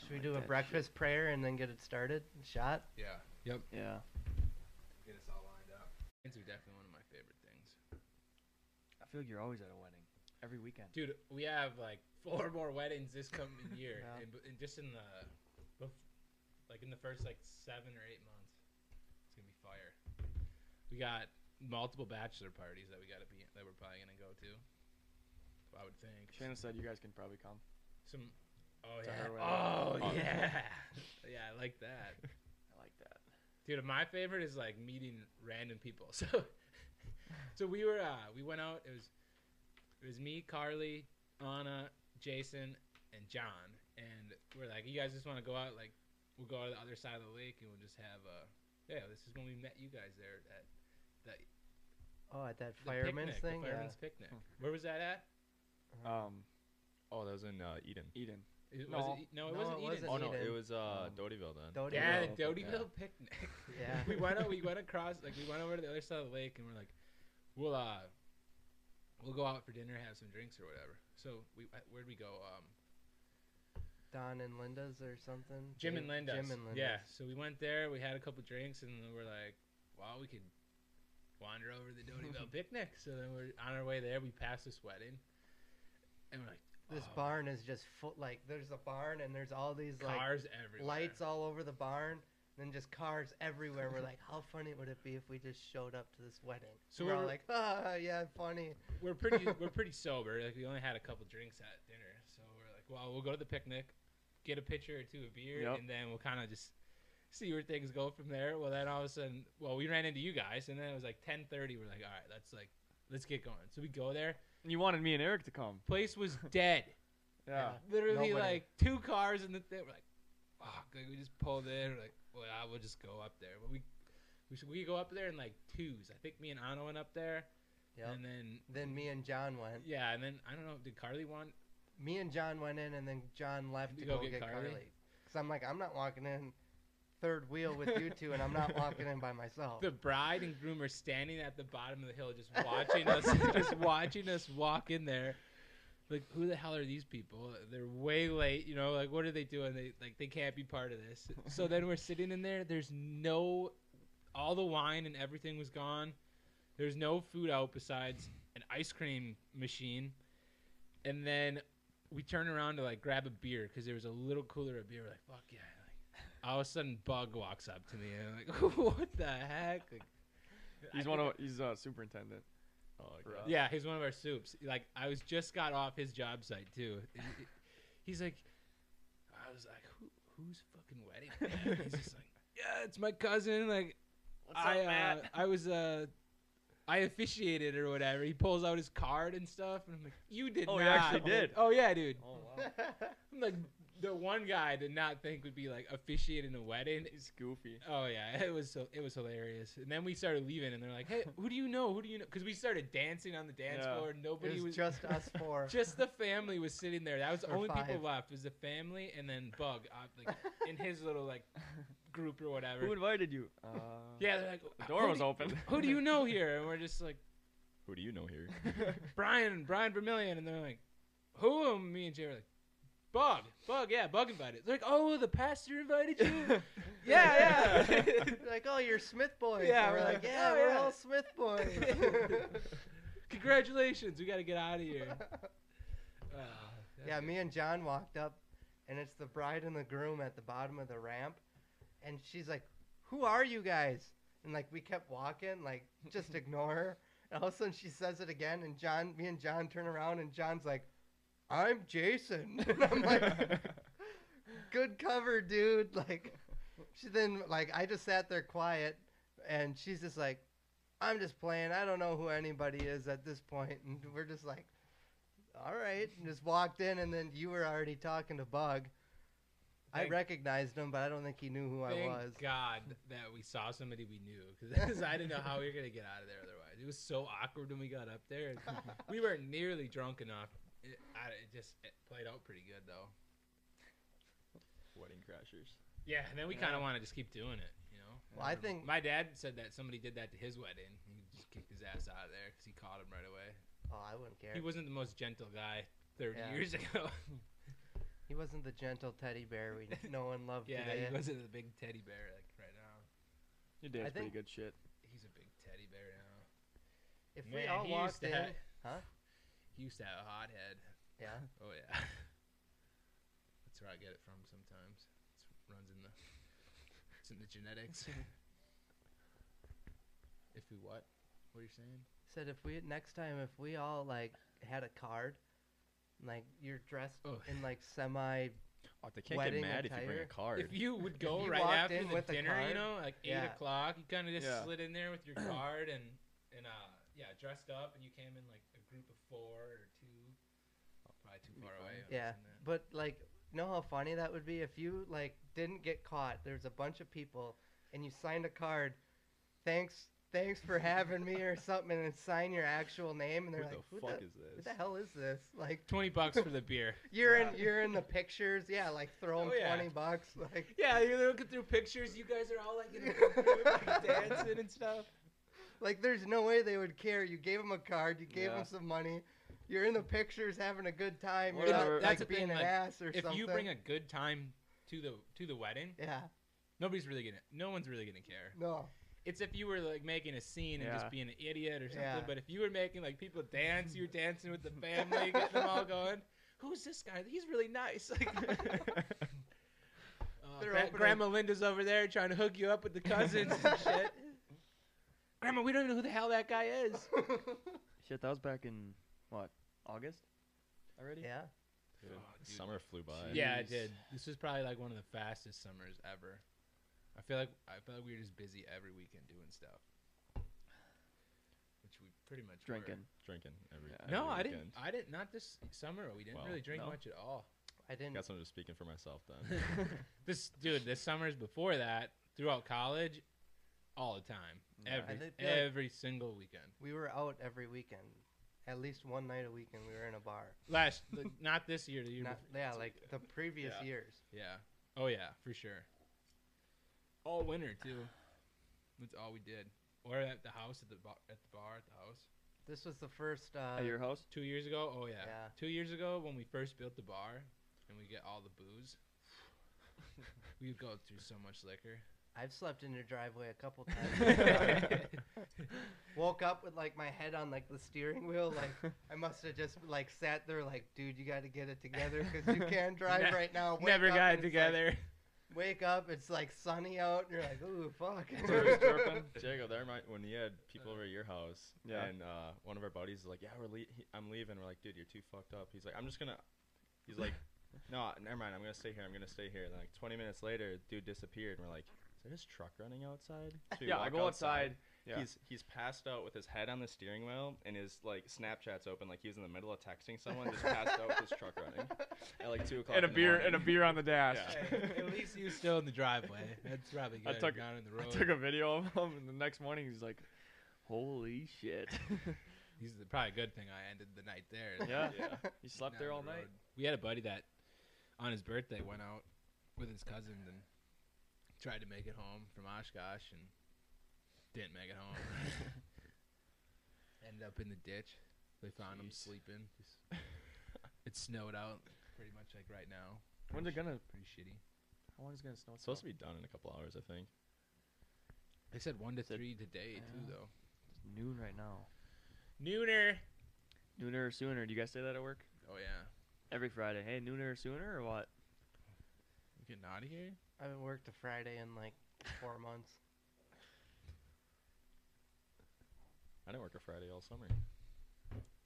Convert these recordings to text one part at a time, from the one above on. Should we Like do a that shit. breakfast prayer and then get it started? Shot? Yeah, Yeah. get us all lined up. Weddings are definitely one of my favorite things. I feel like you're always at a wedding. Every weekend. Dude, we have like four more weddings this coming year, Yeah. and, and just in the, bef- like in the first like seven or eight months, it's gonna be fire. We got multiple bachelor parties that we gotta be that we're probably gonna go to. I would think Shannon said you guys can probably come. some. Oh To yeah. her wedding. Oh Oh. yeah. yeah, I like that. I like that. Dude, my favorite is like meeting random people. So, so we were uh, we went out. It was it was me, Carly, Anna, Jason, and John, and we're like, you guys just want to go out? Like, we'll go to the other side of the lake and we'll just have uh, yeah. This is when we met you guys there at Oh, at that the fireman's picnic, the thing? Hmm. fireman's picnic. Where was that at? Um, Oh, that was in uh, Eden. Eden. It, was No. it, e, no, it No, wasn't it Eden. wasn't Oh no, Eden. it was uh, Um, Doddyville then. Dodie- yeah, Dodie- Dodie picnic. Yeah. we went out, we went across like we went over to the other side of the lake and we're like we'll uh we'll go out for dinner have some drinks or whatever so we uh, where'd we go um Don and Linda's or something? jim and linda Jim and Linda's. yeah so we went there we had a couple drinks and then we're like wow we could wander over the Dotyville picnic so then we're on our way there we pass this wedding and we're like This oh, barn is just full. Like, there's a barn and there's all these, like, cars everywhere lights all over the barn. Then just cars everywhere. We're like, how funny would it be if we just showed up to this wedding? So So we're all we're- like, ah, yeah, funny. we're pretty we're pretty sober. Like we only had a couple drinks at dinner, so we're like, well, we'll go to the picnic, get a pitcher or two of beer, Yep. and then we'll kind of just see where things go from there. Well, then all of a sudden, well, we ran into you guys, and then it was like ten thirty. We're like, all right, let's like let's get going. So we go there. And you wanted me and Eric to come. Place was dead. Yeah. Literally Nobody. like two cars in the thing. We're like, fuck. Like we just pulled in. We're like, well, I will just go up there. But we we we go up there in like twos. I think me and Anna went up there, Yep. and then Then me and John went. yeah, and then I don't know. Did Carly want? Me and John went in, and then John left You to go go, get get Carly? Carly. Because I'm like, I'm not walking in third wheel with you two, and I'm not walking in by myself. the bride and groom are standing at the bottom of the hill just watching us just watching us walk in there like who the hell are these people they're way late you know like what are they doing they like they can't be part of this so then we're sitting in there there's no all the wine and everything was gone there's no food out besides an ice cream machine and then we turn around to like grab a beer because there was a little cooler of beer we're like fuck yeah like, all of a sudden bug walks up to me and I'm like what the heck like, He's I one think- of he's uh, superintendent. Oh, Bruh. God. yeah, he's one of our soups. Like I was just got off his job site too. And he- He's like, I was like, Who, who's fucking wedding? he's just like, yeah, it's my cousin. Like I, uh, I was uh, I officiated or whatever. He pulls out his card and stuff, and I'm like, you did Oh, not. he actually did. Oh yeah, dude. Oh I'm like the one guy I did not think would be like officiating a wedding. he's goofy. Oh yeah, it was so it was hilarious. And then we started leaving, and they're like, "Hey, who do you know? Who do you know?" Because we started dancing on the dance Yeah. floor. and Nobody it was, was just us four. just the family was sitting there. That was the Or only five. people left. Was the family and then Bug, uh, like in his little like group or whatever. Who invited you? Uh, yeah, they're like, The door "Who was do- open. Who do you know here? And we're just like Who do you know here? Brian, Brian Vermillion, and they're like, who? And me and Jay were like, Bug, Bug, yeah, Bug invited. They're like, oh, the pastor invited you. yeah, yeah. like, oh, you're Smith boys. Yeah, And we're we're like, like, yeah, "Oh, we're yeah." all Smith boys. Congratulations, we got to get out of here. Uh, yeah, me and John walked up, and it's the bride and the groom at the bottom of the ramp, and she's like, "Who are you guys?" And like we kept walking, like just ignore her. And all of a sudden she says it again, and John, me and John turn around, and John's like, "I'm Jason," and I'm like, "Good cover, dude." Like, she then like I just sat there quiet, and she's just like. I'm just playing. I don't know who anybody is at this point, and we're just like, all right, and just walked in, and then you were already talking to Bug. I Thank- recognized him, but I don't think he knew who I Thank was. God that we saw somebody we knew because I didn't know how we were gonna get out of there otherwise. It was so awkward when we got up there. We weren't nearly drunk enough. It, I, it just it played out pretty good though. Wedding crashers. Yeah, and then we Yeah. kind of want to just keep doing it, you know. Well, I think My dad said that somebody did that to his wedding. He just kicked his ass out of there because he caught him right away. oh, I wouldn't care. He wasn't the most gentle guy 30 Yeah. years ago. He wasn't the gentle teddy bear we know and love Yeah, today. he wasn't the big teddy bear like right now. I Your dad's pretty think- good shit. He's a big teddy bear now. if we Man, all he used walked to in, have- huh? He used to have a hot head. Yeah. Oh yeah. That's where I get it from sometimes. It runs in the it's in the genetics. if we what? What are you saying? Said if we next time if we all like had a card, like you're dressed Oh. in like semi Oh, they can't Wedding get mad if you bring attire? a card. If you would go you right walked after in the with a dinner, card- you know, like eight Yeah. o'clock, you kind of just Yeah. slid in there with your card and and uh yeah, dressed up, and you came in like a group of four or two, probably too Be far away. fine. I Yeah, wasn't there. but like, know how funny that would be if you like didn't get caught. There's a bunch of people, and you signed a card. Thanks, thanks for having me or something, and then sign your actual name. And Who they're the like, who fuck the, is who this? the hell is this? Like, Twenty bucks for the beer. you're Yeah. in, you're in the pictures. Yeah, like throw 'em Oh, yeah. twenty bucks. Like, Yeah, you're looking through pictures. You guys are all like in a group, like, dancing and stuff. like there's no way they would care. You gave them a card. You gave Yeah. them some money. You're in the pictures having a good time. Or You're not, the- like, that's the being thing, an like, ass or If something. you bring a good time to the to the wedding, yeah, nobody's really gonna. No one's really gonna care. no, It's if you were like making a scene and Yeah. just being an idiot or something. Yeah. But if you were making like people dance, you were dancing with the family, getting them all going. Who's this guy? He's really nice. Like, uh, They're Gra- opening- Grandma Linda's over there trying to hook you up with the cousins and shit. Grandma, we don't even know who the hell that guy is. Shit, that was back in what August already. yeah. Dude, Oh, dude. Summer flew by. Yeah, it Jeez. did. This was probably like one of the fastest summers ever. I feel like I feel like we were just busy every weekend doing stuff, which we pretty much were. Drinking. Drinking every. Yeah. every No, I didn't. weekend. I didn't. Not this summer. We didn't Wow. really drink No. much at all. I didn't. Guess I'm just speaking for myself then. This dude, this summers before that, throughout college, all the time, Yeah. every I think- yeah. every single weekend. We were out every weekend. At least one night a weekend, we were in a bar. Last, the- not this year. The year Not, before. yeah, like the previous Yeah. years. Yeah. Oh yeah, for sure. All winter too. That's all we did. Or at the house at the bar, at the bar at the house This was the first. Uh, At your house? two years ago. Oh yeah. Yeah. two years ago when we first built the bar and we get all the booze. we would go through so much liquor. I've slept in your driveway a couple times. Woke up with like my head on like the steering wheel. Like I must have just like sat there like, dude, you got to get it together because you can't drive Ne- right now. Wake Never up," got and it it's like- together. wake up, it's like sunny out, and you're like, ooh, fuck. It's always chirping. Jago, there might when he had people over at your house, Yeah. and uh, one of our buddies is like, "Yeah, we're le- he- I'm leaving." We're like, "Dude, you're too fucked up." He's like, "I'm just gonna," he's like, "No, never mind. I'm gonna stay here. I'm gonna stay here." And like 20 minutes later, dude disappeared, and we're like, "Is there his truck running outside?" So we Yeah, I walk go outside. Yeah. He's he's passed out with his head on the steering wheel, and his like Snapchat's open, like he was in the middle of texting someone, just passed out with his truck running at like two o'clock. And a in the beer morning. and a beer on the dash. Yeah. at least he was still in the driveway. That's probably I good. took- down in the I road. took a video of him, and the next morning he's like, "Holy shit!" He's the, probably a good thing I ended the night there. yeah, Yeah. he slept down there the all night. road. We had a buddy that on his birthday went out with his cousins and tried to make it home from Oshkosh and didn't make it home. Ended up in the ditch. They found him Jeez. sleeping. It snowed out pretty much like right now. When's it gonna? Pretty shitty. How long is it gonna snow? It's supposed to be done in a couple hours, I think. They said one to Said- three today too Yeah. though. It's noon right now. Nooner. Nooner or sooner? Do you guys say that at work? Oh yeah. Every Friday. Hey, nooner or sooner or what? We getting out of here? I haven't worked a Friday in like four months. I didn't work a Friday all summer.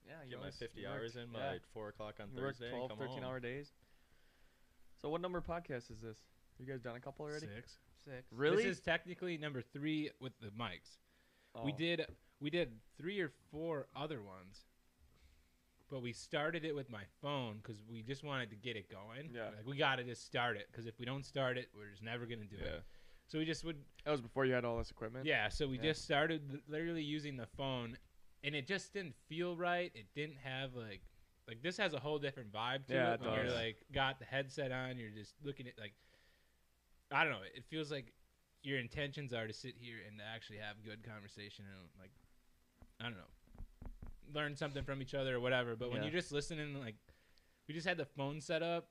Yeah, Get my always- 50 you hours worked- in yeah. by 4 o'clock on You work Thursday. 12, and come 13 home. hour days. So what number of podcasts is this? You guys done a couple already? Six. Six. Really? This is technically number three with the mics. We Oh. did we did three or four other ones, but we started it with my phone because we just wanted to get it going. Yeah. like we got to just start it because if we don't start it, we're just never gonna do Yeah. it. So we just would That was before you had all this equipment. yeah. So we Yeah. just started l- literally using the phone, and it just didn't feel right. It didn't have like like this has a whole different vibe to Yeah, it. it when You're does. like got the headset on. You're just looking at like I don't know. It feels like your intentions are to sit here and to actually have good conversation and like I don't know learn something from each other or whatever. But when Yeah. you're just listening, like we just had the phone set up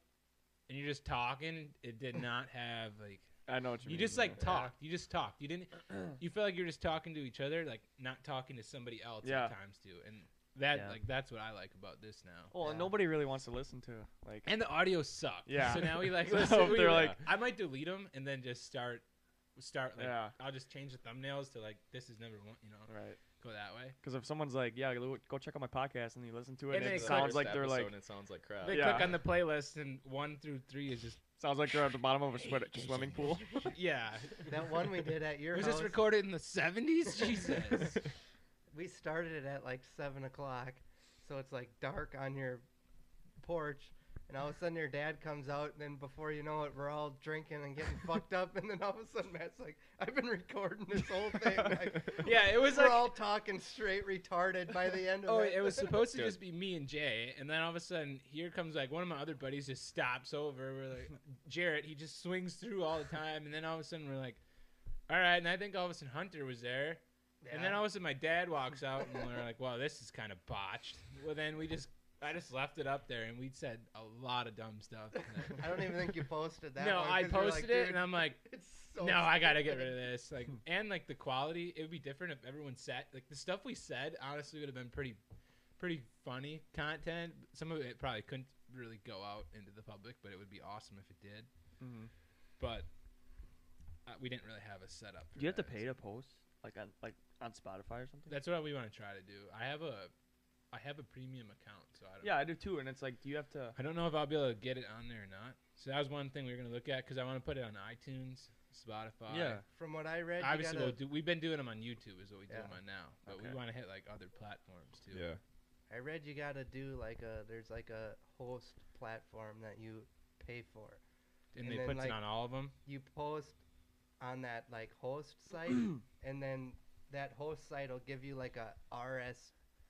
and you're just talking, it did not have like I know what you you mean. just like yeah. talked. You just talked. You didn't. You felt like you're just talking to each other, like not talking to somebody else Yeah. at times too. And that Yeah. like that's what I like about this now. Well, Yeah. and nobody really wants to listen to like. And the audio sucked. Yeah. So now we like. So listen, we, they're they're like, like- I might delete them and then just start, start like. Yeah. I'll just change the thumbnails to like this is number one. You know, Right. go that way. Because if someone's like, "Yeah, go go check out my podcast," and you listen to it, And and then it it's sounds First like they're episode like and it sounds like crap. They Yeah. click on the playlist and one through three is just sounds like they're at the bottom of a swim- swimming pool. yeah. That one we did at your was house. this recorded in the seventies? Jesus. we started it at like seven o'clock, so it's like dark on your porch, and all of a sudden your dad comes out, and then before you know it, we're all drinking and getting fucked up, and then all of a sudden Matt's like, "I've been recording this whole thing." Like, yeah, it was we're like all talking straight retarded by the end of Oh, it. it was supposed to Good. just be me and Jay, and then all of a sudden, here comes like one of my other buddies just stops over. We're like, Jarrett, he just swings through all the time, and then all of a sudden we're like, all right. And I think all of a sudden Hunter was there, and then all of a sudden my dad walks out, and we're like, wow, this is kind of botched. Well, then we just, I just left it up there, and we said a lot of dumb stuff. And I don't even think you posted then- that. no, one, I 'cause you're like, posted it, "Dude, and I'm like. it's so no, I gotta get stupid." rid of this. Like, and like the quality, it would be different if everyone sat. Like the stuff we said, honestly, would have been pretty, pretty funny content. Some of it probably couldn't really go out into the public, but it would be awesome if it did. Mhm. But uh, we didn't really have a setup. For Do you have to that. pay to post like on like on Spotify or something? That's what we want to try to do. I have a, I have a premium account, so I don't. yeah, I do too. And it's like, do you have to? I don't know if I'll be able to get it on there or not. So that was one thing we were gonna look at because I want to put it on iTunes, Spotify. Yeah. From what I read, you Obviously, gotta- we'll do, we've been doing them on YouTube, is what we do Yeah. 'em on now. But Okay. we want to hit like other platforms too. yeah. I read you gotta do like a there's like a host platform that you pay for. And, And they then, put like- it on all of them. You post on that like host site, and then that host site will give you like a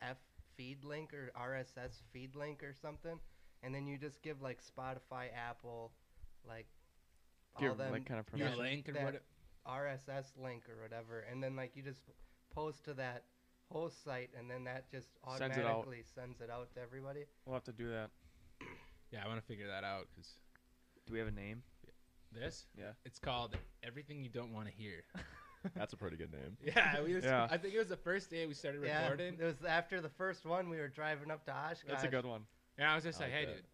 RSF feed link or RSS feed link or something, and then you just give like Spotify, Apple, like Give all them like kind of Your permission. link or what- RSS link or whatever, and then like you just post to that host site, and then that just Sends it out. automatically sends it out to everybody. We'll have to do that. Yeah, I want to figure that out because Do we have a name? this. Yeah. It's called everything you don't want to hear. That's a pretty good name. Yeah, we just, Yeah. I think it was the first day we started recording, Yeah, it was after the first one we were driving up to Oshkosh. That's a good one. and I was just I like, like "Hey, that. dude,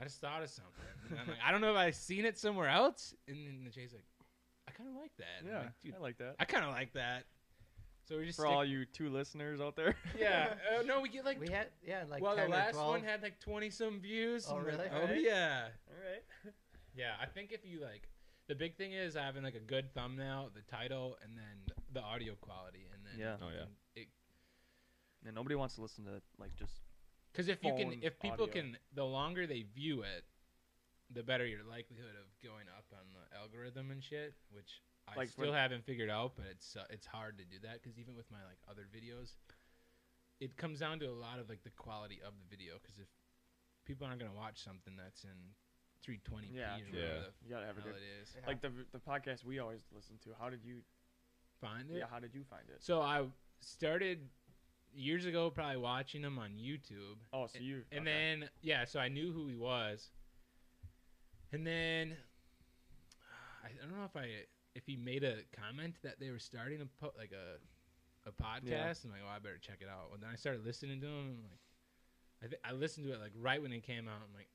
I just thought of something." And I'm like, "I don't know if I've seen it somewhere else," and then Jay's like, "I kind of like that." And I'm Yeah, like, dude, I like that. I kind of like that. So we just For stick- all you two listeners out there. yeah. Uh, no, we get like We had yeah like well, the 10 or last 12. one had like twenty some views. Oh, and we're really? like, oh Alright. yeah, All right. yeah. I think if you like, the big thing is having like a good thumbnail, the title, and then the audio quality, and then Yeah. Oh, yeah. And nobody wants to listen to like just. Because if you can, Phone if people audio. can, the longer they view it, the better your likelihood of going up on the algorithm and shit. Which I Like still when- haven't figured out, but it's uh, it's hard to do that because even with my like other videos, it comes down to a lot of like the quality of the video. Because if people aren't gonna watch something that's in 320p Yeah. or Yeah. whatever the You gotta have a hell good. it is, Yeah. Like the the podcast we always listen to. How did you? find it. Yeah. How did you find it? So I started years ago, probably watching him on YouTube. Oh, so you. And okay. then yeah, so I knew who he was. And then I I don't know if I if he made a comment that they were starting a po- like a a podcast. I'm like, oh, I better check it out. And then I started listening to him. And like, I th- I listened to it like right when it came out. I'm like,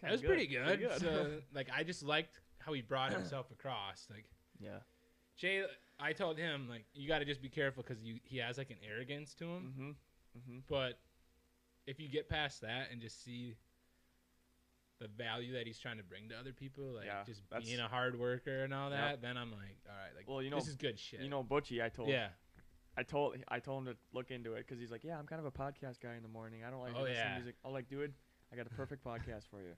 that Kinda was pretty good. Pretty so like, I just liked how he brought himself across. Like, yeah. Jay, I told him like, you got to just be careful because you he has like an arrogance to him. Mm-hmm. Mm-hmm. But if you get past that and just see the value that he's trying to bring to other people, like Yeah, just that's- being a hard worker and all Yep. that, then I'm like, all right, like Well, you this know- is good shit. You know, Butchie, I told. yeah, I told I told him to look into it because he's like, yeah, I'm kind of a podcast guy in the morning. I don't like Oh, listening to yeah. music. I'm like, dude, I got a perfect podcast for you,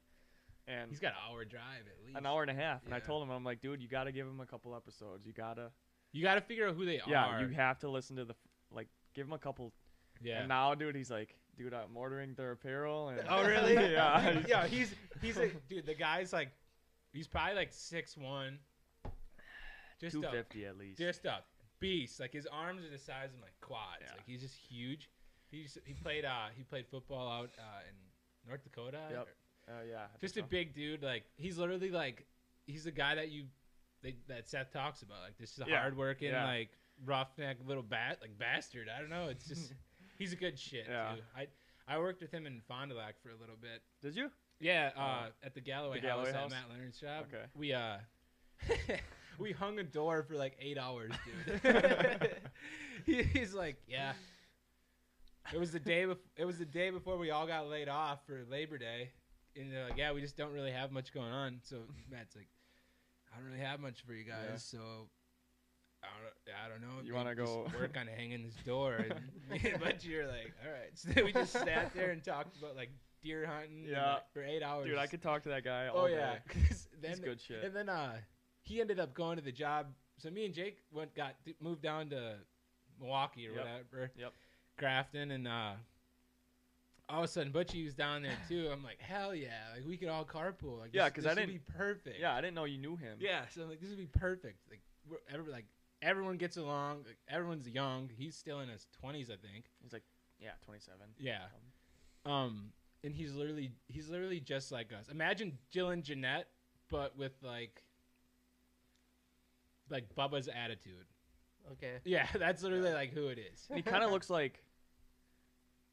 and he's got an hour drive at least. an hour and a half. And I Yeah. told him, I'm like, dude, you got to give him a couple episodes. You gotta, You got to figure out who they yeah, are. you have to listen to the f- like, give him a couple. yeah. And now, dude, he's like, dude, I'm ordering their apparel. And oh really? yeah. yeah. He's he's a dude. The guy's like, he's probably like six one. Just Two a fifty at least. just a beast. Like his arms are the size of my quads. Yeah. Like he's just huge. He just, he played uh he played football out uh, in North Dakota. Yep. Oh yeah. Just a big dude. Like he's literally like he's the guy that you they, that Seth talks about. Like this is a Yeah, hardworking yeah. like roughneck little bat like bastard. I don't know. It's just he's a good shit. Yeah. Too. I I worked with him in Fond du Lac for a little bit. Did you? Yeah, uh, Uh, at the Galloway, the Galloway house, house? at Matt Leonard's job. Okay. We uh we hung a door for like eight hours, dude. That's He- He's like, Yeah. It was the day bef- it was the day before we all got laid off for Labor Day. And they're like, Yeah, we just don't really have much going on. So Matt's like, I don't really have much for you guys, Yeah. so I don't, I don't know. maybe You wanna just go- work on hanging this door? And, but you're like, all right. So then we just sat there and talked about like deer hunting. and, Yeah. like, for eight hours. Dude, I could talk to that guy all Oh day. yeah. 'Cause then, He's good shit. And then uh, he ended up going to the job. So me and Jake went got moved down to Milwaukee or Yep. whatever. Yep. Grafton and uh, all of a sudden Butchie was down there too. I'm like, hell yeah! Like we could all carpool. Like Yeah, this- 'cause this I would didn't- be perfect. Yeah, I didn't know you knew him. Yeah. So I'm like, this would be perfect. Like we're every, like everyone gets along. Like, everyone's young. He's still in his 20s, I think. He's like, yeah, 27. Yeah. Um, and he's literally he's literally just like us. Imagine Jill and Jeanette, but with like like Bubba's attitude. Okay. Yeah, that's literally like who it is. And he kind of looks like.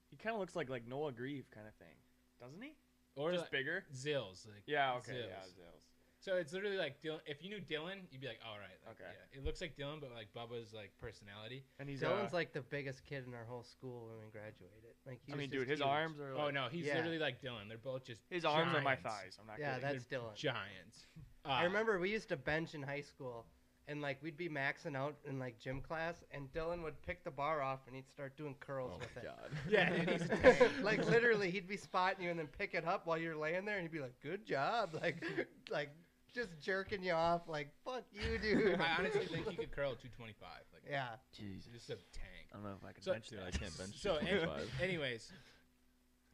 He kind of looks like like Noah Grieve kind of thing, doesn't he? Or Just like, bigger. Zills. Like Yeah. Okay. Zills. Yeah. Zills. So it's literally like Dylan. If you knew Dylan, you'd be like, all right. Like, Okay. Yeah. It looks like Dylan, but like Bubba's like personality. And he's uh, Dylan's like the biggest kid in our whole school when we graduated. Like, he I was mean, just dude, his huge. arms are. Like, Oh no, he's Yeah. literally like Dylan. They're both just His arms are my giants. thighs. I'm not. Yeah, kidding. that's Dylan. giants. Uh, I remember we used to bench in high school, and like we'd be maxing out in like gym class, and Dylan would pick the bar off and he'd start doing curls Oh with my it. god. Yeah, dude, he's a like literally, he'd be spotting you and then pick it up while you're laying there, and he'd be like, "Good job," like, like just jerking you off, like "Fuck you, dude." I honestly think he could curl 225. Like yeah, Jesus. just a tank. I don't know if I can So- bench Dude, that. I can't bench So, any- 225. anyways,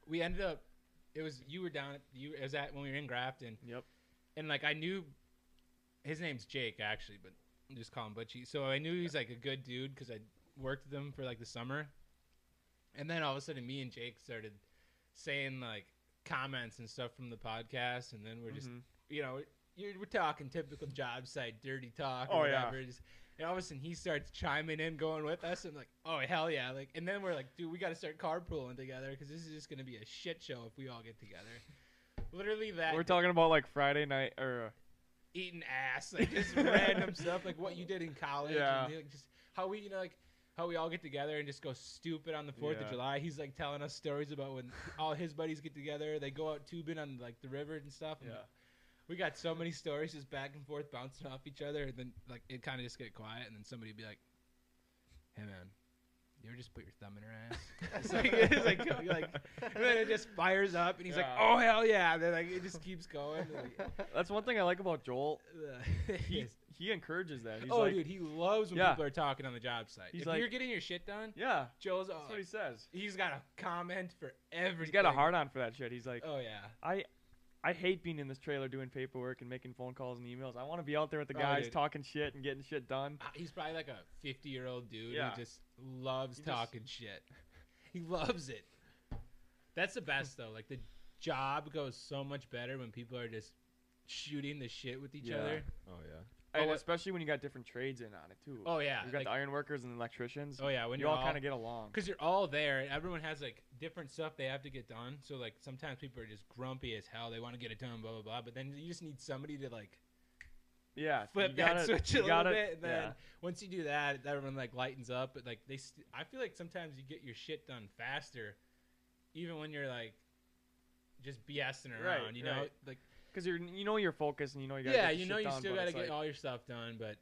we ended up. It was you were down. at- You it was at when we were in Grafton. Yep. And like I knew, his name's Jake actually, but I'm just call him Butchie. So I knew he's like a good dude because I worked with him for like the summer, and then all of a sudden me and Jake started saying like comments and stuff from the podcast, and then we're just Mhm. you know you're, we're talking typical job site dirty talk. Oh, Or yeah. whatever. Just, and all of a sudden, he starts chiming in, going with us, and like, oh hell yeah! Like, and then we're like, dude, we got to start carpooling together because this is just gonna be a shit show if we all get together. Literally that We're talking about like Friday night or. uh, eating ass, like just random stuff, like what you did in college, Yeah. and like, just how we, you know, like how we all get together and just go stupid on the Fourth of Yeah. July. He's like telling us stories about when all his buddies get together, they go out tubing on like the river and stuff. and Yeah. we got so many stories just back and forth bouncing off each other, and then like it kind of just get quiet, and then somebody would be like, "Hey man, you ever just put your thumb in her ass?" it's like, it's like, like, and then it just fires up, and he's like, Yeah. "Oh hell yeah!" And then like it just keeps going. Like, That's one thing I like about Joel. uh, He he encourages that. He's oh like, dude, he loves when Yeah. people are talking on the job site. He's if like- you're getting your shit done, Yeah. Joel's That's all, what he says. he's got a comment for everything. He's got a hard on for that shit. He's like, Oh yeah. I I hate being in this trailer doing paperwork and making phone calls and emails. I want to be out there with the Oh, guys dude. talking shit and getting shit done. Uh, He's probably like a 50 year old dude Yeah. who just loves He just- talking shit. He loves it. That's the best though. Like the job goes so much better when people are just shooting the shit with each Yeah. other. Oh yeah. Oh, And what- especially when you got different trades in on it too. Oh yeah. you got Like, the iron workers and the electricians. oh yeah. When you you're all kind of get along. because you're all there and everyone has like different stuff they have to get done so like sometimes people are just grumpy as hell they want to get it done blah blah blah but then you just need somebody to like Yeah. flip you that gotta- switch a you little gotta- bit and then yeah. once you do that everyone like lightens up but like they st- i feel like sometimes you get your shit done faster even when you're like just bsing Right, around you know right. like Cause you're you know you're focused and you know you gotta yeah get the you know shit you done, still but got to it's get like, all your stuff done but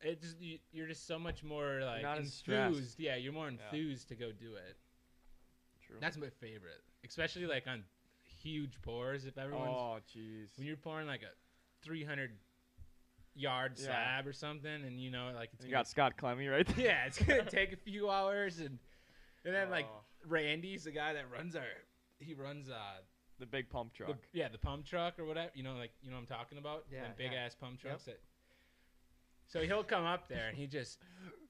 it just you, you're just so much more like not as stressed. enthused yeah you're more Yeah. enthused to go do it True. That's my favorite, especially like on huge pours. If everyone's oh jeez. when you're pouring like a 300 yard Yeah. slab or something, and you know like it's You gonna- got Scott Clemmy right there. yeah, it's gonna take a few hours, and and then like Oh, Randy's the guy that runs our he runs uh the big pump truck. the, uh, yeah the pump truck or whatever you know like you know what I'm talking about Yeah, big yeah. ass pump trucks that. So he'll come up there and he just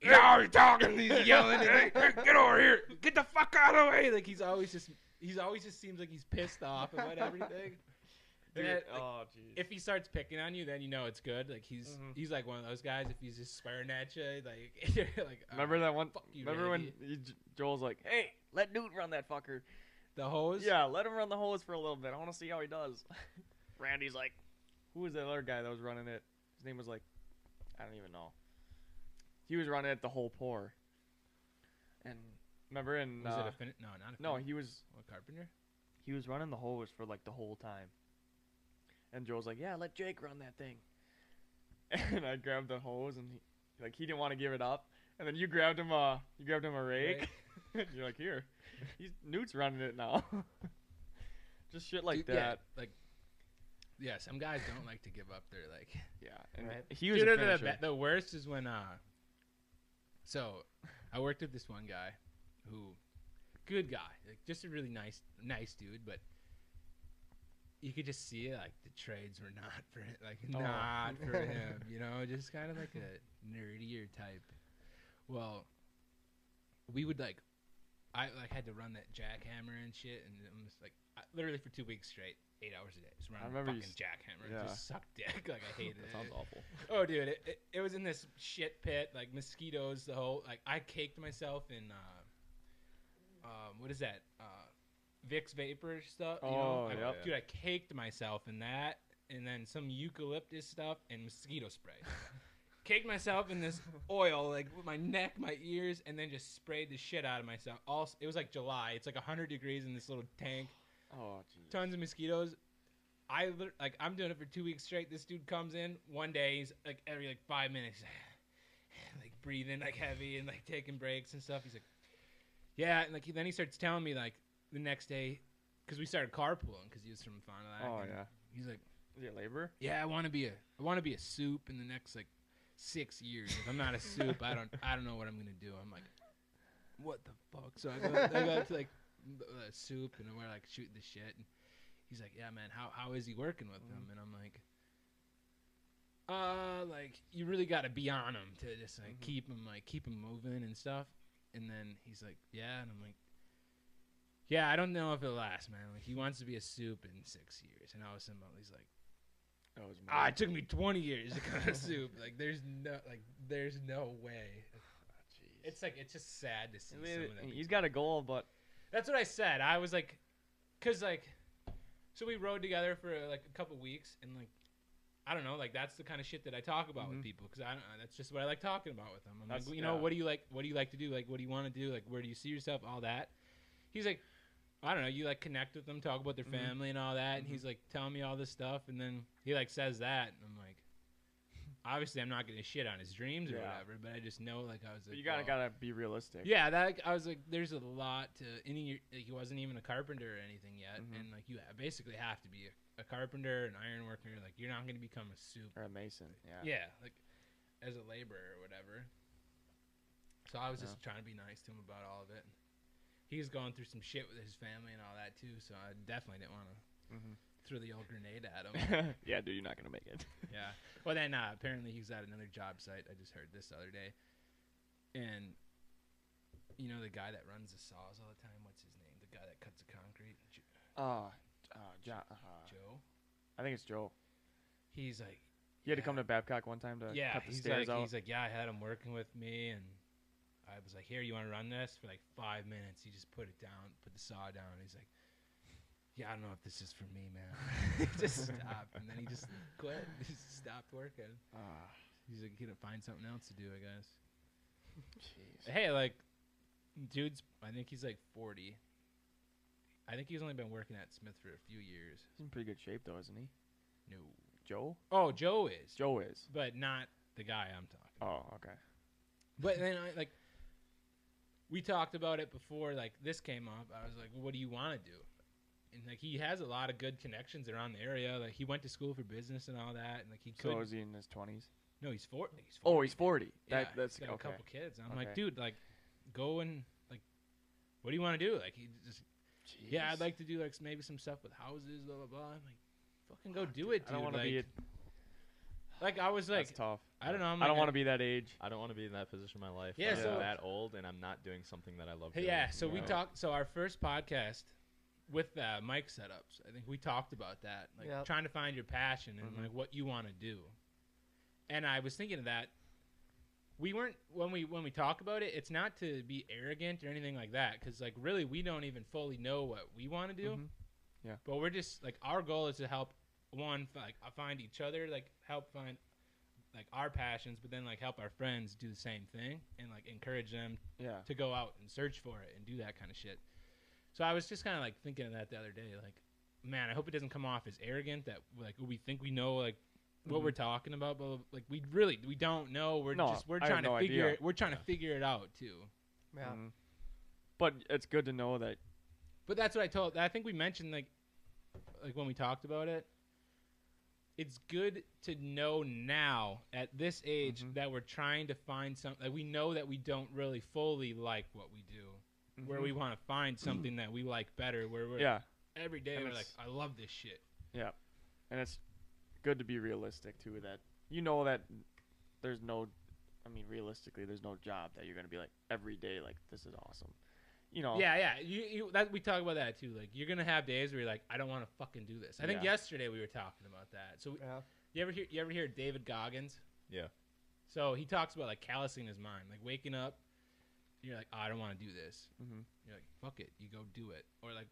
You're always talking. He's yelling, he's like, "Hey, "Get over here! Get the fuck out of the way!" Like he's always just he's always just seems like he's pissed off about everything. Dude, That- like, oh, jeez. if he starts picking on you, then you know it's good. Like he's Mhm. he's like one of those guys. If he's just swearing at you, like you're like "Oh, Remember that one? fuck you, remember when Randy." you, J- Joel's like, "Hey, let Newt run that fucker." the hose. Yeah, let him run the hose for a little bit. I want to see how he does. Randy's like, "Who was that other guy that was running it? His name was like, I don't even know. He was running it the whole pour." And remember, and Was uh, it a fin- no, not a no, fin- he was a carpenter. he was running the hose for like the whole time. And Joel's like, "Yeah, let Jake run that thing." And I grabbed the hose, and he, like he didn't want to give it up. And then you grabbed him a you grabbed him a rake. You're like, "Here, he's Newt's running it now." Just shit like Dude, yeah, that. like yeah, some guys don't like to give up. They're like Yeah. And Right. he was Dude, a no, no, no, finisher. ba- the worst is when uh so I worked with this one guy who good guy, like just a really nice nice dude, but you could just see like the trades were not for him, like Oh. not for him, you know, just kind of like a nerdier type. Well, we would like I like had to run that jackhammer and shit, and I'm just like I, literally for two weeks straight, eight hours a day, just running remember you fucking jackhammer. yeah. It just sucked dick. Like I hated that it. sounds awful. Oh, dude, it, it, it was in this shit pit, like mosquitoes, the whole like I caked myself in uh, um, what is that? Uh, Vicks vapor stuff. You know? Oh, I, yep. dude, I caked myself in that, and then some eucalyptus stuff and mosquito spray. caked myself in this oil, like with my neck, my ears, and then just sprayed the shit out of myself. Also, it was like July. It's like hundred degrees in this little tank Oh, jeez. tons of mosquitoes. I lit- like I'm doing it for two weeks straight. This dude comes in one day. He's like every like five minutes, like breathing like heavy and like taking breaks and stuff. He's like, yeah, and like he, then he starts telling me like the next day because we started carpooling because he was from Fond du Lac. Oh and yeah. he's like, Is he a labor? yeah, I want to be a I want to be a soup in the next like six years. If I'm not a soup, I don't I don't know what I'm gonna do. I'm like, what the fuck? So I go, I go up to like the the soup and we're like shooting the shit. And he's like, yeah, man, how how is he working with them? And I'm like. Uh, like you really got to be on him to just like Mhm. keep him like keep him moving and stuff. And then he's like, "Yeah," and I'm like, "Yeah, I don't know if it'll last, man. Like he wants to be a soup in six years." And all of a sudden, he's like. That was me. Ah, it took me 20 years to cut a soup. Like, there's no, like, there's no way. Oh, Jeez. It's like, it's just sad to see I mean, some of that. he's got a goal, but That's what I said. I was like, cause like, so we rode together for uh, like a couple weeks, and like, I don't know, like that's the kind of shit that I talk about Mhm. with people, cause I don't, uh, that's just what I like talking about with them. I'm That's- like, you know, yeah. what do you like? What do you like to do? Like, what do you want to do? Like, where do you see yourself? All that. He's like, I don't know. You like connect with them, talk about their Mhm. family and all that, and Mhm. he's like telling me all this stuff, and then he like says that, and I'm like. Obviously, I'm not gonna shit on his dreams or Yeah. whatever, but I just know, like, I was like, you gotta well- gotta be realistic. yeah, that I was like, there's a lot to. And he, like, he wasn't even a carpenter or anything yet, Mhm. and like you ha- basically have to be a, a carpenter, an iron worker. Like you're not going to become a soup. Or a mason. Yeah. Yeah, like as a laborer or whatever. So I was Yeah. just trying to be nice to him about all of it. He's going through some shit with his family and all that too, so I definitely didn't want to Mhm. throw the old grenade at him. yeah, dude, you're not gonna make it. Yeah. Well, then uh, apparently he's at another job site. I just heard this the other day, and you know the guy that runs the saws all the time. What's his name? The guy that cuts the concrete, J- Uh, uh, John, uh, Joe. I think it's Joel. He's like, He had to come to Babcock one time to yeah. uh, cut the He's stairs like, out. he's like, yeah. I had him working with me, and I was like, here, you want to run this for like five minutes? He just put it down, put the saw down. He's like. Yeah, I don't know if this is for me, man. he just stopped, and then he just quit. He just stopped working. Ah, He's like, gonna find something else to do, I guess. jeez. Hey, like, dude's. I think he's like forty. I think he's only been working at Smith for a few years. He's in pretty good shape though, isn't he? No. Joel? Oh, Joe is, Joe is. but not the guy I'm talking. About. Oh, okay. But then, I, like, we talked about it before. Like this came up. I was like, "What do you want to do?" And like, he has a lot of good connections around the area. Like, he went to school for business and all that. And like, he could. So is he in his twenties? no, he's four. He's Oh, he's forty. Yeah, That, that's he's got okay. a couple kids. I'm like, Okay. dude, like, go and like, what do you want to do? Like, he just Yeah, I'd Jeez. like to do like s- maybe some stuff with houses, blah blah blah. I'm like, fucking go Fuck, do it, dude. I don't want like, to be. A, like I was that's like, tough. Mm-hmm. I don't know. I'm I don't like, want to be that age. I don't want to be in that position in my life. Yeah, Yeah, so- I'm that old and I'm not doing something that I love. Hey, doing. yeah. So we Yeah. talked. So our first podcast, with uh, mic setups. I think we talked about that, like Yep. trying to find your passion and Mhm. like what you want to do. And I was thinking of that. We weren't when we when we talk about it. It's not to be arrogant or anything like that, because like really we don't even fully know what we want to do. Mhm. Yeah. But we're just like our goal is to help one f- like find each other, like help find like our passions, but then like help our friends do the same thing and like encourage them Yeah. to go out and search for it and do that kind of shit. So I was just kind of like thinking of that the other day. Like, man, I hope it doesn't come off as arrogant that like we think we know like what we're talking about, but like we really we don't know. We're Mm-hmm. No, just we're I have trying to no figure idea. it, we're trying Yeah. to figure it out too. Yeah. Mm. Mhm. But it's good to know that. But that's what I told. I think we mentioned like like when we talked about it. It's good to know now at this age Mhm. that we're trying to find something. Like we know that we don't really fully like what we do. where we want to find something that we like better. Where we're mm-hmm. Yeah, every day And we're like, it's- I love this shit. and it's good to be realistic too. That you know that there's no, I mean, realistically, there's no job that you're gonna be like every day like this is awesome. You know. Yeah, yeah. You, you that we talk about that too. Like you're gonna have days where you're like, I don't want to fucking do this. I think Yeah. yesterday we were talking about that. So Yeah. you ever hear you ever hear David Goggins? Yeah. So he talks about like callousing his mind, like waking up. You're like, "Oh, I don't want to do this. Mm-hmm. Mhm. You're like, fuck it, you go do it. Or like,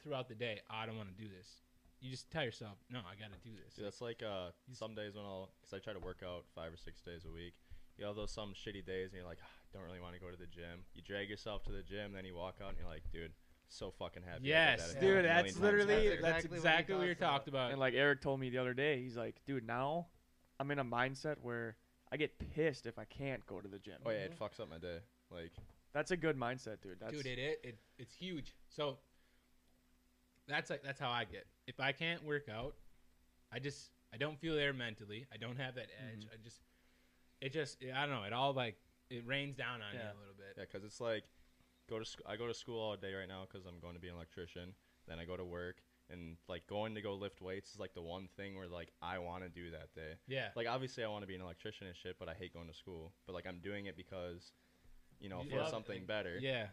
throughout the day, "Oh, I don't want to do this. You just tell yourself, no, I got to do this. Dude, that's like uh, some days when I'll, because I try to work out five or six days a week. You have those some shitty days, and you're like, "Ah, don't really want to go to the gym. You drag yourself to the gym, then you walk out, and you're like, dude, so fucking happy. I did Yes, that a dude, million that's times literally better." that's That's exactly what we exactly what we were talked about. talked about. And like Eric told me the other day, he's like, dude, now I'm in a mindset where I get pissed if I can't go to the gym. Oh yeah, it fucks up my day. Like, That's a good mindset, dude. That's Dude, it, it it it's huge. So that's like that's how I get. If I can't work out, I just I don't feel there mentally. I don't have that edge. I just it just I don't know. It all like it rains down on you Yeah. a little bit. yeah, because it's like, go to sc- I go to school all day right now because I'm going to be an electrician. Then I go to work, and like going to go lift weights is like the one thing where like I want to do that day. Yeah, Like obviously I want to be an electrician and shit, but I hate going to school. But like I'm doing it because, you know, You for love it. something better. yeah,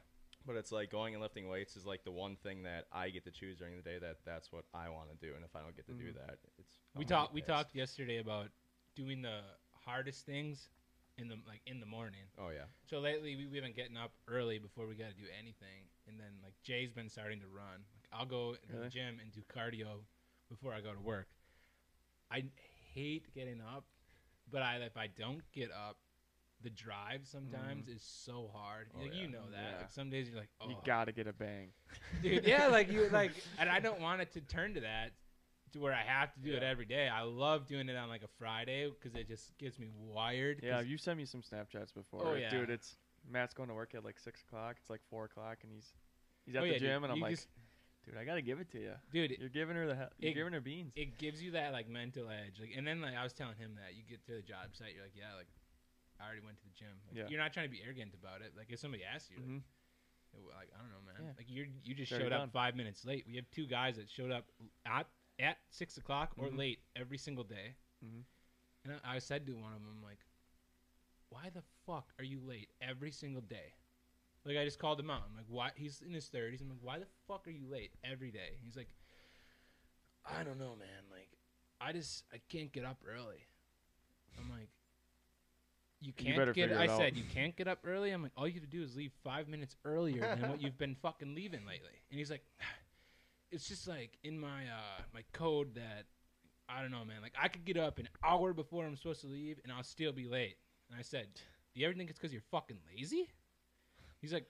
But it's like going and lifting weights is like the one thing that I get to choose during the day that that's what I want to do, and if I don't get to do Mhm. that, it's Mm-hmm. we I'm gonna talked be we pissed. talked yesterday about doing the hardest things in the like in the morning. Oh yeah, So lately we, we've been getting up early before we got to do anything, and then like Jay's been starting to run. Like, I'll go to Really? the gym and do cardio before I go to work. I hate getting up, but I if I don't get up, the drive sometimes is so hard. Oh, like yeah. you know that. Yeah. Like some days you're like, oh, You gotta get a bang. dude, yeah, like you like, and I don't want it to turn to that. To where I have to do it Yeah. every day. I love doing it on like a Friday because it just gets me wired. 'cause Yeah, you sent me some Snapchats before. Oh, like, yeah. Dude, it's Matt's going to work at like six o'clock. It's like four o'clock, and he's he's at Oh, yeah, the dude, gym, and I'm you like, just- dude, I gotta give it to you. dude, You're giving her the he- you're it- giving her beans. it gives you that like mental edge like and then like i was telling him that you get to the job site you're like yeah like i already went to the gym like, Yeah. you're not trying to be arrogant about it like if somebody asks you Mhm. like, "Well, like, i don't know man Yeah. like you're you just It's already showed up done. five minutes late we have two guys that showed up at at six o'clock or Mhm. late every single day Mhm. and I, I said to one of them like why the fuck are you late every single day like I just called him out. I'm like, why? He's in his thirties. I'm like, why the fuck are you late every day? He's like, I don't know, man. Like, I just I can't get up early. I'm like, you can't better get. figure I it out. said you can't get up early. I'm like, all you have to do is leave five minutes earlier than what you've been fucking leaving lately. And he's like, it's just like in my uh my code that I don't know, man. Like I could get up an hour before I'm supposed to leave, and I'll still be late. And I said, do you ever think it's because you're fucking lazy? He's like,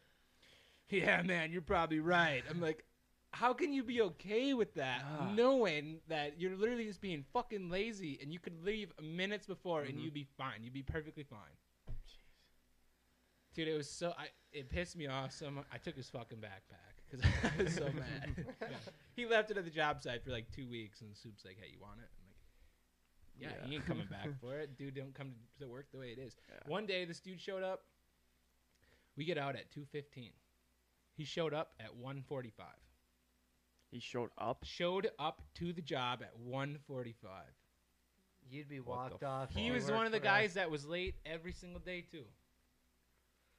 yeah, man, you're probably right. I'm like, how can you be okay with that, Ah. knowing that you're literally just being fucking lazy and you could leave minutes before and Mhm. you'd be fine. You'd be perfectly fine. Dude, it was so I it pissed me off so much. I took his fucking backpack because I was so mad. he left it at the job site for like two weeks, and Soup's like, "Hey, you want it?" I'm like, yeah, Yeah. he ain't coming back for it. Dude, don't come to work the way it is. Yeah. One day, this dude showed up. We get out at two fifteen. He showed up at one forty five. He showed up. Showed up to the job at one forty five. You'd be What the walked off. if fuck? He you was worked one of the for us. guys that was late every single day too.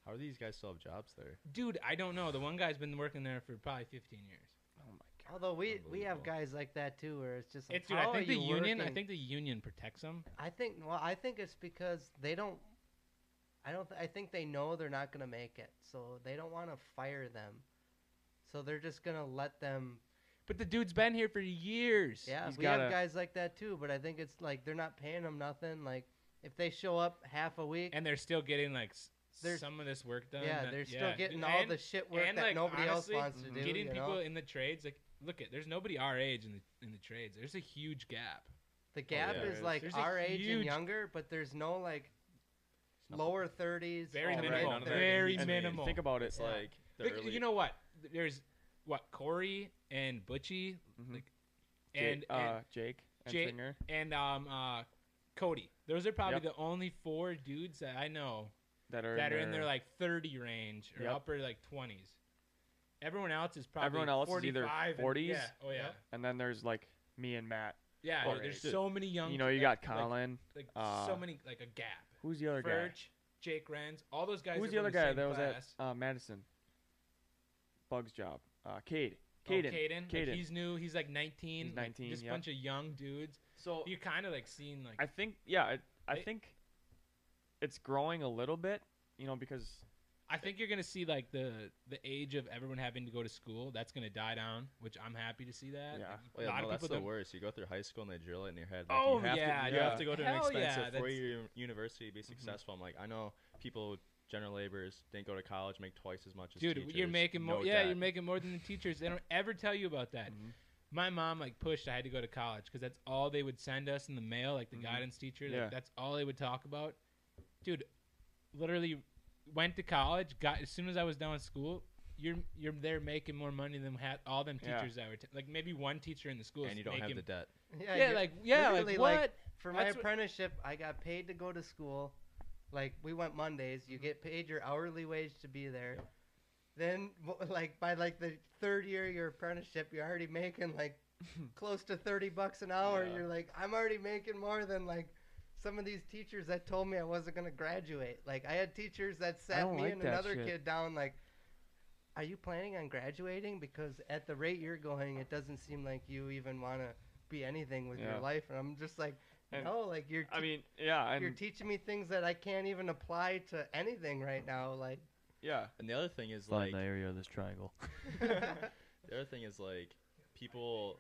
how do these guys still have jobs there? Dude, I don't know. The one guy's been working there for probably fifteen years. Oh my care. Although we we have Unbelievable. guys like that too, where it's just like, It's dude. I how think are the you union. I working? think the union protects them. I think well, I think it's because they don't. I don't. Th- I think they know they're not gonna make it, so they don't want to fire them. So they're just gonna let them. But the dude's been here for years. Yeah, He's we gotta- have guys like that too, but I think it's like they're not paying them nothing. Like if they show up half a week, and they're still getting like s- They're- some of this work done. yeah, that- they're still yeah. getting And- all the shit work and, that like, nobody honestly, else wants to mhm. do. getting you know? people in the trades. Like, look at there's nobody our age in the in the trades. There's a huge gap. The gap Oh, yeah. is like There's a our age and huge- younger, but there's no like nothing. lower thirties. Very All right, minimal. none of that Very needs to be. minimal. Think about it. It's Yeah. like the Look, early, you know what? There's what Corey and Butchie, Mhm. like, Ja- and uh, Jake and Ja- Singer. and and um uh, Cody. Those are probably Yep. the only four dudes that I know that are that in are in their their like 30 range or Yep. upper like 20s. Everyone else is probably Everyone else is 45 either and- 40s. Yeah. Oh yeah. Yep. and then there's like me and Matt. Yeah. Or there- there's age. so many young. Oh, You know, you like- got Colin. Like, like uh, so many like a gap. Who's the other guy? Furch, Jake Renz, all those guys. Who's that the were other in guy same that was at class. uh, Madison? Bug's job. Uh, Cade. Oh, Caden. Caden. Like, Caden. he's new. He's like 19. He's like, 19, Just a yep. bunch of young dudes. So You kind of like seen like I think, yeah, I, I They- think it's growing a little bit, you know, because I think you're gonna see like the the age of everyone having to go to school. That's gonna die down, which I'm happy to see that. Yeah. a Well, yeah, lot no, of that's people the don't. worst. You go through high school and they drill it in your head. Like, Oh, you have yeah, to, you yeah. have to go to Hell an yeah, expensive that's- Mm-hmm. four-year university to be successful. I'm like, I know people, general laborers, didn't go to college, make twice as much as Dude, teachers. you're making more. no Mm-hmm. yeah, debt. you're making more than the teachers. They don't ever tell you about that. Mhm. My mom like pushed. I had to go to college because that's all they would send us in the mail. Like the Mm-hmm. Mhm. guidance teacher, like, Yeah. that's all they would talk about. Dude, literally went to college. Got as soon as I was done with school. You're you're there making more money than ha- all them Yeah. teachers that were t- like maybe one teacher in the school. and is you don't have making- the debt. Yeah, yeah you- like yeah literally, like like, what for my That's what- apprenticeship, I got paid to go to school. Like we went Mondays, Mm-hmm. you get paid your hourly wage to be there. Then, w- like by like the third year of your apprenticeship, you're already making like close to thirty bucks an hour. Yeah. You're like, I'm already making more than like some of these teachers that told me I wasn't gonna graduate. Like I had teachers that sat don't me like and that another shit. kid down like. Are you planning on graduating? Because at the rate you're going, it doesn't seem like you even want to be anything with Yeah. your life. And I'm just like, And- no, like you're. I te- mean, yeah, you're and teaching me things that I can't even apply to anything right now. Like, yeah, And the other thing is like, area of this triangle. the other thing is like, people.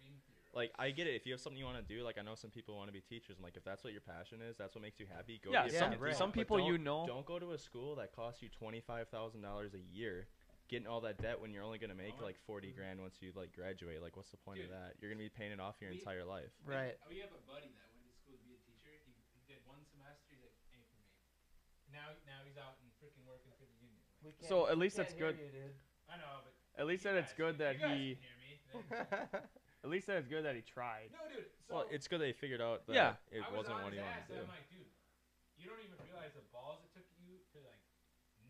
Like I get it. If you have something you want to do, like I know some people want to be teachers. and like if that's what your passion is, that's what makes you happy. Go. Yeah, be a some- fucking teacher. some But people you don't- know- Don't go to a school that costs you twenty five thousand dollars a year, getting all that debt when you're only gonna make like forty grand once you like graduate. Like what's the point of Oh Dude. that? You're gonna be paying it off your We- entire life. right? We oh, have a buddy that went to school to be a teacher. He, he did one semester. He's like, ain't for me. Now, now he's out and freaking working for the union. So at least that's good. I know, but At least that it's good that he. At least that it's good that he tried. no, dude. So Well, it's good they figured out that Yeah. it I was wasn't on what his he wanted ass, to and do. I'm like, dude, you don't even realize the balls it took you to like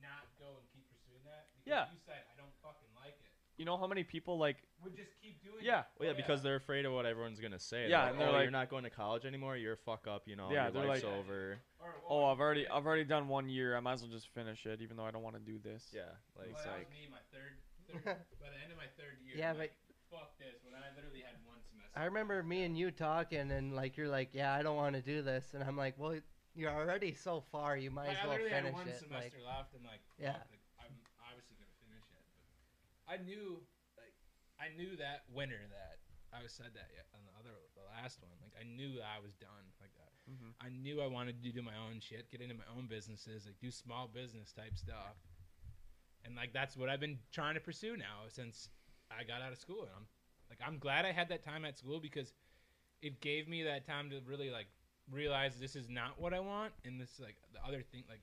not go and keep pursuing that. Because Yeah. You said I don't fucking like it. You know how many people like? Would just keep doing. Yeah. It. Well, yeah, because they're afraid of what everyone's gonna say. like, Yeah, and they're "Oh, like- you're not going to college anymore. You're a fuck up. You know, Yeah, your they're life's like- over. Or, Oh, I've already, I've already done one year. I might as well just finish it, even though I don't want to do this. Yeah, like, Well, it's that was like me, my third, third by the end of my third year. Yeah, I'm like, fuck this. When I literally had one semester. I remember me and you talking, and like you're like, yeah, I don't want to do this, and I'm like, well, you're already so far, you might Like, as I well literally had finish one it. Like, semester left, and like, Yeah. fuck, like, I'm obviously gonna finish it. But I knew, like, I knew that winter that I was said that yet on the other, the last one. Like, I knew that I was done. Like, that. Mhm. I knew I wanted to do my own shit, get into my own businesses, like do small business type stuff. And like that's what I've been trying to pursue now since I got out of school. And I'm like I'm glad I had that time at school because it gave me that time to really like realize this is not what I want and this is like the other thing like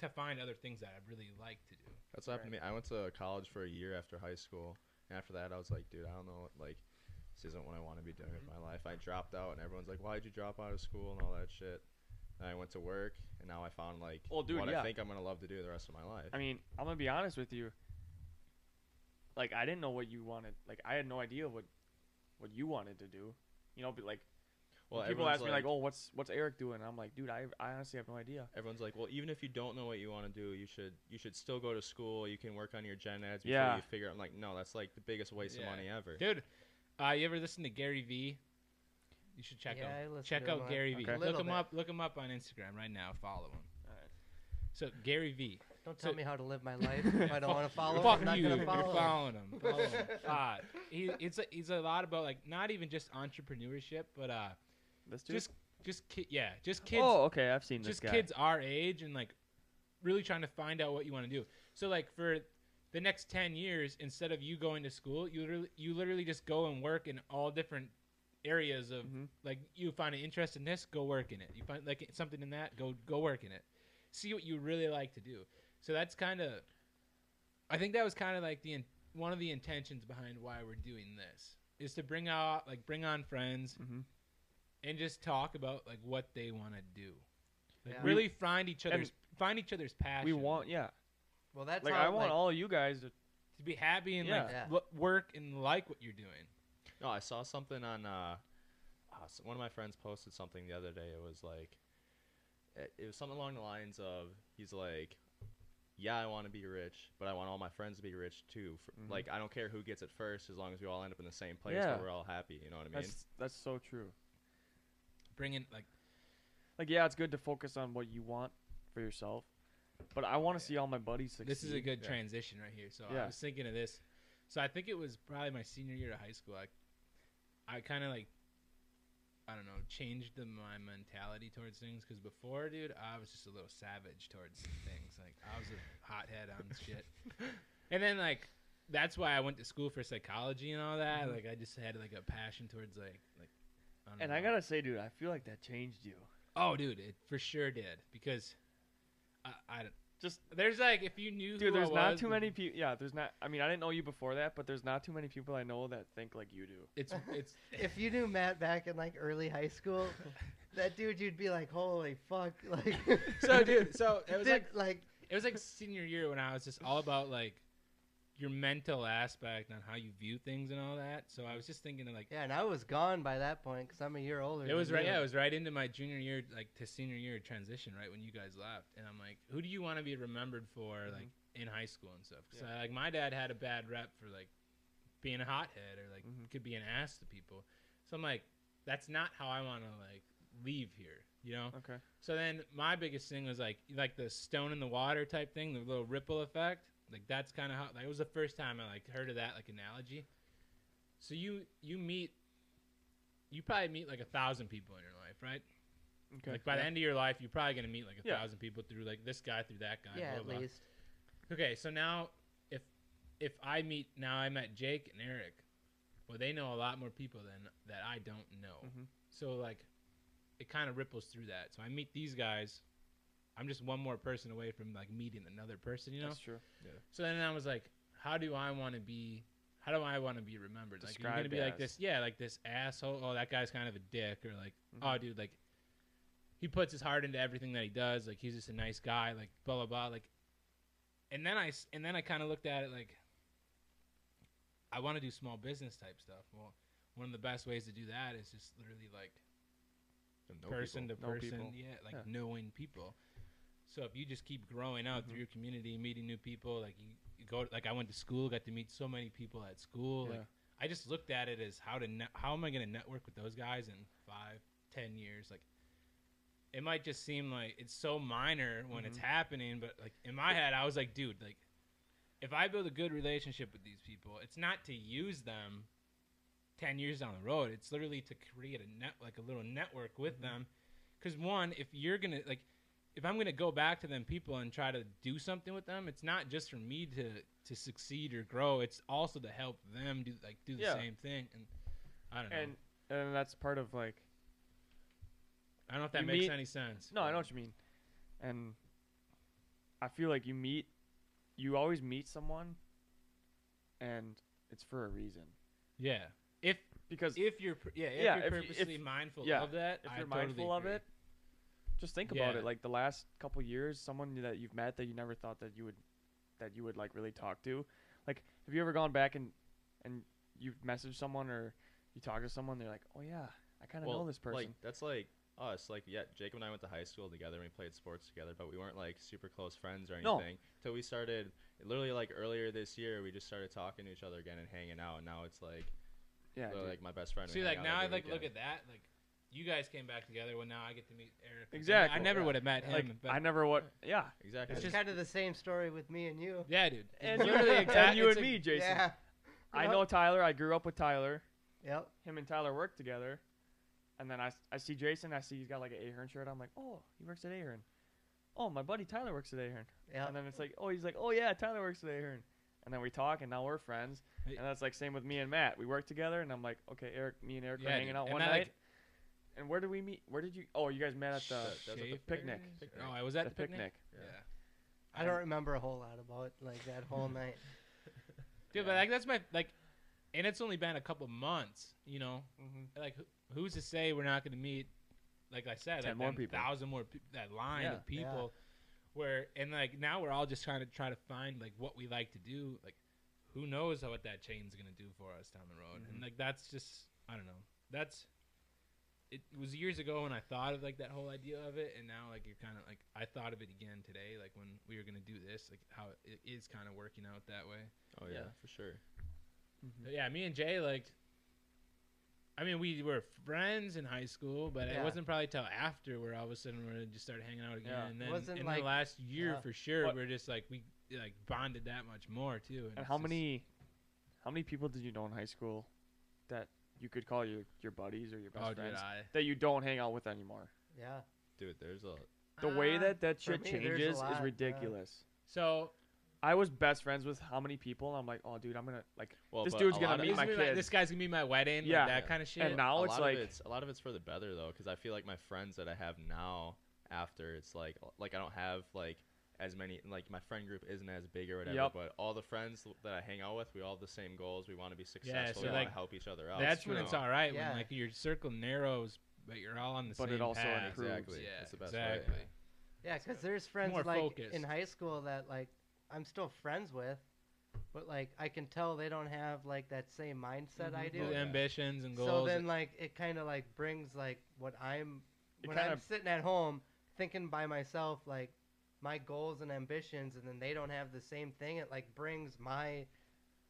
to find other things that I really like to do. that's what happened to me. I went to college for a year after high school, and after that, I was like, dude, I don't know, what- like, this isn't what I want to be doing with Mm-hmm. my life. I dropped out, and everyone's like, why'd you drop out of school and all that shit. And I went to work, and now I found like Well, dude, what yeah. I think I'm gonna love to do the rest of my life. I mean, I'm gonna be honest with you. Like I didn't know what you wanted. Like I had no idea what, what you wanted to do. You know, but like Well, when people everyone's ask me like, "Oh, what's what's Eric doing?" I'm like, "Dude, I, I honestly have no idea." everyone's like, well, even if you don't know what you want to do, you should you should still go to school. You can work on your gen eds before Yeah. you figure out. I'm like, no, that's like the biggest waste Yeah. of money ever. Dude, Uh, you ever listen to Gary Vee? You should check Yeah, I him. listen Check to him out on- Gary Vee. Okay. Look Little him bit. up. Look him up on Instagram right now. Follow him. Alright. So Gary Vee. Don't So- tell me how to live my life. If I don't want to follow, him, Fuck I'm not you. gonna You're follow. him. following him. Follow him. Uh, he, it's a, he's a lot about like not even just entrepreneurship, but uh, This dude. just just ki- yeah, just kids. oh, okay. I've seen this just guy. kids our age and like really trying to find out what you want to do. So like for the next 10 years instead of you going to school, you literally, you literally just go and work in all different areas of Mhm. like you find an interest in this, go work in it. You find like something in that, go go work in it. See what you really like to do. So that's kind of I think that was kind of like the in, one of the intentions behind why we're doing this is to bring out like bring on friends Mhm. and just talk about like what they want to do. Like Yeah. really find each other's and- find each other's passion. We want, yeah. Well, that's like how, I want like, all you guys to to be happy and like Yeah. lo- work and like what you're doing. No, Oh, I saw something on uh, uh, s- one of my friends posted something the other day. It was like, eh, it, it was something along the lines of he's like, yeah, I want to be rich, but I want all my friends to be rich too. F Mhm. Like, I don't care who gets it first, as long as we all end up in the same place Yeah. where we're all happy. You know what I mean? that's that's so true. Bring in like Like yeah, it's good to focus on what you want for yourself. But I want to see all my buddies succeed. this is a good yeah. transition right here. So I Yeah. was thinking of this. So I think it was probably my senior year of high school. I I kind of like I don't know changed the, my mentality towards things because before, dude, I was just a little savage towards things. Like I was a hothead on shit, and then like. That's why I went to school for psychology and all that. Mhm. Like I just had like a passion towards like like. don't And I know. gotta say, dude, I feel like that changed you. Oh, dude, it for sure did because I, I Just- there's like if you knew Dude, who I there's not was, too many people. Yeah, there's not. I mean, I didn't know you before that, but there's not too many people I know that think like you do. It's it's If you knew Matt back in like early high school, that dude, you'd be like, holy fuck, like. so dude. So it was Dude, like like it was like senior year when I was just all about like your mental aspect on how you view things and all that. So I was just thinking of like yeah, and I was gone by that point because I'm a year older. it was than right. you. Yeah, it was right into my junior year, like to senior year transition, right when you guys left. And I'm like, who do you want to be remembered for, like in high school and stuff? Because like my dad had a bad rep for like being a hothead or like Mhm. could be an ass to people. So I'm like, that's not how I want to like leave here, you know. Okay. So then my biggest thing was like like the stone in the water type thing, the little ripple effect. Like that's kind of how like it was the first time I like heard of that like analogy. So you you meet you probably meet like a thousand people in your life, right? Okay. Like by the yeah. end of your life, you're probably gonna meet like a Yeah. thousand people through like this guy through that guy. yeah, blah, at blah. least. Okay, so now if if I meet now I met Jake and Eric, well they know a lot more people than that I don't know. Mhm. So like it kind of ripples through that. So I meet these guys, I'm just one more person away from like meeting another person, you know? That's true. So then I was like, how do I want to be? How do I want to be remembered? Like, you're gonna Described be like as. this, yeah, like this asshole. Oh, that guy's kind of a dick, or like, Mhm. oh, dude, like, he puts his heart into everything that he does. Like, he's just a nice guy. Like, blah blah blah. Like, and then I s- and then I kind of looked at it like, I want to do small business type stuff. Well, one of the best ways to do that is just literally like And no person people. to Know person, people. yeah, like Yeah. knowing people. So if you just keep growing Mm-hmm. out through your community, meeting new people, like you, you go, like I went to school, got to meet so many people at school. Yeah. Like I just looked at it as how to ne- how am I going to network with those guys in five, ten years? Like it might just seem like it's so minor when it's Mm-hmm. happening, but like in my head, I was like, dude, like if I build a good relationship with these people, it's not to use them 10 years down the road. It's literally to create a net, like a little network Mm-hmm. with them. 'Cause them. Because one, if you're going to, like, if I'm going to go back to them people and try to do something with them, it's not just for me to, to succeed or grow. It's also to help them do, like, do the Yeah. same thing. And I don't know. And and that's part of like. I don't know if that you makes meet- any sense. No, I but- know what you mean. And I feel like you meet, you always meet someone, and it's for a reason Yeah. If, because if you're, pr- yeah, if Yeah, you're if you- if- purposely mindful yeah, of that, if I you're totally mindful of agree. it, just think about Yeah. it. Like the last couple years, someone that you've met that you never thought that you would, that you would like really talk to. Like, have you ever gone back and and you message someone or you talk to someone? They're like, oh yeah, I kind of know this person. Like, that's like us. Like, yeah, Jacob and I went to high school together and we played sports together, but we weren't like super close friends or No. anything. Till we started, literally, like earlier this year, we just started talking to each other again and hanging out. And now it's like, Yeah. They're, dude. uh, like my best friend. we See, hang like out now I every like look weekend. at that. Like you guys came back together. Well, now I get to meet Eric. Exactly, I never yeah. would have met him. Like, but I never what. Yeah. exactly. It's just- kind of the same story with me and you. yeah, dude. And you, Literally and exact- you it's and a- me, Jason. Yeah. I Yep. know Tyler. I grew up with Tyler. Yep. Him and Tyler work together. And then I, s- I see Jason. I see he's got like an Ahern shirt. I'm like, oh, he works at Ahern. Oh, my buddy Tyler works at Ahern. Yep. And then it's like, oh, he's like, oh yeah, Tyler works at Ahern. And then we talk, and now we're friends. Hey. And that's like same with me and Matt. We work together, and I'm like, okay, Eric, me and Eric Yeah, are hanging dude. out And one that, night. like- and where did we meet? Where did you? Oh, you guys met at the, Shit, that's at the Shave picnic. areas? Oh, I was at the picnic. Yeah. Yeah. I don't remember a whole lot about like that whole night. dude. But like that's my like, and it's only been a couple months. You know, Mhm. like who, who's to say we're not going to meet? Like I said, Ten like more them people. thousand more peop that line Yeah. of people. Where and like now we're all just trying to try to find like what we like to do. Like, who knows what that chain's going to do for us down the road? Mm-hmm. And like that's just I don't know. That's it was years ago when I thought of like that whole idea of it, and now like you're kind of like I thought of it again today, like when we were gonna do this, like how it is kind of working out that way. Oh yeah, Yeah. for sure. But yeah, me and Jay like. I mean, we were friends in high school, but it Yeah. wasn't probably till after where all of a sudden we just started hanging out again. Yeah. And It then wasn't in like- the last year, yeah. for sure, But- we're just like we like bonded that much more too. And it's how just- many, how many people did you know in high school, that you could call your your buddies or your best Oh, dude, friends I that you don't hang out with anymore? Yeah. Dude, there's a The way Uh, that that for shit me, there's a changes lot, is yeah. ridiculous. so I was best friends with how many people, and I'm like, oh, dude, I'm gonna like, well, This but dude's a gonna lot of meet it's- this, my is kid. this guy's gonna be my wedding, Yeah. like that Yeah. kind of shit. and now a it's lot of like, it's- a lot of it's for the better though, because I feel like my friends that I have now after it's like uh, like I don't have like as many like my friend group isn't as big or whatever. Yep. But all the friends l- that I hang out with, we all have the same goals. We want to be successful. so, we want like, to help each other out. That's you when know? it's all right Yeah. when like your circle narrows, but you're all on the But same it also path. improves. Exactly. Yeah, That's the best way, yeah. exactly. Yeah, because there's friends more like in focused. high school that like I'm still friends with, but like I can tell they don't have like that same mindset I Mhm. do. New Oh, yeah. ambitions and goals. So then like it kind of like brings like what I'm It when I'm kinda- sitting at home thinking by myself like my goals and ambitions, and then they don't have the same thing. It like brings my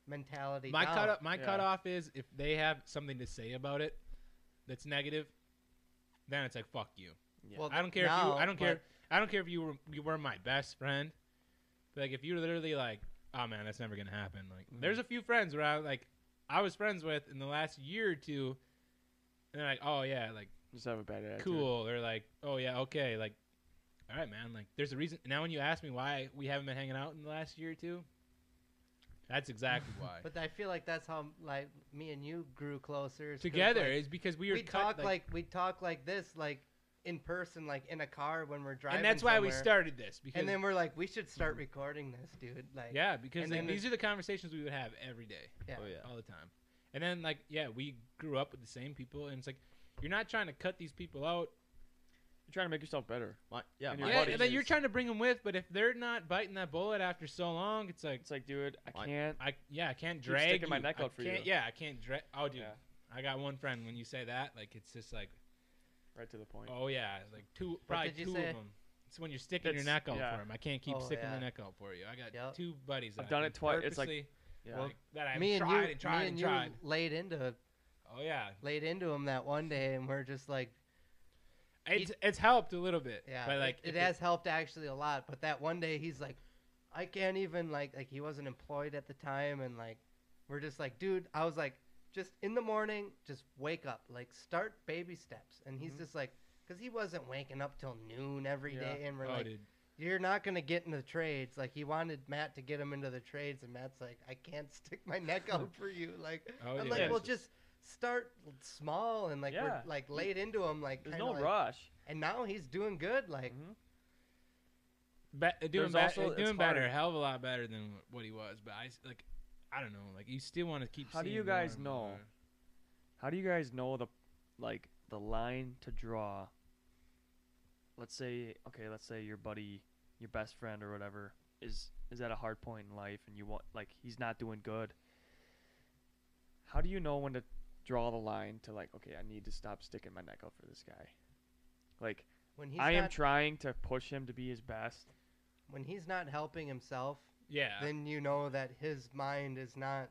mentality. my down. cut my Yeah. cutoff is if they have something to say about it that's negative, then it's like fuck you. Yeah. Well, I don't care if now, you I don't care but- I don't care if you were you were my best friend. But like if you're literally like, oh man, that's never gonna happen. Like Mm-hmm. Mhm. there's a few friends where I like I was friends with in the last year or two and they're like, oh yeah, like just have a bad attitude. cool. They're like, oh yeah, okay, like, all right, man. Like, there's a reason. Now, when you ask me why we haven't been hanging out in the last year or two, that's exactly why. But I feel like that's how like me and you grew closer. is 'cause, Together like, is because we we were cut, talk like, we talk like this like in person like in a car when we're driving and that's why we somewhere. started this because and then we're like we should start recording this dude like yeah, because and like, then these are the conversations we would have every day, yeah, Oh yeah. all the time. And then like, yeah, we grew up with the same people, and it's like you're not trying to cut these people out. You're trying to make yourself better. My, yeah. And my your yeah, buddies and then you're is- trying to bring them with, but if they're not biting that bullet after so long, it's like It's like, dude, I Like- can't. I yeah, I can't Keep drag sticking my you. neck I out for can't- you. Yeah, I can't drag. Oh, dude, Yeah. I got one friend. When you say that, like it's just like, Right to the point. oh yeah, it's like two, probably did you two say? of them. It's when you're sticking your That's- neck out yeah. for him. I can't keep Oh, sticking yeah. the neck out for you. I got Yep. two buddies. that I've I done can it twi- it's like- purposely, yeah. like, that I've me and tried you and tried me and and tried. you laid into Oh yeah, laid into him that one day and we're just like it's it's helped a little bit. yeah but it- like it, if has helped actually a lot but that one day he's like I can't even like like he wasn't employed at the time and like we're just like dude I was like just in the morning just wake up like start baby steps and he's Mm-hmm. Mhm. just like because he wasn't waking up till noon every day, Yeah. and we're oh, like dude. you're not going to get into the trades. Like, he wanted Matt to get him into the trades, and Matt's like, I can't stick my neck out for you. Like, Oh, I'm yeah. like, well, Yes. just start small and like, Yeah. we're, like laid into him. Like, There's kinda no like- rush. And now he's doing good. Like, Mhm. Be- doing There's better, also- it's doing better, harder. a hell of a lot better than what he was. But I s- like, I don't know. Like you still want to keep. How do seeing you more guys and know? more. How do you guys know the like the line to draw? Let's say okay, let's say your buddy, your best friend or whatever is is at a hard point in life and you want like he's not doing good. How do you know when to draw the line to like okay, I need to stop sticking my neck out for this guy? Like when he's, I am not, trying to push him to be his best. when he's not helping himself, Yeah. then you know that his mind is not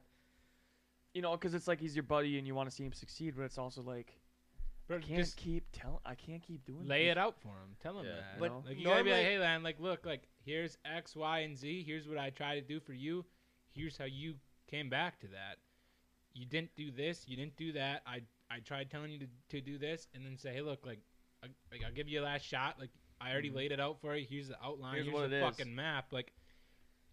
you know, because it's like he's your buddy and you want to see him succeed, but it's also like Bro, I can't just keep telling. I can't keep doing. lay this. it out for him. Tell him Yeah. that. But like you gotta be like, normally- hey, man, like look, like here's X, Y, and Z. Here's what I try to do for you. Here's how you came back to that. You didn't do this. You didn't do that. I I tried telling you to, to do this, and then say, hey, look, like, I, like I'll give you a last shot. Like I already Mm-hmm. Mhm. laid it out for you. Here's the outline. Here's Here's, what the it is. fucking map. Like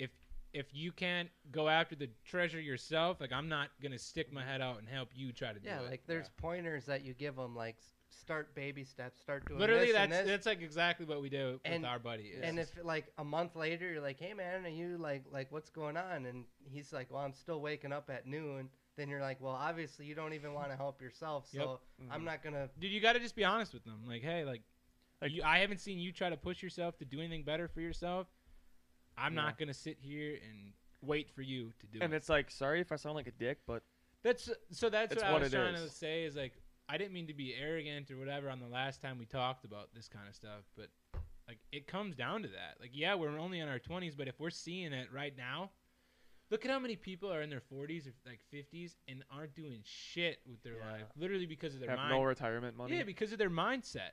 if if you can't go after the treasure yourself, like I'm not gonna stick my head out and help you try to do Mm-hmm. Yeah, it. like there's pointers that you give them, like s- start baby steps, start doing Literally, this that's and this. that's like exactly what we do with And- our buddy. It's and just- if like a month later you're like, hey man, are you like like what's going on? And he's like, well, I'm still waking up at noon. Then you're like, well, obviously you don't even want to help yourself, so Yep. I'm Mm-hmm. Mhm. not gonna. dude, you got to just be honest with them. Like, hey, like, Like- you, I haven't seen you try to push yourself to do anything better for yourself. I'm Yeah. not gonna sit here and wait for you to do And it. it's like, sorry if I sound like a dick, but That's so. That's It's what, I what was it trying is. to say is like I didn't mean to be arrogant or whatever on the last time we talked about this kind of stuff, but like it comes down to that. Like yeah, we're only in our twenties, but if we're seeing it right now, look at how many people are in their forties or like fifties and aren't doing shit with their Yeah. life, literally because of their have mind. no retirement money. Yeah, because of their mindset.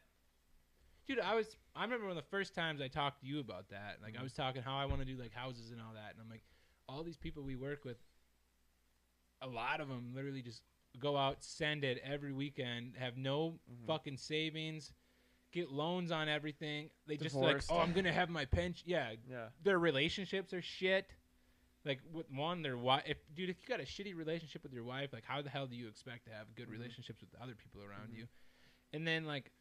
Dude, I was I remember one of the first times I talked to you about that. Like Mm-hmm. I was talking how I want to do like houses and all that, and I'm like, all these people we work with, a lot of them literally just go out, send it every weekend, have no Mhm. fucking savings, get loans on everything. They Divorced. just like, oh, I'm gonna have my pension. Yeah, yeah. their relationships are shit. Like with one, their wife. If dude, if you got a shitty relationship with your wife, like how the hell do you expect to have good Mm-hmm. Mhm. relationships with other people around Mhm. you? And then like,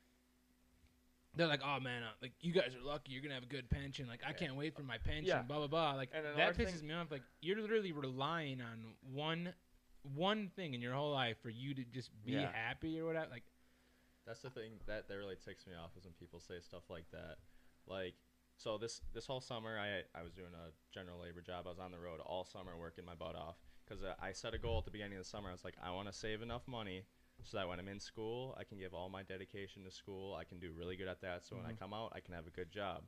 they're like, oh man, uh, like you guys are lucky. You're gonna have a good pension. Like I can't wait for my pension. Yeah. Blah blah blah. Like And another that thing- pisses me off. Like you're literally relying on one, one thing in your whole life for you to just be Yeah. happy or whatever. Like That's the thing that, that really ticks me off is when people say stuff like that. Like, so this this whole summer, I I was doing a general labor job. I was on the road all summer working my butt off because uh, I set a goal at the beginning of the summer. I was like, I want to save enough money so that when I'm in school, I can give all my dedication to school. I can do really good at that. So when I Mm-hmm. come out, I can have a good job.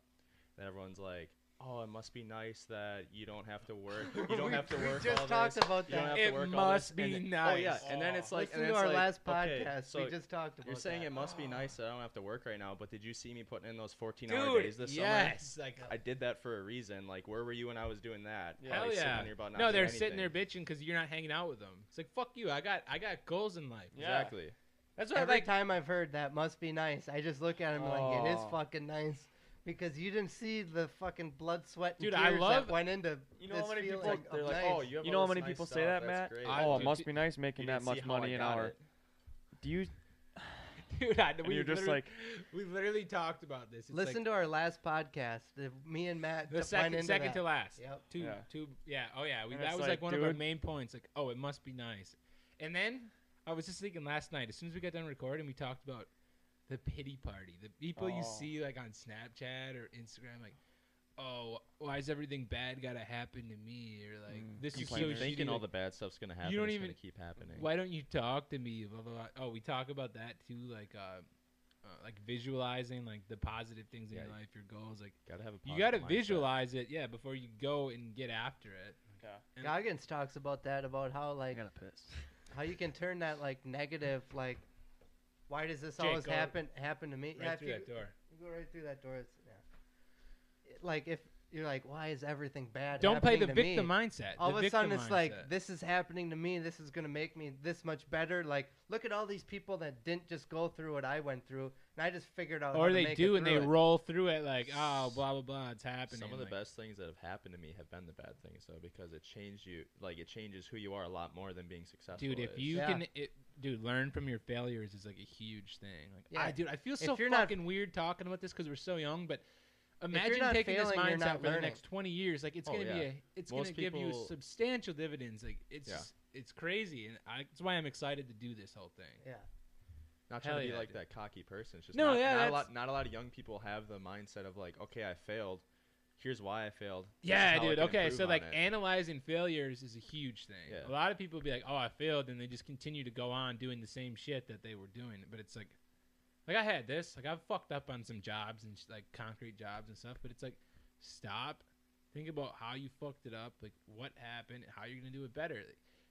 And everyone's like, Oh, it must be nice that you don't have to work. You don't We- have to we work. just all talked this. about You don't that. have It to work all must this." be and nice. Oh yeah, and then Aw. it's like Listen and to it's our like, last okay, podcast. so we just talked about. you're saying that. it must be nice that I don't have to work right now, but did you see me putting in those 14 hour dude, days this yes, like summer? I did that for a reason. Like, where were you when I was doing that? Yeah. Hell Probably sitting yeah. on your butt not No, doing they're sitting there anything. bitching because you're not hanging out with them. It's like fuck you. I got I got goals in life. Yeah. Exactly. That's what I Every like. time I've heard that must be nice, I just look at him like it is Oh. fucking nice because you didn't see the fucking blood, sweat, and Dude, I tears love- that went into You know how this many people- feeling Like, they're of like, nice. oh, you have You all know how this many nice people stuff. say that, Matt? That's great. I- oh, it dude, must dude, be nice making You that didn't see much how I money an got hour. it. Do you? Dude, I, And we you're just literally- like, we literally talked about this. It's Listen like to our last podcast. The, me and Matt the d- went second into second that. to last. Yep. Two Yeah. two yeah oh yeah we, And that it's was like, like, one of our dude- main points. Like oh it must be nice. And then I was just thinking last night as soon as we got done recording we talked about the pity party. The people you Oh. see like on Snapchat or Instagram like. Oh, why is everything bad gotta happen to me? Or like Mm, this You is so complaining. keep shitty, thinking shitty, all like- the bad stuff's gonna happen. don't it's even- gonna keep happening. Why don't you talk to me? Blah, blah, blah. Oh, we talk about that too, like uh, uh like visualizing like the positive things in Yeah, your you- life, your goals. Like Gotta have a. you positive got to mindset. visualize it, yeah, before you go and get after it. And- Goggins talks about that about how like piss. how you can turn that like negative like why does this Jake, always go happen happen to me? Right yeah, if through you, that door. you go right through that door. It's, yeah. It- like if you're like, why is everything bad? Don't play the happening to victim Me? mindset. All the of a sudden, victim it's like mindset. this is happening to me. This is gonna make me this much better. Like, look at all these people that didn't just go through what I went through, and I just figured out. how or to they make do it and they through it. roll through it like oh blah blah blah it's happening. Some of the like- best things that have happened to me have been the bad things, though, because it changed you. Like it changes who you are a lot more than being successful. dude. If is. you Yeah. can, it, dude, learn from your failures is like a huge thing. Like, Yeah. I, dude, I feel so you're not- fucking weird talking about this because we're so young. But you're imagine not taking this failing, you're mindset not for the learning. next twenty years. Like, it's Oh, gonna be yeah. a, it's Most gonna give you people- substantial dividends. Like, it's, Yeah. it's crazy, and I, that's why I'm excited to do this whole thing. Yeah. Not trying Hell to be yeah, like dude. that cocky person. It's just No, not, yeah, not that's- a lot. Not a lot of young people have the mindset of like, okay, I failed. Here's why I failed. This is Yeah, how I dude. can Okay, improve so on like it. analyzing failures is a huge thing. Yeah. A lot of people be like, "Oh, I failed," and they just continue to go on doing the same shit that they were doing. But it's like, like I had this. Like I've fucked up on some jobs and sh- like concrete jobs and stuff. But it's like, stop, think about how you fucked it up. Like what happened, how you're gonna do it better.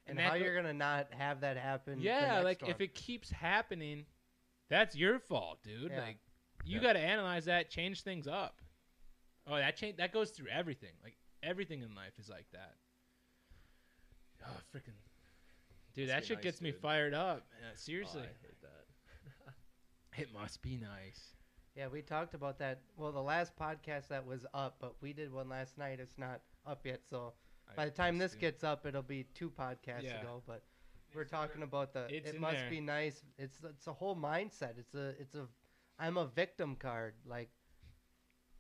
and, that how go- you're gonna not have that happen? Yeah, the next like one. if it keeps happening, that's your fault, dude. Yeah. Like you Yeah. got to analyze that, change things up. Oh, that change that goes through everything. Like everything in life is like that. Oh, freaking Dude, Must that be shit nice, gets me dude. fired up. Yeah, Oh, seriously. I hate that. It must be nice. yeah, we talked about that. Well, the last podcast that was up, but we did one last night. It's not up yet, so by the time this gets up, it'll be two podcasts Yeah. ago. But we're talking about the. It's it in must there. be nice. It's it's a whole mindset. It's a it's a I'm a victim card. Like,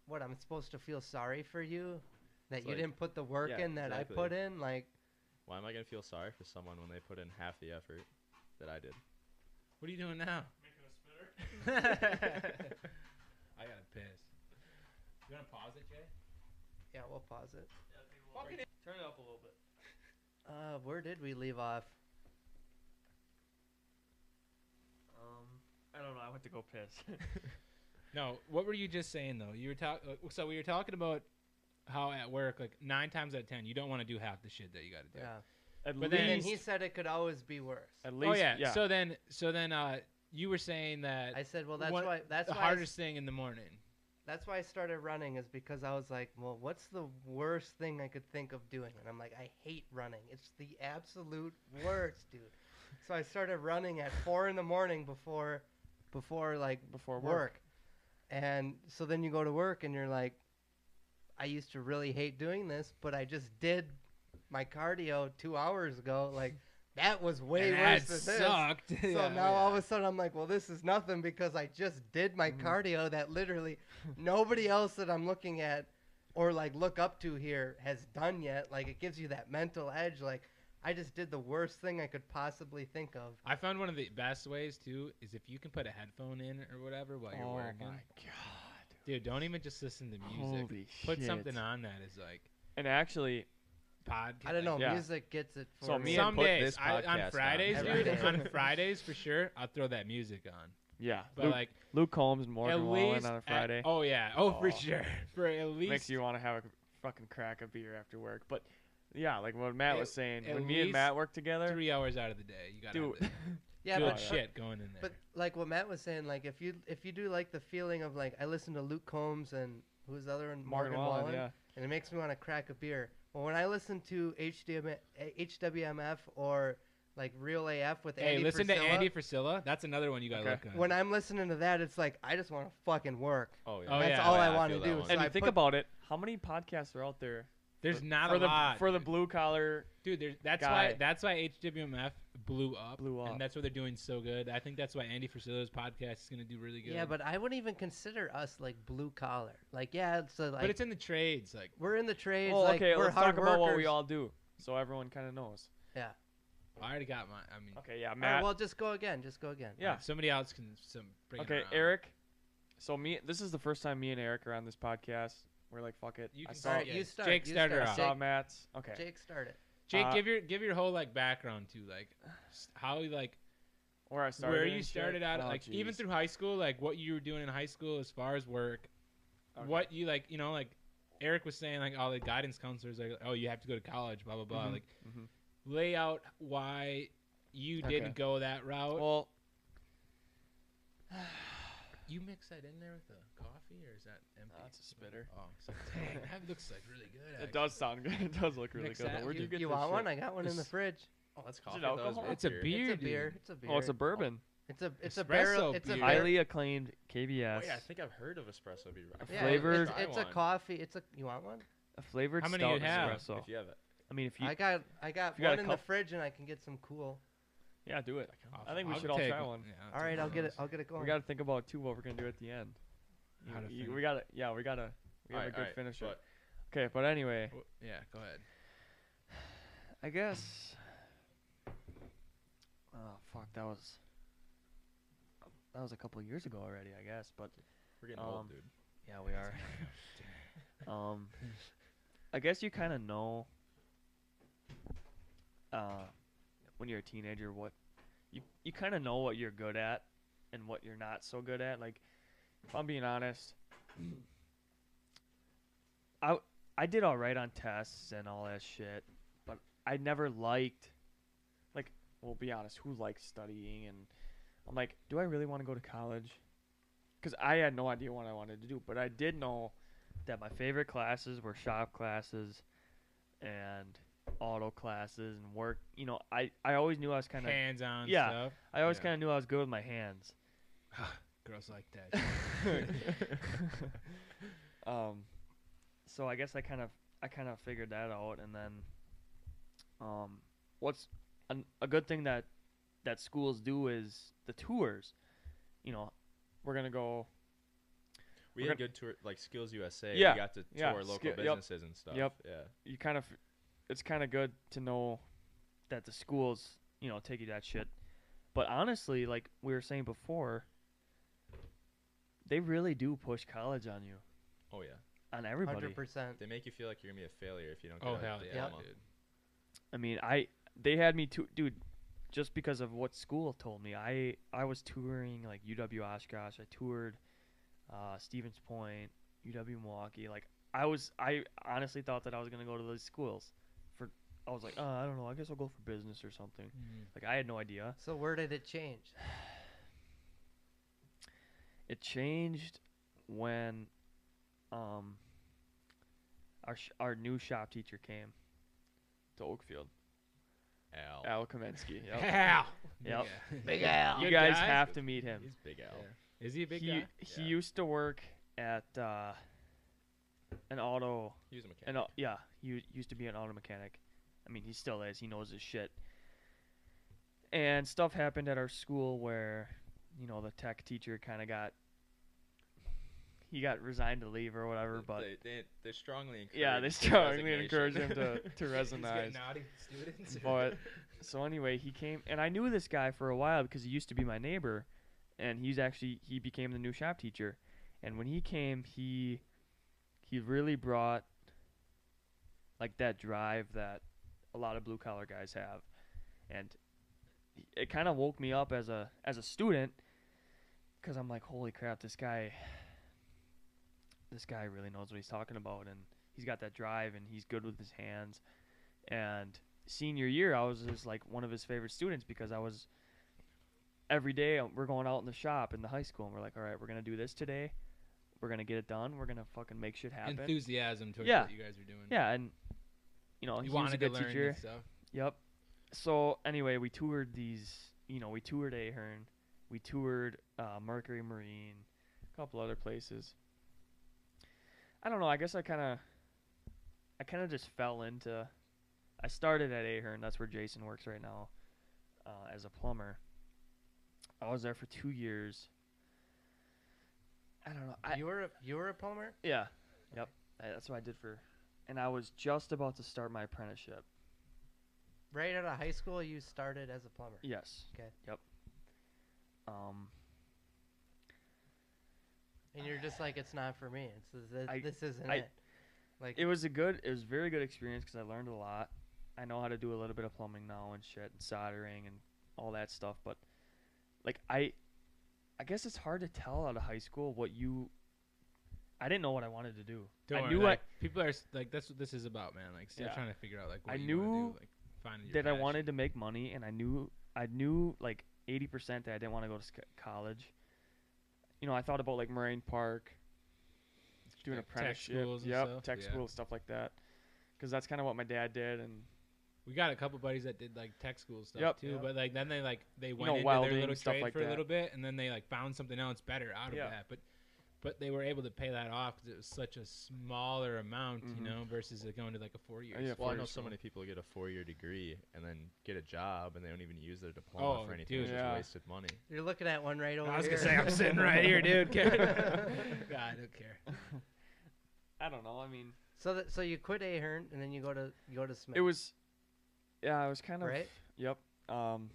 what I'm supposed to feel sorry for you, that It's you like- didn't put the work yeah, in that I exactly. put in. Like, Why am I gonna feel sorry for someone when they put in half the effort that I did? What are you doing now? I Making a gotta spitter. piss. You wanna pause it, Jay? yeah, we'll pause it. Fucking Turn it up a little bit. Uh, where did we leave off? Um, I don't know. I went to go piss. No, what were you just saying though? You were talking. So we were talking about how at work, like nine times out of ten, you don't want to do half the shit that you got to do. Yeah. At But And then least, he said it could always be worse. at least, oh yeah. yeah. So then, so then, uh, you were saying that I said, well, that's One- why that's the why I s- hardest thing in the morning. that's why I started running is because I was like, well, what's the worst thing I could think of doing? And I'm like, I hate running. It's the absolute worst, dude. So I started running at four in the morning before, before like before work. work. And so then you go to work and you're like, I used to really hate doing this, but I just did my cardio two hours ago. Like that was way And worse that than this. sucked. So now all of a sudden I'm like, well, this is nothing because I just did my Mhm. cardio that literally nobody else that I'm looking at or like look up to here has done yet. Like it gives you that mental edge. Like I just did the worst thing I could possibly think of. I found one of the best ways too is if you can put a headphone in or whatever while you're oh working. my god. Dude, don't even just listen to music. Holy put shit. something on that is like And actually, podcast. I don't know. Yeah. Music gets it for So me. me Some and put days, this I, podcast on on. Fridays, Every dude, day. on Fridays for sure, I'll throw that music on. yeah. But Luke, like Luke Combs, Morgan at Wallen least on a at- Friday oh yeah. Oh, for Oh. sure. For at least makes you want to have a fucking crack a beer after work. But yeah, like what Matt At- was saying, at when me and least Matt work together, three hours out of the day. You got to dude, have yeah, good but yeah. shit going in there. But like what Matt was saying, like if you if you do like the feeling of like I listened to Luke Combs and who's the other one Morgan, Morgan Wallen, Wallen, yeah, and it makes me want to crack a beer. Well, when I listen to HDM, HWMF or like Real AF with hey, Andy listen to Priscilla, Andy Priscilla. That's another one you got to Okay. look on. when I'm listening to that, it's like I just want to fucking work. Oh Oh, That's yeah. all Yeah, I I want to feel that do. one. So and I think put- about it. How many podcasts are out there There's not for a the lot for the dude. blue collar? dude. There, that's why guy. that's why HWMF blew up. Blew up. And that's why they're doing so good. I think that's why Andy Priscilla's podcast is going to do really good. Yeah, but I wouldn't even consider us like blue collar. Like, yeah, it's a, like but it's in the trades. Like we're in the trades. Well, like, Oh, okay, we're let's hard talk about what we workers. all do, so everyone kind of knows. I already got my. I mean, Okay, yeah, All right, Matt. well, just go again. Just go again. yeah. somebody else can some. Bring it Okay, around. Eric. So me, this is the first time me and Eric are on this podcast. We're like, fuck it. You I can saw, All right, Yeah, you start. Jake you started start. I off. saw Matt's. Okay. Jake, Jake started. Jake, Uh, give your give your whole like background too, like s- how you, like Where I started. where you and shit. started out, Oh, like even jeez. through high school, like what you were doing in high school as far as work, Okay. what you like, you know, like Eric was saying, like all the guidance counselors, like oh you have to go to college, blah blah blah, Mhm, like mhm. lay out why you Okay. didn't go that route. Well, you mix that in there with the coffee, or is that empty? that's a spitter. Oh, it's like, dang, that looks like really good. It does sound good. It does look really Mix good. that though. Where'd you, You- get you this want shit? one? I got one in the This- fridge. Oh, that's it coffee. I thought it was alcohol? root It's a beer. beer. It's a dude. beer. It's a beer. Oh, it's a bourbon. It's a it's a barrel. Espresso It's a beer. bar- Highly acclaimed KBS. Oh, yeah, I think I've heard of espresso beer. I A feel yeah, like I should flavored- try It's, it's a one. coffee. It's a. You want one? A flavored How many stout you have? espresso. If you have it, I mean, if you I got I got you got one a in cup- the fridge, and I can get some cool. yeah, do it. I'll- I think we I'll should all take try one. Yeah, All right, take I'll one. get it. I'll get it going. We got to think about too what we're gonna do at the end. You- How to you- finish. we gotta, yeah, we gotta, we have Alright, a good alright, finisher. but- okay, but anyway, Wh- Yeah, go ahead. I guess. Oh fuck, that was. That was a couple years ago already, I guess. But We're getting old, Um, dude. yeah, we are. um, I guess you kind of know. Uh, when you're a teenager, what you you kind of know what you're good at and what you're not so good at. Like, if I'm being honest, I I did all right on tests and all that shit, but I never liked we'll be honest, who likes studying? And I'm like, do I really want to go to college? Because I had no idea what I wanted to do, but I did know that my favorite classes were shop classes and auto classes and work. You know, I, I always knew I was kind of hands on yeah. stuff. I always Yeah. kind of knew I was good with my hands. Girls like that. um, so I guess I kind of I kind of figured that out, and then, um, what's an, a good thing that that schools do is the tours. You know, we're gonna go. we We're had gonna- good tour, like Skills USA. Yeah, we got to tour yeah, local skill- yep, businesses and stuff. yep. Yeah. You kind of, it's kind of good to know that the schools you know take you that shit. But honestly, like we were saying before, they really do push college on you, Oh yeah. on everybody. Hundred percent. They make you feel like you're gonna be a failure if you don't. Oh, get hell out of the yeah. diploma. I mean, I they had me to dude, just because of what school told me. I I was touring like UW Oshkosh. I toured uh, Stevens Point, UW Milwaukee. Like I was, I honestly thought that I was gonna go to those schools. For I was like, uh, I don't know. I guess I'll go for business or something. Like I had no idea. So where did it change? It changed when um our sh- our new shop teacher came to Oakfield. Al. Al Kamensky. Yep. Ow. Yep. Big Al. you Good guys guy. have to meet him. He's big Al. Is he a big he guy? he Yeah. used to work at uh, an auto He was a mechanic. an au- yeah he u- used to be an auto mechanic. I mean he still is. He knows his shit. And stuff happened at our school where you know the tech teacher kind of got he got resigned to leave or whatever. They- But they, they, they strongly encourage. yeah, they the strongly encourage resignation. him to to resign. naughty students. but so anyway, he came, and I knew this guy for a while because he used to be my neighbor, and he's actually he became the new shop teacher, and when he came, he he really brought like that drive that a lot of blue collar guys have, and it kind of woke me up as a as a student because I'm like, holy crap, this guy, this guy really knows what he's talking about, and he's got that drive, and he's good with his hands, and senior year, I was just like one of his favorite students because I was every day uh, we're going out in the shop in the high school and we're like, all right, we're gonna do this today, we're gonna get it done, we're gonna fucking make shit happen. Enthusiasm towards Yeah. what you guys are doing. yeah, and you know You he was a wanted to good learn teacher. this stuff. Yep. So anyway, we toured these. You know, we toured Ahern, we toured uh, Mercury Marine, a couple other places. I don't know. I guess I kind of, I kind of just fell into. I started at Ahern. That's where Jason works right now, uh, as a plumber. I was there for two years. I don't know. I, you were a, you were a plumber. yeah. Yep. I- That's what I did for. And I was just about to start my apprenticeship. Right out of high school, you started as a plumber. Yes. 'Kay. Yep. Um. And you're just like, it's not for me. It's, this, I- this isn't I- it. Like, It was a good. It was a very good experience because I learned a lot. I know how to do a little bit of plumbing now and shit and soldering and all that stuff. But like I, I guess it's hard to tell out of high school what you. I didn't know what I wanted to do. Don't I worry, knew like, people are s- like that's what this is about, man. Like still Yeah. trying to figure out like what I you wanna knew do, like finding your that I passion. wanted to make money, and I knew I knew like eighty percent that I didn't want to go to sc- college. You know, I thought about like Moraine Park, doing Like tech apprenticeship, schools and yep, stuff, tech yeah. school stuff like that, because that's kind of what my dad did, and We got a couple buddies that did like tech school stuff Yep. too, Yeah. but like then they like they went know, into welding, their little stuff trade like for that. a little bit, and then they like found something else better out of Yeah. that. But but they were able to pay that off because it was such a smaller amount, Mhm. you know, versus it going to like a four year. yeah, Well, I four know years so ago. many people get a four-year degree and then get a job, and they don't even use their diploma Oh, for anything. dude. It's just Yeah. wasted money. you're looking at one right over I was here. gonna say I'm sitting right here, dude. God, I don't care. I don't know. I mean, so, that, so you quit Ahern and then you go to you go to Smith. it was, yeah, I was kind of right. Yep. Um.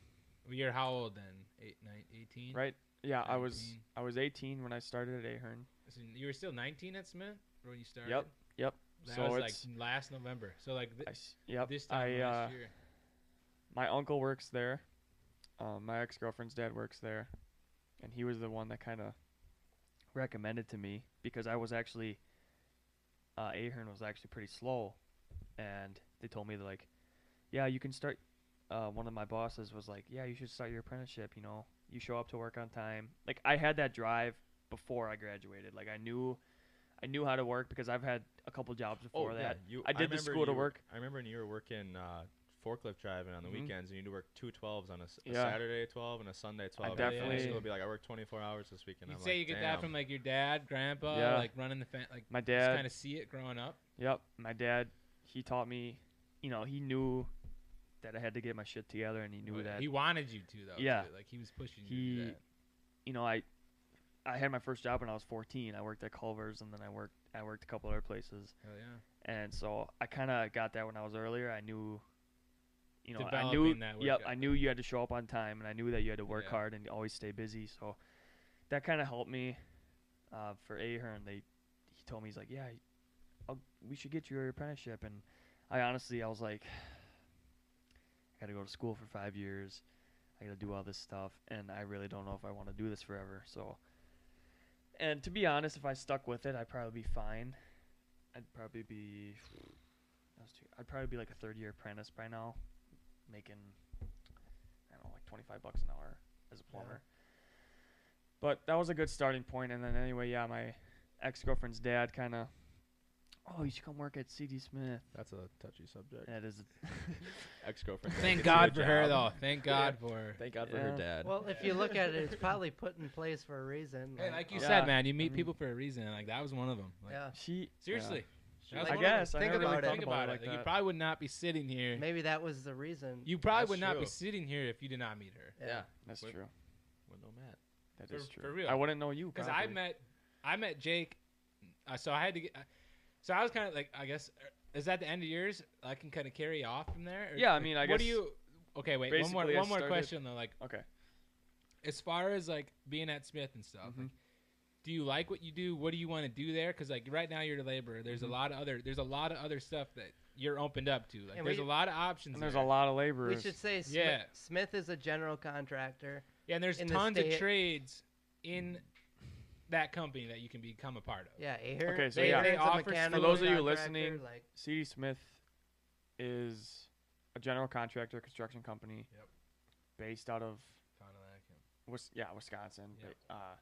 Well, you're how old then? Eight, nine, eighteen. Right. Yeah. I was 19. I was 18 when I started at Ahern. So you were still 19 at Smith when you started. Yep. Yep. That so was like it's last November. So like th- I s- yep. this time I last uh, year. my uncle works there. Um, my ex girlfriend's dad works there, and he was the one that kind of recommended to me because I was actually uh, Ahern was actually pretty slow, and they told me they're like, yeah, you can start. uh, one of my bosses was like, "Yeah, you should start your apprenticeship. You know, you show up to work on time." Like I had that drive before I graduated. Like I knew, I knew how to work because I've had a couple jobs Oh, before yeah, that. you, I did the remember school to you- work. I remember when you were working uh, forklift driving on the Mhm. weekends, and you'd work two 12s on a, s- a Yeah. Saturday at 12 and a Sunday at 12. and definitely- School would be like, I worked 24 hours this weekend. You'd I'm say like, you get Damn. that from like your dad, grandpa, Yeah. like running the fan, like My just dad kind of see it growing up. Yep, my dad. He taught me. You know, he knew that I had to get my shit together, and he knew But that. He wanted you to though. Yeah. too. like he was pushing you. To do He, that. you know, I, I had my first job when I was 14. I worked at Culver's, and then I worked. I worked a couple other places, Hell yeah. and so I kind of got that when I was earlier. I knew. You know, I knew. Developing that work Yep, I ethic. knew you had to show up on time, and I knew that you had to work Yeah. hard and always stay busy. So, that kind of helped me. Uh, for Ahern, they, he told me he's like, yeah, I'll, we should get you your apprenticeship, and I honestly, I was like, I got to go to school for five years. I got to do all this stuff, and I really don't know if I want to do this forever. So, and to be honest, if I stuck with it, I'd probably be fine. I'd probably be, that was two, I'd probably be like a third-year apprentice by now, making, I don't know, like twenty-five bucks an hour as a plumber. But that was a good starting point, and then anyway, yeah, my ex-girlfriend's dad kind of, oh, you should come work at C.D. Smith. That's a touchy subject. That is Ex girlfriend. Thank God for her though. Thank God for her. Thank God for her Yeah. dad. Well, if you look at it, it's probably put in place for a reason. Hey, like you Yeah. said, man, you meet mean- people for a reason. and, Like that was one of them. yeah, she Seriously. Yeah. That was I one of them. guess. I Think never really about it. thought Think about it. Like Like, you that. probably would not be sitting here. maybe that was the reason. You probably That's would not be true. sitting here if you did not meet her. yeah. That's Wait, true. Window mat. That for- is for true. real. I wouldn't know you Because I probably. met, I met Jake. Uh, so I had to get. so I was kind of like, I guess, er, is that the end of yours? I can kind of carry off from there. Yeah, I like, mean, I What do guess you? Okay, wait. One more. basically I One more started- question though. Like, Okay. as far as like being at Smith and stuff, Mhm. like, do you like what you do? What do you want to do there? Because like right now you're a laborer. There's Mhm. a lot of other. There's a lot of other stuff that you're opened up to. Like And there's we- a lot of options. And there's a there. lot of laborers. We should say Smi- Yeah. Smith is a general contractor. Yeah, and there's in the tons of state- trades in that company that you can become a part of. Yeah, Aher, Okay, so Aher's yeah. a They offer- for mechanical those of you contractor, listening, like, C.D. Smith is a general contractor construction company Yep. based out of Conack and- Wis- yeah Wisconsin. Yep. But, uh,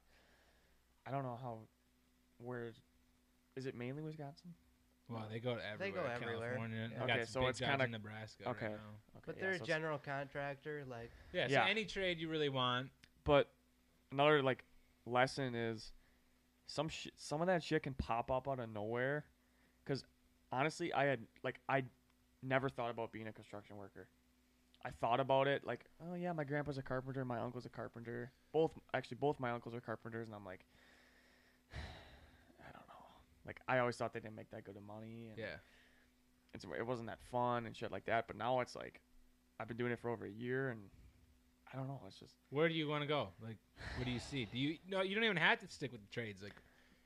I don't know how where is it mainly Wisconsin? Well, they go to everywhere. They go everywhere. California. Yeah. They Okay, got some so big it's jobs kinda- in Nebraska. okay. Right now. Okay, but yeah, they're so a it's- general contractor. Like, Yeah, Yeah. So any trade you really want. But another like lesson is some sh- some of that shit can pop up out of nowhere. Because honestly, I had like I never thought about being a construction worker. I thought about it like, oh yeah, my grandpa's a carpenter, my uncle's a carpenter. Both actually, both my uncles are carpenters, and I'm like, I don't know. Like I always thought they didn't make that good of money. And Yeah. and so it wasn't that fun and shit like that. But now it's like, I've been doing it for over a year, and I don't know. It's just Where do you want to go? Like, what do you see? Do you no? You don't even have to stick with the trades. Like,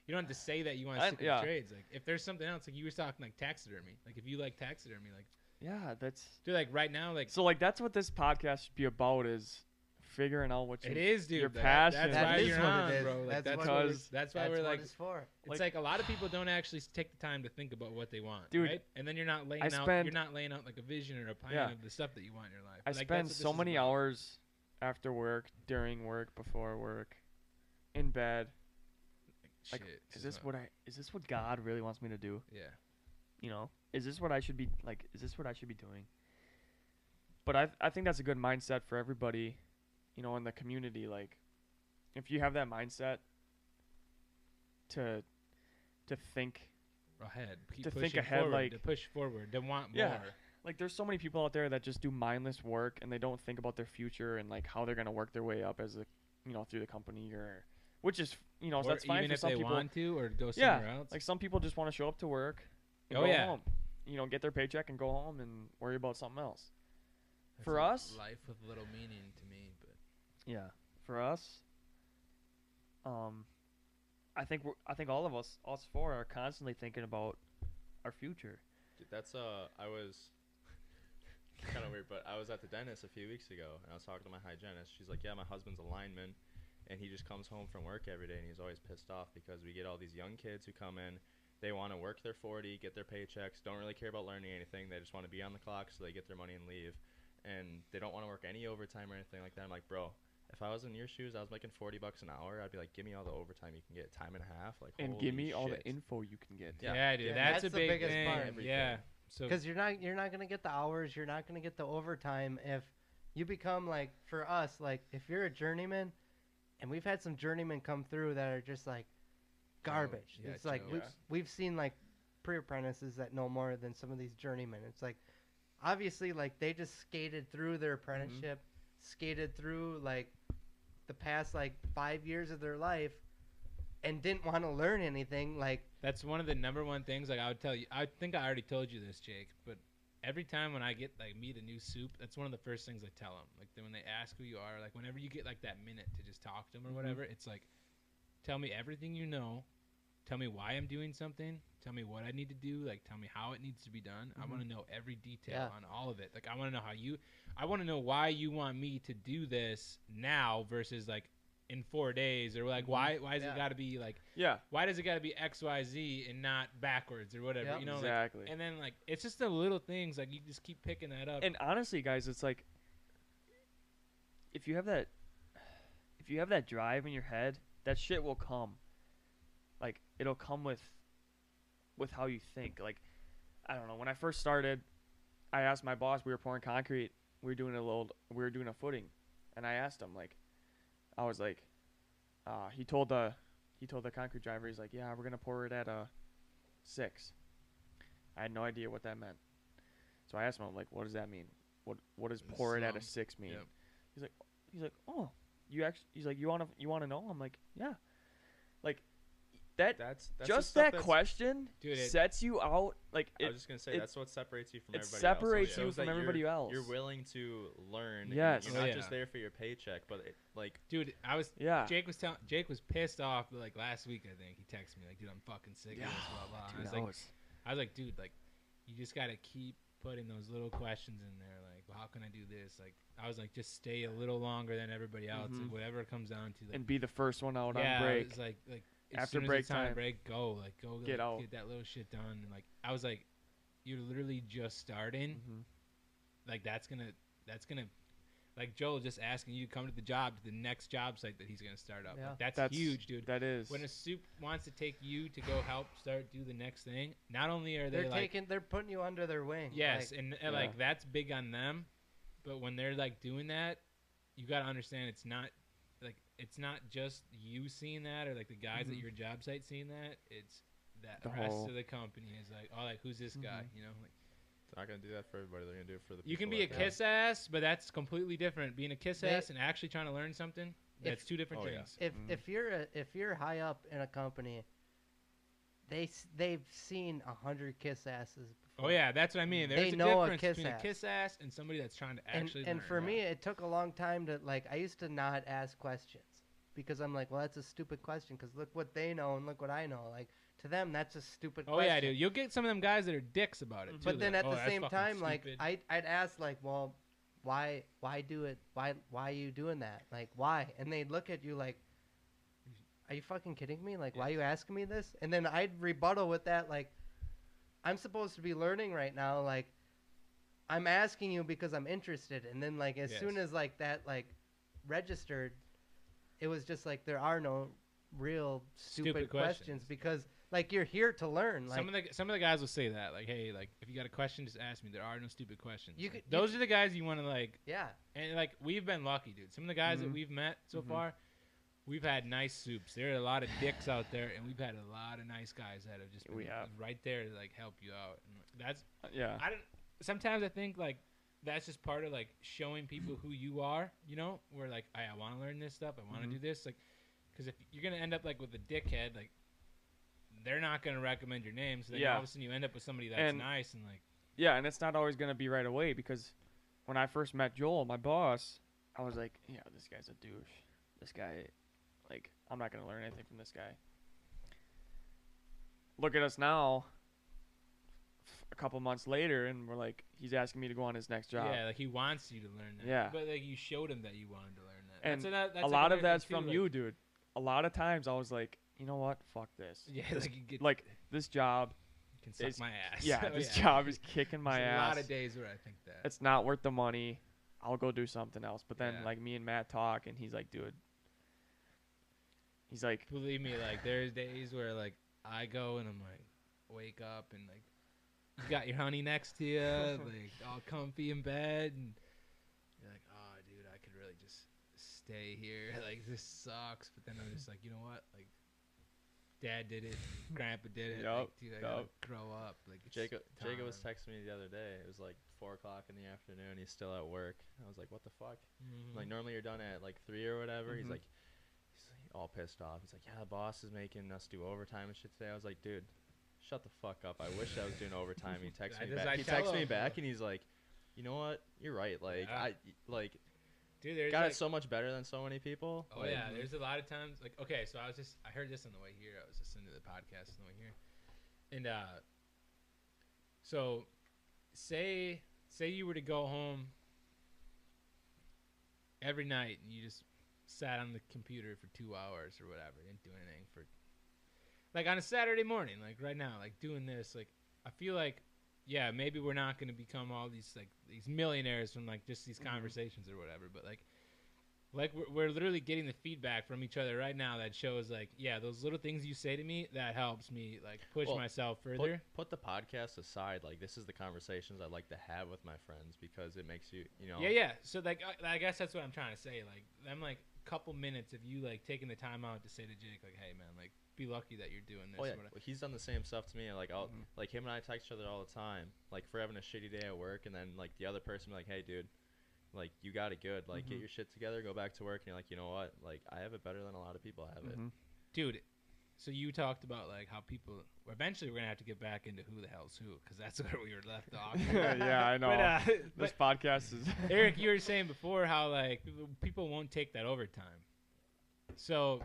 you don't have to say that you want to I- stick yeah. with trades. Like, if there's something else, like you were talking like taxidermy. Like, if you like taxidermy, like, yeah, that's dude, like right now, like So like that's what this podcast should be about is figuring out what you it is, dude. your Like, passion. That's That why is you're what it on, is. bro. Like, That's that's what why it we're- is. that's why that's we're what like. it's for. It's like- like, a lot of people don't actually s- take the time to think about what they want, Dude, right? And then you're not laying I out spend- you're not laying out like a vision or a plan Yeah. of the stuff that you want in your life. I Like, that's spend what this so is many about. hours after work, during work, before work, in bed. Like, Shit, is this not- what I is this what God really wants me to do? Yeah, You know? Is this what I should be like is this what I should be doing? But I I think that's a good mindset for everybody, you know, in the community like if you have that mindset to to think ahead. Keep To think pushing ahead, forward, like- to push forward, to want more. Yeah. like there's so many people out there that just do mindless work and they don't think about their future and like how they're gonna work their way up as a you know through the company or which is you know Or Oh, that's fine even for if some they people. want to, or go Yeah, somewhere else. Like some people just want to show up to work, and Oh, go yeah. home, you know, get their paycheck and go home and worry about something else. That's for like us- life with little meaning to me. But Yeah, for us, um, I think we're, I think all of us, us four, are constantly thinking about our future. Dude, that's uh, I was kind of weird, but I was at the dentist a few weeks ago, and I was talking to my hygienist. She's like, "Yeah, my husband's a lineman, and he just comes home from work every day, and he's always pissed off because we get all these young kids who come in, they want to work their 40, get their paychecks, don't really care about learning anything. They just want to be on the clock so they get their money and leave." and they don't want to work any overtime or anything like that. I'm like, bro, if I was in your shoes, I was making 40 bucks an hour. I'd be like, give me all the overtime you can get, time and a half, like, and holy give me all the shit. info you can get. Yeah. Yeah, dude, Yeah, that's, that's a the big biggest thing. part. Yeah. So because you're not you're not gonna get the hours, you're not gonna get the overtime if you become like for us like if you're a journeyman, and we've had some journeymen come through that are just like garbage. Oh, yeah, it's like no. we've, Yeah. we've seen like pre apprentices that know more than some of these journeymen. It's like obviously like they just skated through their Mm-hmm. apprenticeship, skated through like the past like five years of their life, and didn't want to learn anything. Like That's one of the number one things. Like I would tell you, I think I already told you this, Jake. But every time when I get like meet a new soup, that's one of the first things I tell them. Like then when they ask who you are, like whenever you get like that minute to just talk Mm-hmm. to them or whatever, it's like, tell me everything you know, tell me why I'm doing something, tell me what I need to do, like tell me how it needs to be done. I want to know every detail Mm-hmm. Yeah. on all of it. Like I want to know how you, I want to know why you want me to do this now versus like in four days or like why why has Mm-hmm. Yeah. it got to be like Yeah, why does it got to be X Y Z and not backwards or whatever? Yep. You know, like- exactly. and then like it's just the little things like you just keep picking that up. and honestly guys it's like if you have that if you have that drive in your head that shit will come like it'll come with with how you think like i don't know when i first started i asked my boss we were pouring concrete we were doing a little we were doing a footing and i asked him like i was like uh he told the he told the concrete driver he's like yeah we're gonna pour it at uh six i had no idea what that meant so I asked him, I'm like, what does that mean? What what does In the pour it at a slums. six mean? Yep. He's like, he's like, oh, you actually, he's like, you want to, you want to know? I'm like, yeah, like that, That's, that's the just stuff that that's- question Dude, it- sets you out. Like I it, was just gonna say it- that's what separates you from it everybody separates else. you shows from that you're- everybody else. You're willing to learn. and Yes. you're Oh, not yeah. just there for your paycheck, but it, like dude, I was yeah, Jake was telling Jake was pissed off like last week. I think he texted me like, dude, I'm fucking sick of this. Blah blah. And Dude, I was that like, was- I was like, dude, like you just gotta keep putting those little questions in there. Like, well, how can I do this? Like, I was like, just stay a little longer than everybody else. Mhm. Like, whatever it comes down to. Like, and be the first one out yeah, on break. It's like like as After soon as break it's on time. break, go like go Get like, out. get that little shit done. And like I was like, you're literally just starting. Mhm. Like that's gonna that's gonna like Joel just asking you to come to the job to the next job site that he's gonna start up. Yeah. Like, that's, That's huge, dude. That is. when a soup wants to take you to go help start do the next thing, not only are they they're like taking they're putting you under their wing. Yes, like, and, uh, Yeah. like that's big on them. But when they're like doing that, you got to understand it's not like it's not just you seeing that or like the guys at your job site seeing that. It's that The the rest whole- of the company is like, oh, like who's this guy? You know, like they're not gonna do that for everybody. They're gonna do it for the. you can people be a that count. kiss ass, but that's completely different. Being a kiss They- ass and actually trying to learn something. That's two different Oh, yeah. things. if Mm. if you're a, if you're high up in a company, they s- they've seen a hundred kiss asses. Oh yeah, that's what I mean. They There's a know a difference kiss between ass. a kiss ass and somebody that's trying to and actually. and learn. for me, it took a long time to like. I used to not ask questions because I'm like, well, that's a stupid question because look what they know and look what I know. Like to them, that's a stupid. Oh question. yeah, dude. You'll get some of them guys that are dicks about it. Too, But then like, at "Oh, the that's same fucking time, like stupid." I I'd ask like, well, why why do it? Why why are you doing that? Like why? And they'd look at you like, are you fucking kidding me? Like why are you asking me this? And then I'd rebuttal with that like, I'm supposed to be learning right now. Like I'm asking you because I'm interested. And then like as soon Yes. as like that like registered, it was just like there are no real stupid, Stupid questions. questions. because like you're here to learn. Like some of the some of the guys will say that, like, "Hey, like, if you got a question, just ask me. There are no stupid questions." You could- Like, you those are the guys you want to like, yeah. and like we've been lucky, dude. Some of the guys Mm-hmm. Mhm. that we've met so Mhm. far, we've had nice soups. There are a lot of dicks out there, and we've had a lot of nice guys that have just been We have. right there to like help you out. And that's Uh, yeah. I don't. Sometimes I think like that's just part of like showing people who you are. You know, where like I, I want to learn this stuff. I want to Mhm. do this. Like, because if you're gonna end up like with a dickhead, like they're not gonna recommend your name. So then Yeah. all of a sudden you end up with somebody that's And- nice and like Yeah, and it's not always gonna be right away because when I first met Joel, my boss, I was like, yeah, this guy's a douche. This guy, like, I'm not gonna learn anything from this guy. Look at us now. f- A couple months later, and we're like, he's asking me to go on his next job. yeah, like he wants you to learn that. Yeah. but like you showed him that you wanted to learn that. And that's ano- that's a like lot another of thing, that's too, from like- you, dude. A lot of times I was like, you know what? Fuck this. Yeah, This- like you get like this job can suck It's- my ass. Yeah, So, this job is kicking my There's A ass. lot of days where I think that. it's not worth the money. I'll go do something else. But then Yeah. like me and Matt talk, and he's like, dude. He's like, Believe me, like there's days where like I go and I'm like, wake up and like, you got your honey next to you, like all comfy in bed, and you're like, oh, dude, I could really just stay here. Like this sucks. But then I'm just like, you know what? Like, Dad did it, Grandpa did it. Like, Yup, dude, I gotta yup. grow up. Like it's Jacob, Jacob was time. texting me the other day. It was like four o'clock in the afternoon. He's still at work. I was like, "What the fuck?" Mhm. Like normally you're done at like three or whatever. Mm-hmm. He's Mhm. like, he's like, all pissed off. He's like, "Yeah, the boss is making us do overtime and shit today." I was like, "Dude, shut the fuck up." I wish I was doing overtime. He texts I me just- I back. He tell texts me him. back, and he's like, "You know what? You're right. Like Yeah. I like dude, there's got like, it so much better than so many people." Oh Like, yeah, there's a lot of times like okay, so I was just I heard this on the way here. I was listening to the podcast on the way here, and uh, so say say you were to go home every night and you just sat on the computer for two hours or whatever, didn't do anything for like on a Saturday morning, like right now, like doing this, like I feel like yeah, maybe we're not going to become all these like these millionaires from like just Mm-hmm. these conversations or whatever, but like like we're, we're literally getting the feedback from each other right now that shows like yeah those little things you say to me that helps me like push Well, myself Put, further put the podcast aside. Like this is the conversations I like to have with my friends because it makes you, you know. Yeah, yeah. So like, I, I guess that's what I'm trying to say. Like, I'm like couple minutes of you like taking the time out to say to Jake, like, hey man, like, be lucky that you're doing this. Oh yeah, Mm-hmm. or whatever. well, he's done the same stuff to me. Like I'll, Mhm. like him and I text each other all the time. Like for having a shitty day at work, and then like the other person be like, "Hey, dude, like you got it good. Like get Mhm. your shit together, go back to work." And you're like, "You know what? Like I have it better than a lot of people have it." mhm. dude. So you talked about like how people eventually we're gonna have to get back into who the hell's who because that's where we were left off. yeah, I know. But, uh, this but podcast is Eric, you were saying before how like people- people won't take that overtime. So,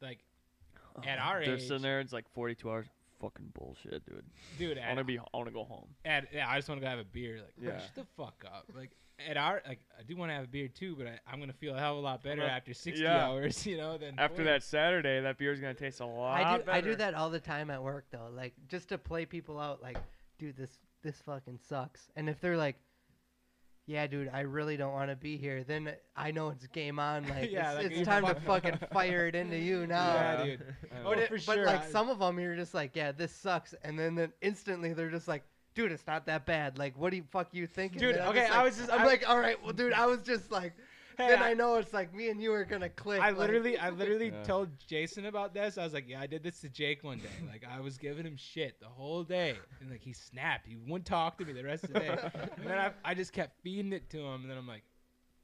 like, at our They're age, sitting there. It's like 42 hours. Fucking bullshit, dude. dude, I want to at, be. I want to go home. at yeah, I just want to go have a beer. Like, bro, Yeah. shut the fuck up. Like at our like, I do want to have a beer too, but I, I'm gonna feel a hell of a lot better not- after 60 yeah. hours, you know. Than After 40. that Saturday, that beer's gonna taste a lot I do I do better. that all the time at work though, like just to play people out. Like, dude, this this fucking sucks. And if they're like, yeah, dude, I really don't want to be here, then I know it's game on. Like, Yeah, it's, like, it's you time to fuck- fucking fire it into you now. Yeah, Yeah. dude. I Oh, know. for but sure, like I- some of them, you're just like, yeah, this sucks, and then, then instantly they're just like, dude, it's not that bad. Like, what do you fuck you thinking? Dude, And I'm okay, just I like- was just- I'm I- like, all right, well, dude, I was just like, Hey, then I- I, know it's like me and you are gonna click. I like- literally, I literally Yeah. told Jason about this. I was like, "Yeah, I did this to Jake one day. Like, I was giving him shit the whole day, and like he snapped. He wouldn't talk to me the rest of the day. And then I, I just kept feeding it to him. And then I'm like,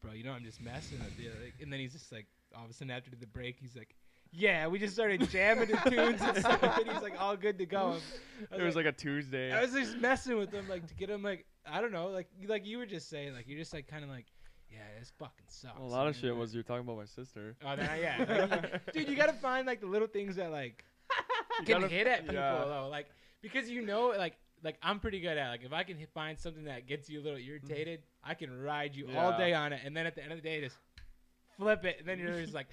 "Bro, you know I'm just messing with you." Like, and then he's just like, all of a sudden after the break, he's like, "Yeah, we just started jamming the tunes and stuff." And he's like, "All good to go." I It was like a Tuesday. I was just messing with him, like to get him, like I don't know, like like you were just saying, like you're just like kind of like, yeah, this fucking sucks. a lot of And shit then- was you're talking about my sister. Oh, then I- yeah, like, dude, you gotta find like the little things that like You can gotta- hit at people yeah. though, like because you know, like like I'm pretty good at like if I can hit, find something that gets you a little irritated, I can ride you all Yeah. day on it, and then at the end of the day, just flip it, and then you're just like,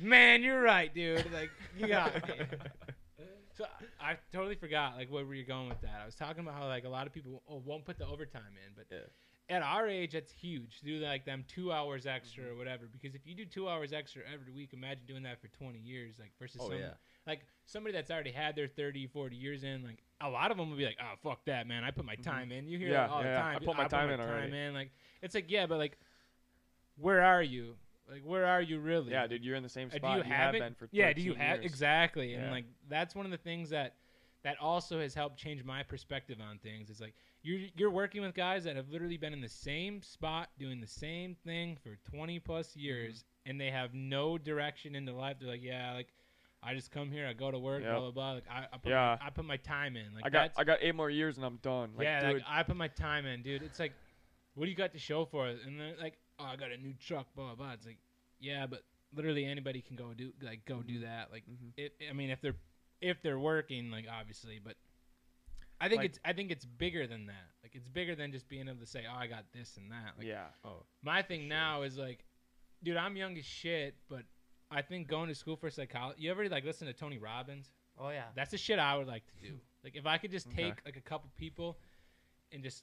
man, you're right, dude, like Mm-hmm. you got me. So I, I totally forgot like where were you going with that? I was talking about how like a lot of people oh, won't put the overtime in, but at our age that's huge to do like them two hours Mm-hmm. extra or whatever. Because if you do two hours extra every week, imagine doing that for twenty years, like versus Oh some, yeah. like somebody that's already had their 30, 40 years in. Like a lot of them would be like, oh fuck that man, I put my time in. You hear Mm-hmm. Yeah, that all yeah, the yeah. time. I put my time in already." Time in. Like it's like yeah, but like where are you? Like where are you really? Yeah, dude, you're in the same Uh, spot. do you, have, it? been for yeah? Do you 13 have years. exactly? And Yeah. like that's one of the things that that also has helped change my perspective on things. Is like you're you're working with guys that have literally been in the same spot doing the same thing for 20 Mm-hmm. plus years, and they have no direction into life. They're like, yeah, like I just come here, I go to work, Yep. blah blah blah. Like I, I put Yeah. my, I put my time in. Like I got that's, I got eight more years and I'm done. Like, yeah, dude, like I put my time in, dude. It's like, what do you got to show for it? And then like, oh, I got a new truck, blah blah. blah. It's like, yeah, but literally anybody can go do like go do that. Like, Mhm. it, I mean, if they're if they're working, like obviously, but I think Like- it's I think it's bigger than that. Like, it's bigger than just being able to say, oh, I got this and that. Like, yeah. my thing now is like, dude, I'm young as shit, but I think going to school for psychology. You ever like listen to Tony Robbins? Oh yeah. That's the shit I would like to do. Like if I could just Okay. take like a couple people and just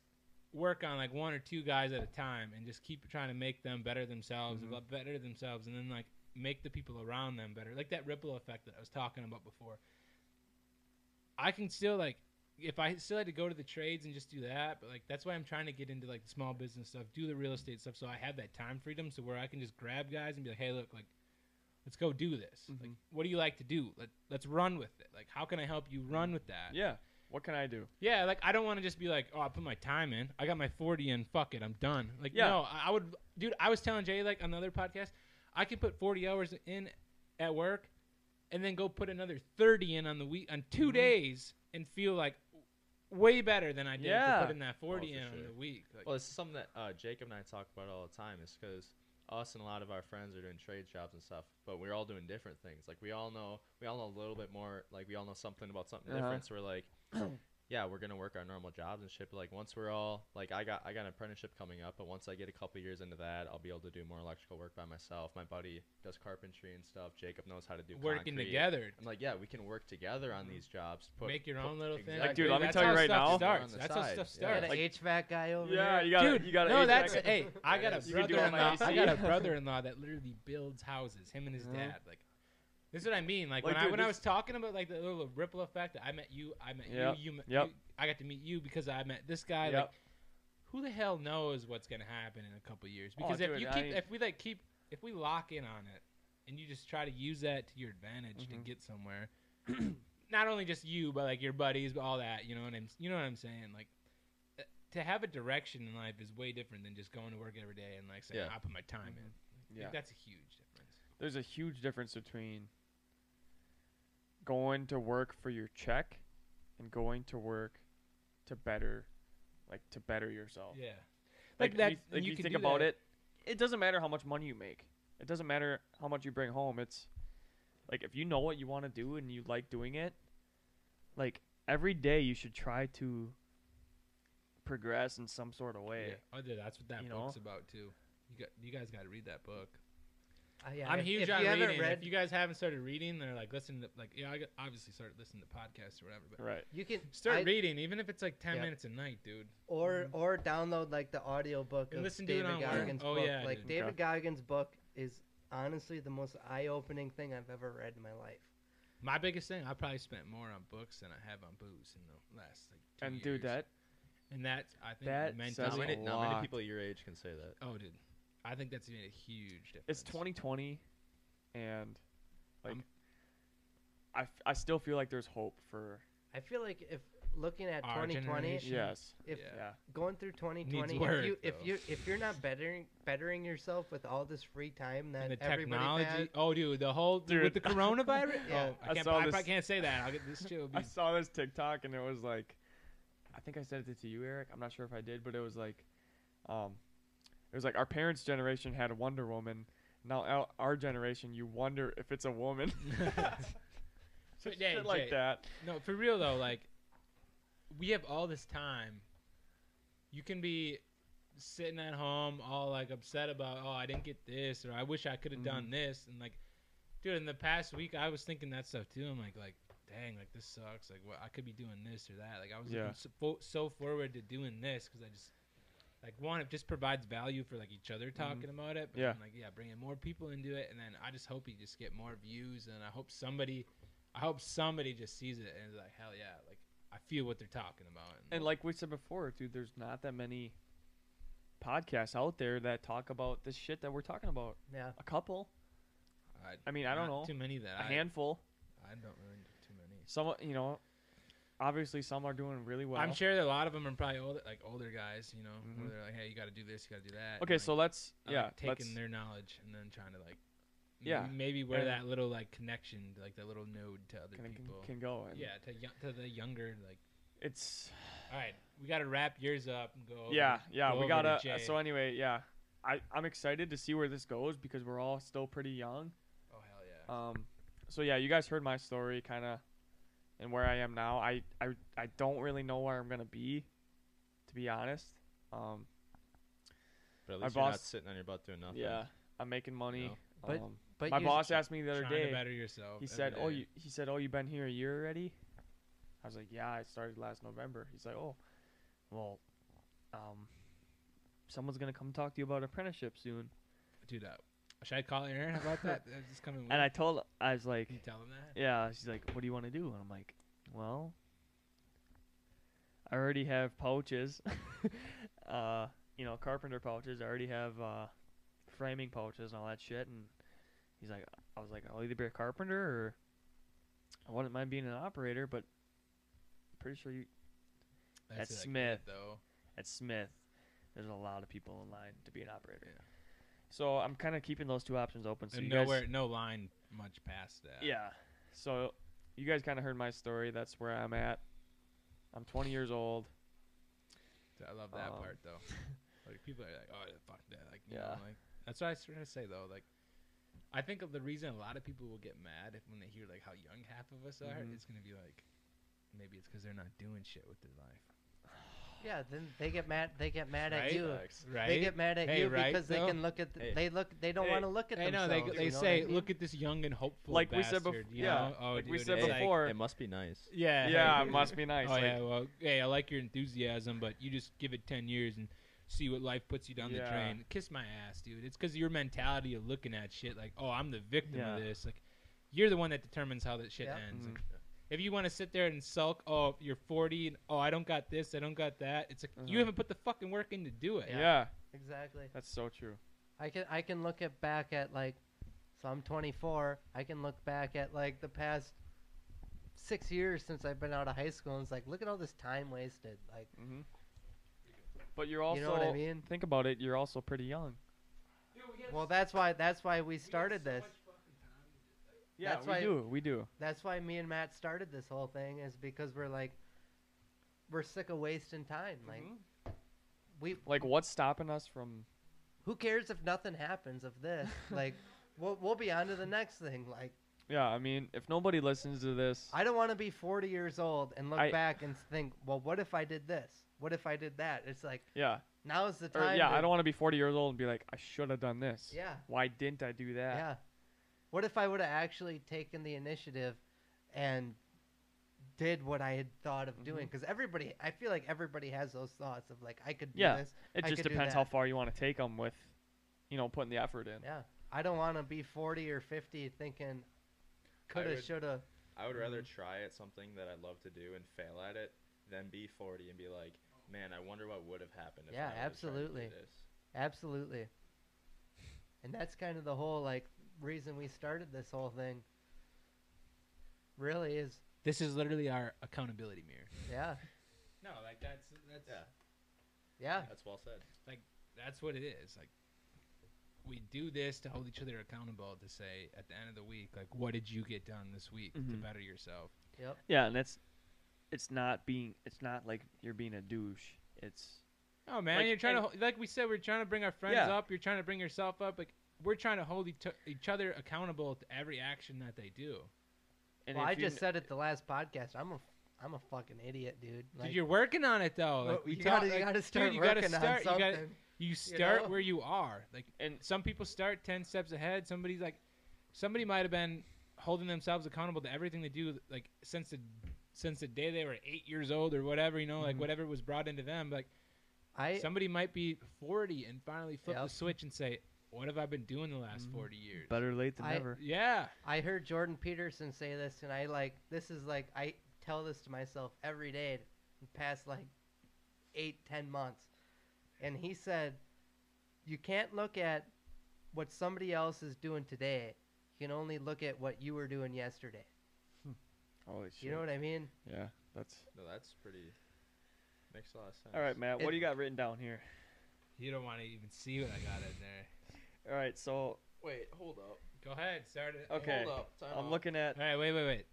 work on like one or two guys at a time and just keep trying to make them better themselves, Mhm. better themselves, and then like make the people around them better. Like that ripple effect that I was talking about before. I can still like if I still had to go to the trades and just do that, but like that's why I'm trying to get into like the small business stuff, do the real estate stuff, so I have that time freedom, so where I can just grab guys and be like, hey, look, like let's go do this. Like, Mhm. what do you like to do? Let Let's run with it. Like, how can I help you run with that? Yeah. What can I do? Yeah, like I don't want to just be like, oh, I put my time in. I got my 40 in. Fuck it, I'm done. Like, Yeah. no, I I would, dude. I was telling Jay like on another podcast, I could put 40 hours in at work, and then go put another 30 in on the week on Mm-hmm. 2 days and feel like way better than I did Yeah. for putting that 40 Oh, for in sure. on the week. Like, Well, it's something that uh, Jacob and I talk about all the time. Is because us and a lot of our friends are doing trade jobs and stuff, but we're all doing different things. Like we all know, we all know a little bit more. Like we all know something about something Uh-huh. different. So we're like, yeah, we're gonna work our normal jobs and shit. But like once we're all like, I got I got an apprenticeship coming up, but once I get a couple years into that, I'll be able to do more electrical work by myself. My buddy does carpentry and stuff. Jacob knows how to do working concrete. together, Mm-hmm. I'm like, yeah, we can work together on these jobs. Put, make your put- own little thing. Exactly. Like, dude, let me That's tell you how right stuff now- Starts. On the That's how side, stuff yeah. I starts. got an HVAC guy over Yeah, here. you got Dude, you got no, that's hey. I It got a is. You can do brother in law. all my I got a AC. brother in law that literally builds houses. Him and his Mhm. dad. Like, this is what I mean. Like, Like, when I dude, when I this- was talking about like the little ripple effect. That I met you. I met Yep, you. You met. yep. You, I got to meet you because I met this guy. Like, Yep. who the hell knows what's gonna happen in a couple years? Oh, Because if dude, you I keep, ain't- if we like keep, if we lock in on it, and you just try to use that to your advantage to Mhm. get somewhere. Not only just you, but like your buddies, all that. You know what I'm. You know what I'm saying? Like uh, to have a direction in life is way different than just going to work every day and like saying, Yeah. "I put my time in." Mm-hmm. Yeah. Like, that's a huge difference. There's a huge difference between going to work for your check and going to work to better like to better yourself. Yeah, Oh. Like, like, that. you, like you, you can think do about that. it, it doesn't matter how much money you make. It doesn't matter how much you bring home. It's like if you know what you want to do and you like doing it, like every day you should try to progress in some sort of way. Yeah. Oh, dude, that's what that you know? book's about too. You got, you guys got to read that book. Uh, yeah, I'm if- huge if on you haven't reading. read- if you guys haven't started reading, they're like listening to like yeah, I got- obviously started listening to podcasts or whatever, but Right. you can start I- reading even if it's like ten Yeah. minutes a night, dude. or or download like the audiobook And of listen to it David on work. Goggins Oh, book. yeah, like dude. David Goggins book is honestly the most eye-opening thing I've ever read in my life. My biggest thing, I probably spent more on books than I have on booze in the last like two And years. dude that and that's I think that meant says Not That's many, a not many lot. people your age can say that. Oh, dude, I think that's made a huge difference. it's 2020 and like I'm- I, f- I still feel like there's hope for I feel like if looking at Our 2020, generation. yes if Yeah. yeah going through 2020, work, if you if though. you if you're not bettering bettering yourself with all this free time that and the everybody technology. has, Oh, dude, the whole with Dude. the coronavirus. Yeah. Oh, I, I can't, saw I, this- probably can't say that. I'll get this shit. will be- I saw this TikTok and it was like, I think I said it to you, Eric. I'm not sure if I did, but it was like, um, it was like our parents' generation had Wonder Woman. Now our, our generation, you wonder if it's a woman. But Just yeah, shit like Jay, that. No, for real though, like we have all this time. You can be sitting at home all like upset about, oh, I didn't get this or I wish I could have done Mm-hmm. this and like dude, in the past week I was thinking that stuff too. I'm like like dang, like this sucks. Like what I could be doing this or that. Like I was Yeah. looking so, fo- so forward to doing this cuz I just like one, it just provides value for like each other talking about it. But Mm-hmm. Yeah. then, like yeah, bringing more people into it, and then I just hope you just get more views, and I hope somebody I hope somebody just sees it and is like, hell yeah, like I feel what they're talking about. And like we said before, dude, there's not that many podcasts out there that talk about this shit that we're talking about. yeah, A couple, I, I mean, I don't not know. too many that a I, handful. I don't really know too many. Some, you know, obviously some are doing really well. I'm sure that a lot of them are probably older, like older guys, you know, where Mhm. they're like, hey, you got to do this, you got to do that. and, Okay, like, so let's I yeah, like taking let's- their knowledge and then trying to like, m- Yeah, maybe where and- that little like connection, like that little node to other can, can, people. can go. And yeah, to yo- to the younger like. it's All right, we got to wrap yours up and go. over- yeah yeah go we over to gotta uh, Jay. so anyway yeah I, i'm excited to see where this goes because we're all still pretty young oh hell yeah. um so yeah you guys heard my story kind of and where i am now I, I i don't really know where i'm gonna be to be honest um But at My least you're not boss- sitting on your butt doing nothing. yeah i'm making money No. But- um, But my you- boss asked me the other Trying to day. better yourself. He every said, "Oh, day. you." He said, "Oh, you been here a year already?" I was like, "Yeah, I started last November." He's like, "Oh, well, um, someone's gonna come talk to you about apprenticeship soon." dude, uh, should I call Aaron about that? Uh, This coming week. And I told, I was like, Can you tell him that? Yeah, she's like, "What do you want to do?" And I'm like, "Well, I already have pouches, uh, you know, carpenter pouches. I already have uh, framing pouches and all that shit." And he's like, "I was like, I'll either be a carpenter or I wouldn't mind being an operator, but pretty sure you That's it, I get Smith. it, though. at Smith, there's a lot of people in line to be an operator." So I'm kind of keeping those two options open. So and you guys- nowhere, no line much past that. Yeah. So you guys kind of heard my story. That's where I'm at. I'm 20 years old. Dude, I love that Um, part though. Like people are like, oh, yeah, fuck that. Like, you Yeah. know, like that's what I was trying to say though. Like, I think of the reason a lot of people will get mad if, when they hear like how young half of us are, Mhm. it's gonna be like, maybe it's because they're not doing shit with their life, yeah, then they get mad. They get mad Right? at you. Facts. right? They get mad at Hey, you right, because they though? can look at. th- Hey. They look. They don't Hey. want to look at I know themselves. they, you they know what I say, mean? look at this young and hopeful Like we said bastard. before. you Yeah. know? Oh, like we dude, said it's like- before. It must be nice. yeah. yeah, like- it must be nice. Oh like- yeah, well, hey, I like your enthusiasm, but you just give it ten years and see what life puts you down Yeah. the drain. Kiss my ass, dude. It's because your mentality of looking at shit like, oh, I'm the victim of Yeah. this. Like, you're the one that determines how that shit Yep. ends. Like, if you want to sit there and sulk, oh, you're 40, and oh, I don't got this, I don't got that. It's like Uh-huh. you haven't put the fucking work in to do it. yeah. exactly. that's so true. I can I can look at back at like, so I'm 24. I can look back at like the past six years since I've been out of high school, and it's like, look at all this time wasted. Like, hmm But you're also you know what I mean? think about it. You're also pretty young. Well, that's why that's why we started this. Yeah, That's we why- do. We do. That's why me and Matt started this whole thing is because we're like, we're sick of wasting time. Like, we Like, what's stopping us from? who cares if nothing happens of this? Like, we'll we'll be on to the next thing. Like, Yeah, I mean, if nobody listens to this, I don't want to be 40 years old and look I- back and think, well, what if I did this? What if I did that? It's like yeah, now's the time. or yeah, to- I don't want to be 40 years old and be like, I should have done this. Yeah. Why didn't I do that? Yeah. What if I would have actually taken the initiative and did what I had thought of doing? Mm-hmm. Because everybody, I feel like everybody has those thoughts of like, I could do Yeah, this. It I just could do depends how that. far you want to take them with, you know, putting the effort in. Yeah. I don't want to be 40 or 50 thinking, coulda, would- shoulda. I would rather try at something that I love to do and fail at it than be 40 and be like, man, I wonder what would have happened. If Yeah, I would've tried to do absolutely. this." Absolutely. And that's kind of the whole like reason we started this whole thing. Really is, This is literally our accountability mirror. yeah, No, like that's that's Yeah. yeah, That's well said. that's what it is. Like we do this to hold each other accountable to say at the end of the week, like what did you get done this week to Mhm. better yourself? yep, Yeah, and that's it's not being it's not like you're being a douche. It's Oh man, Like, you're trying and- to to like we said, we're trying to bring our friends Yeah. up. You're trying to bring yourself up. Like we're trying to hold each, each other accountable to every action that they do. and well, I if you just kn- said it the last podcast. I'm a, I'm a fucking idiot, dude. dude, you're working on it though. Like, Well, we you talk- gotta- you like, gotta dude, start you gotta working on start- You, gotta- something, you start know? where you are. Like and some people start 10 steps ahead somebody's like somebody might have been holding themselves accountable to everything they do like since the since the day they were eight years old or whatever you know like Mhm. whatever was brought into them like I somebody might be 40 and finally flip the Yep. switch and say what have i been doing the last 40 years Mm-hmm. better late than I- never. yeah I heard Jordan Peterson say this, and I like this is like I tell this to myself every day, in the past like eight ten months, and he said, you can't look at what somebody else is doing today. You can only look at what you were doing yesterday. Holy shit. You know what I mean? yeah, that's No, that's pretty. Makes a lot of sense. all right, Matt. what It- do you got written down here? you don't want to even see what i got in there All right, so Wait, hold up. go ahead start it okay, Hold up. Time I'm out. looking at all right wait wait wait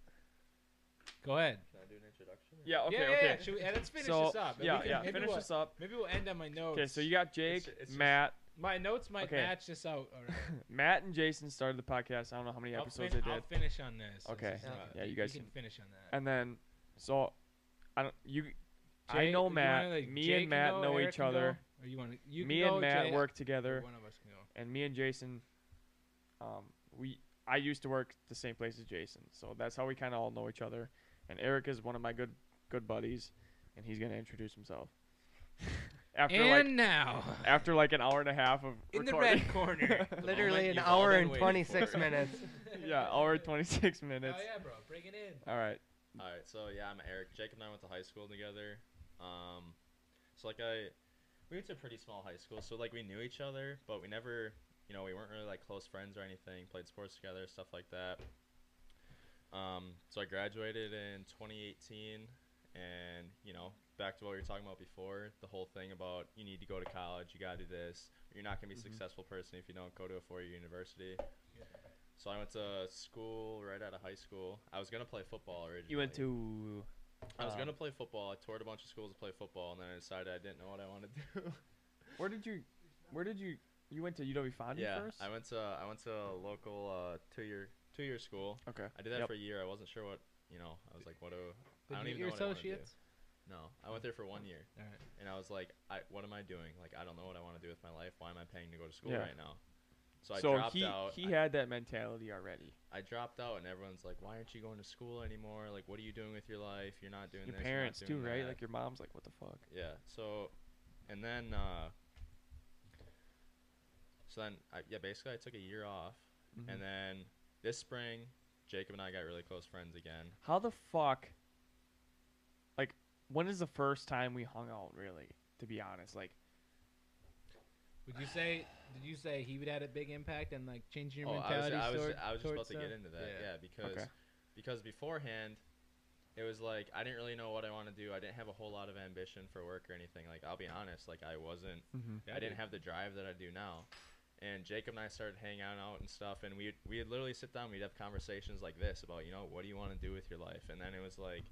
go ahead Can I do an introduction? or- yeah. Okay, yeah, yeah, okay. yeah. Should we- yeah, let's finish so this up and we yeah, can- yeah. maybe Oh, Finish we'll- this up. maybe we'll end on my notes Okay, so you got Jake, it's just- Matt, my notes might Okay. match this out all right Matt, and Jason started the podcast. I don't know how many I'll episodes fin- they did, I'll finish on this. This Okay. is Yeah. not- Yeah, you guys can, can- finish on that. and then so I don't you. I Jay- know you Matt. wanna, like, me Jay and can Matt go, know Eric each can go, other. Or you want you can me go, and Matt Jay, work or together, One of us can go. and me and Jason um, we I used to work the same place as Jason, so that's how we kind of all know each other. And Eric is one of my good good buddies, and he's gonna introduce himself. after and like now, after like an hour and a half of in the recording. red corner. The Literally moment an you've all hour been and waiting 26 for. minutes. yeah, hour and twenty six minutes. Oh yeah, bro, bring it in. All right. All right, so yeah, I'm Eric. Jake and I went to high school together. Um, so like I, we went to a pretty small high school, so like we knew each other, but we never, you know, we weren't really like close friends or anything. Played sports together, stuff like that. Um, so I graduated in 2018, and you know, back to what we were talking about before, the whole thing about you need to go to college, you gotta do this. You're not gonna be a Mhm. successful person if you don't go to a four-year university. So I went to school right out of high school. I was gonna play football originally. You went to I was Um, gonna play football. I toured a bunch of schools to play football, and then I decided I didn't know what I wanted to do. where did you where did you you went to UW Fondue yeah, first? I went to I went to a local uh, two year two year school. okay. I did that Yep. for a year. I wasn't sure what you know. I was like, what do I Did don't you even get your know what I wanna do. associates? No, I went there for one year, All right. and I was like, I, what am I doing? Like, I don't know what I want to do with my life. Why am I paying to go to school Yeah. right now? So I so dropped he out. he I- had that mentality already. I dropped out, and everyone's like, "Why aren't you going to school anymore? Like, what are you doing with your life? You're not doing Your this. parents you're not too, doing right? that." Like your mom's like, what the fuck? Yeah. So, and then, uh, so then, I, yeah, basically, I took a year off, and then this spring, Jacob and I got really close friends again. How the fuck? Like, when is the first time we hung out? Really, to be honest, like, Would you say? Did you say he would had a big impact and like changing your oh, I was, mentality? I was, toward- I was just towards about to get stuff? into that. Yeah. Yeah, because, Okay. because beforehand, it was like I didn't really know what I want to do. I didn't have a whole lot of ambition for work or anything. Like, I'll be honest, like I wasn't. Mm-hmm. I didn't have the drive that I do now. And Jacob and I started hanging out and stuff, and we'd we'd literally sit down, we'd have conversations like this about you know what do you want to do with your life, and then it was like,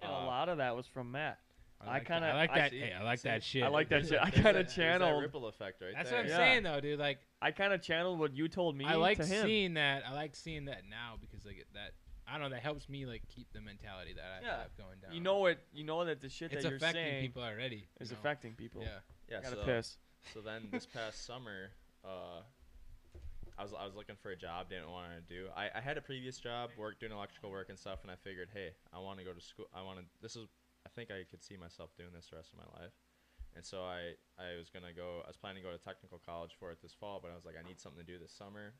and uh, a lot of that was from Matt. I like that- kinda- I like I that. see- hey, I like see, that shit. I like that there's shit. that- I there's kind that- of there's that channeled. ripple effect right That's there. what I'm Yeah. saying though, dude. Like I kind of channeled what you told me. I like to him. seeing that. I like seeing that now because like it- that. I don't know. That helps me like keep the mentality that I Yeah. have going down. You know it. You know that the shit it's that you're affecting saying people already. is you know? affecting people. Yeah. Yeah, Gotta so, piss. so then this past summer, uh, I was I was looking for a job, didn't want to do. I, I had a previous job, work doing electrical work and stuff, and I figured, hey, I want to go to school. I want to. This is I think I could see myself doing this the rest of my life. And so I, I was gonna go. I was planning to go to technical college for it this fall, but I was like, I need something to do this summer.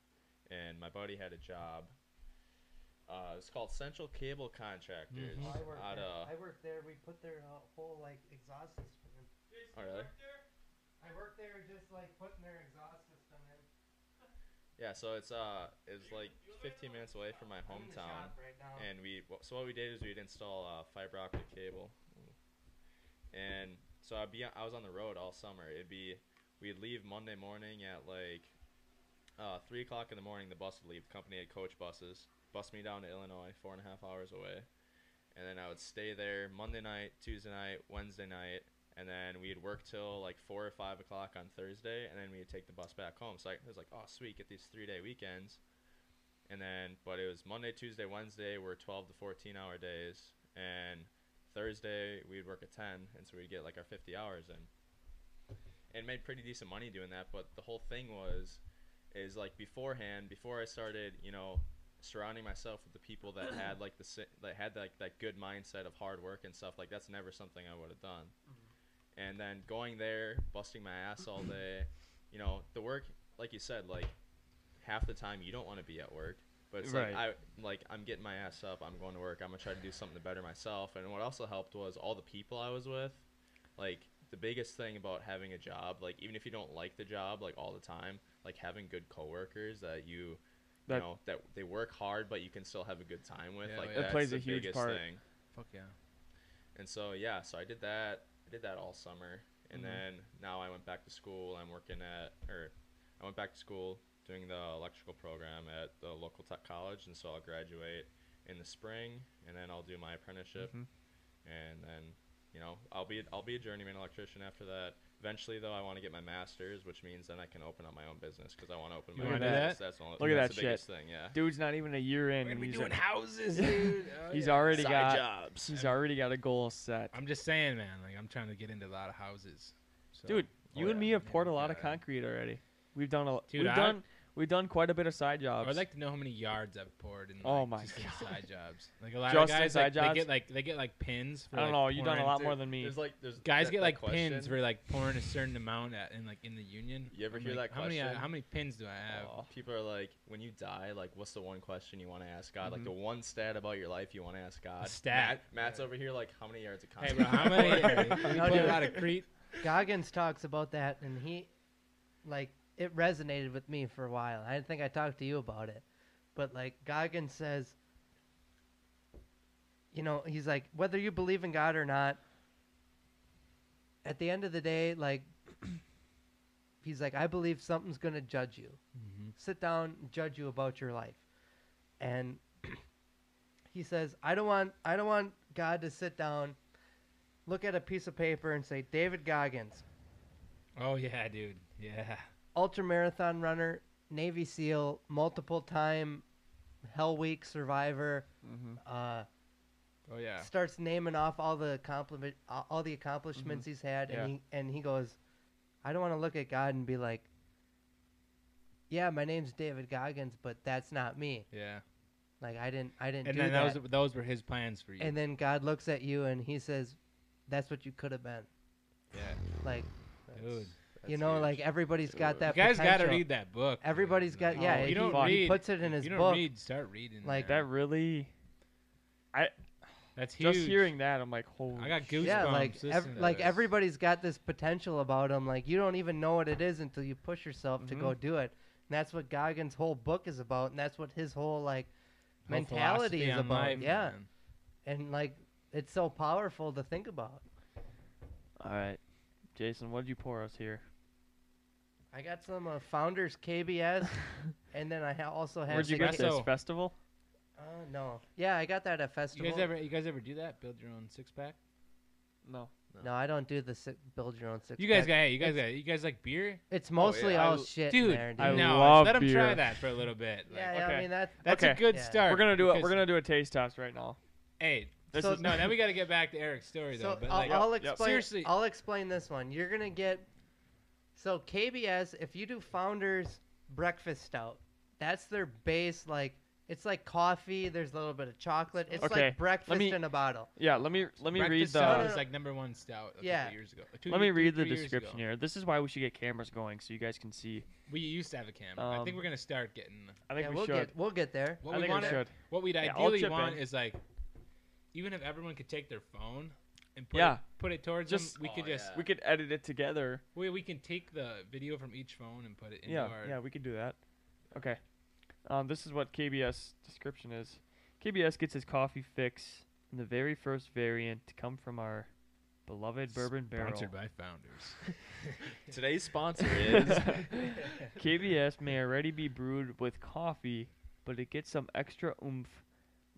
And my buddy had a job. Uh, it's called Central Cable Contractors I worked out there. of I worked there. We put their uh, whole like exhaust system in. Oh, really? I worked there just like putting their exhaust system in. Yeah, so it's uh, it's like 15 minutes away from my I'm in the hometown, shop right now. and we wh- so what we did is we'd install uh, fiber optic cable, and so I'd be I was on the road all summer. It'd be we'd leave Monday morning at like uh, three o'clock in the morning. The bus would leave. The company had coach buses. Bus me down to Illinois, four and a half hours away, and then I would stay there Monday night, Tuesday night, Wednesday night, and then we'd work till like four or five o'clock on Thursday, and then we'd take the bus back home. So I it was like, oh sweet, get these three day weekends, and then but it was Monday, Tuesday, Wednesday were twelve to fourteen hour days, and Thursday we'd work at ten, and so we'd get like our fifty hours in. And made pretty decent money doing that, but the whole thing was, is like beforehand, before I started, you know, surrounding myself with the people that had like the si- that had like that good mindset of hard work and stuff like that's never something I would have done. And then going there, busting my ass all day, you know, the work like you said, like half the time you don't want to be at work, but it's like I Right. like I'm getting my ass up, I'm going to work, I'm gonna try to do something to better myself. And what also helped was all the people I was with, like the biggest thing about having a job, like even if you don't like the job like all the time, like having good coworkers that you That- you know that they work hard but you can still have a good time with Yeah, like oh, yeah. That that's plays the a huge biggest part. thing Fuck yeah. and so yeah so i did that i did that all summer and then now i went back to school i'm working at or i went back to school doing the electrical program at the local tech college and so i'll graduate in the spring and then i'll do my apprenticeship Mhm. and then you know i'll be i'll be a journeyman electrician after that eventually though i want to get my master's which means then i can open up my own business because i want to open You my wanna own do that? business that's, all, Look at that's that the biggest thing yeah Dude's not even a year in, We're and gonna be he's, doing a- houses, dude. Oh, he's yeah. already Side got jobs he's already got a goal set. I'm just saying, man. Like I'm trying to get into a lot of houses. So. Dude, Oh, you and yeah. me have poured a Yeah, lot of yeah. concrete already. We've done a Dude, we've I- done We've done quite a bit of side jobs. I'd like to know how many yards I've poured in. Like, Oh my just in Side jobs. Like a lot Just in of guys, side like, jobs? they get like they get like pins. For, I don't like, know. You've done a pouring- lot more than me. There's like there's Guys that- get that like question. pins for like pouring a certain amount at in like in the union. You ever I'm hear like, that How many uh, question? how many pins do I have? Oh. People are like, when you die, like, what's the one question you want to ask God? Like, Mhm. the one stat about your life you want to ask God. Mm-hmm. stat. Matt- Matt's over here, like, how many yards of Hey content? bro, how many? you we poured? How put do- a lot of Crete. Goggins talks about that, and he, like, it resonated with me for a while. I didn't think I talked to you about it, but like Goggins says, you know, he's like, whether you believe in God or not, at the end of the day, like, he's like, I believe something's gonna judge you. Sit down, and judge you about your life, and he says, I don't want, I don't want God to sit down. Look at a piece of paper and say, David Goggins, Oh yeah, dude. Yeah. ultra marathon runner, Navy SEAL, multiple time Hell Week survivor. Mm-hmm. Uh, Oh yeah. Starts naming off all the compliment, uh, all the accomplishments Mm-hmm. he's had, Yeah. and he and he goes, I don't want to look at God and be like, Yeah, my name's David Goggins, but that's not me. Yeah. Like I didn't, I didn't And do then that. those those were his plans for you. and then God looks at you and he says, That's what you could have been. yeah. Like Dude. you know, like everybody's got Dude. that. you guys got to potential. read that book. dude. Everybody's got- No, yeah, if he- you don't he He read. puts it in if his you don't book. read. Start reading. Like, there. that really That's huge. just hearing that I'm like holy. I got shit. goosebumps. yeah, like listening ev- to like this. everybody's got this potential about them. Like you don't even know what it is until you push yourself to Mm-hmm. go do it. And that's what Goggins' whole book is about, and that's what his whole like Whole mentality philosophy is on about. life, yeah, man. and like it's so powerful to think about. All right, Jason, what did you pour us here? I got some uh, Founders KBS, and then I ha- also have. Where'd you the get K- this Espresso. festival? Uh, no, yeah, I got that at You festival. guys ever you guys ever do that? Build your own six pack. No. no, I don't do the si- build your own six. You guys pack. got Oh, hey, you guys got you guys like beer, It's mostly I all l- shit, in dude. there, dude. I no, love let 'em try beer. that for a little bit. Like, yeah, yeah, I okay. mean that's That's a Okay. good Yeah. start. We're gonna do it. We're because- gonna do a taste test right now. Hey, This So- is no, then we got to get back to Eric's story though. So but I'll, like, I'll Yep. explain. Seriously. I'll explain this one. You're gonna get. So KBS, if you do Founders Breakfast Stout, that's their base. Like it's like coffee. There's a little bit of chocolate. It's Okay, like breakfast me- in a bottle. yeah. Let me let me read Breakfast the. Stout No, no, was no. like number one stout. A Yeah. couple years ago. Two Let me years- two, read the three years ago. description here. This is why we should get cameras going so you guys can see. We used to have a camera. I Um, think we're gonna start getting I think yeah, we we'll should. get we'll get there. what I we think want. we should. What we'd Yeah, I'll ideally chip want in. is like, even if everyone could take their phone and put Yeah. it, put it towards Just- them, we could Oh, just yeah. We could edit it together. we, we can take the video from each phone and put it into yeah, our yeah, we could do that. Okay. Um, this is what KBS description is. KBS gets his coffee fix in the very first variant to come from our beloved bourbon barrel. sponsored by Founders. Today's sponsor is. KBS may already be brewed with coffee, but it gets some extra oomph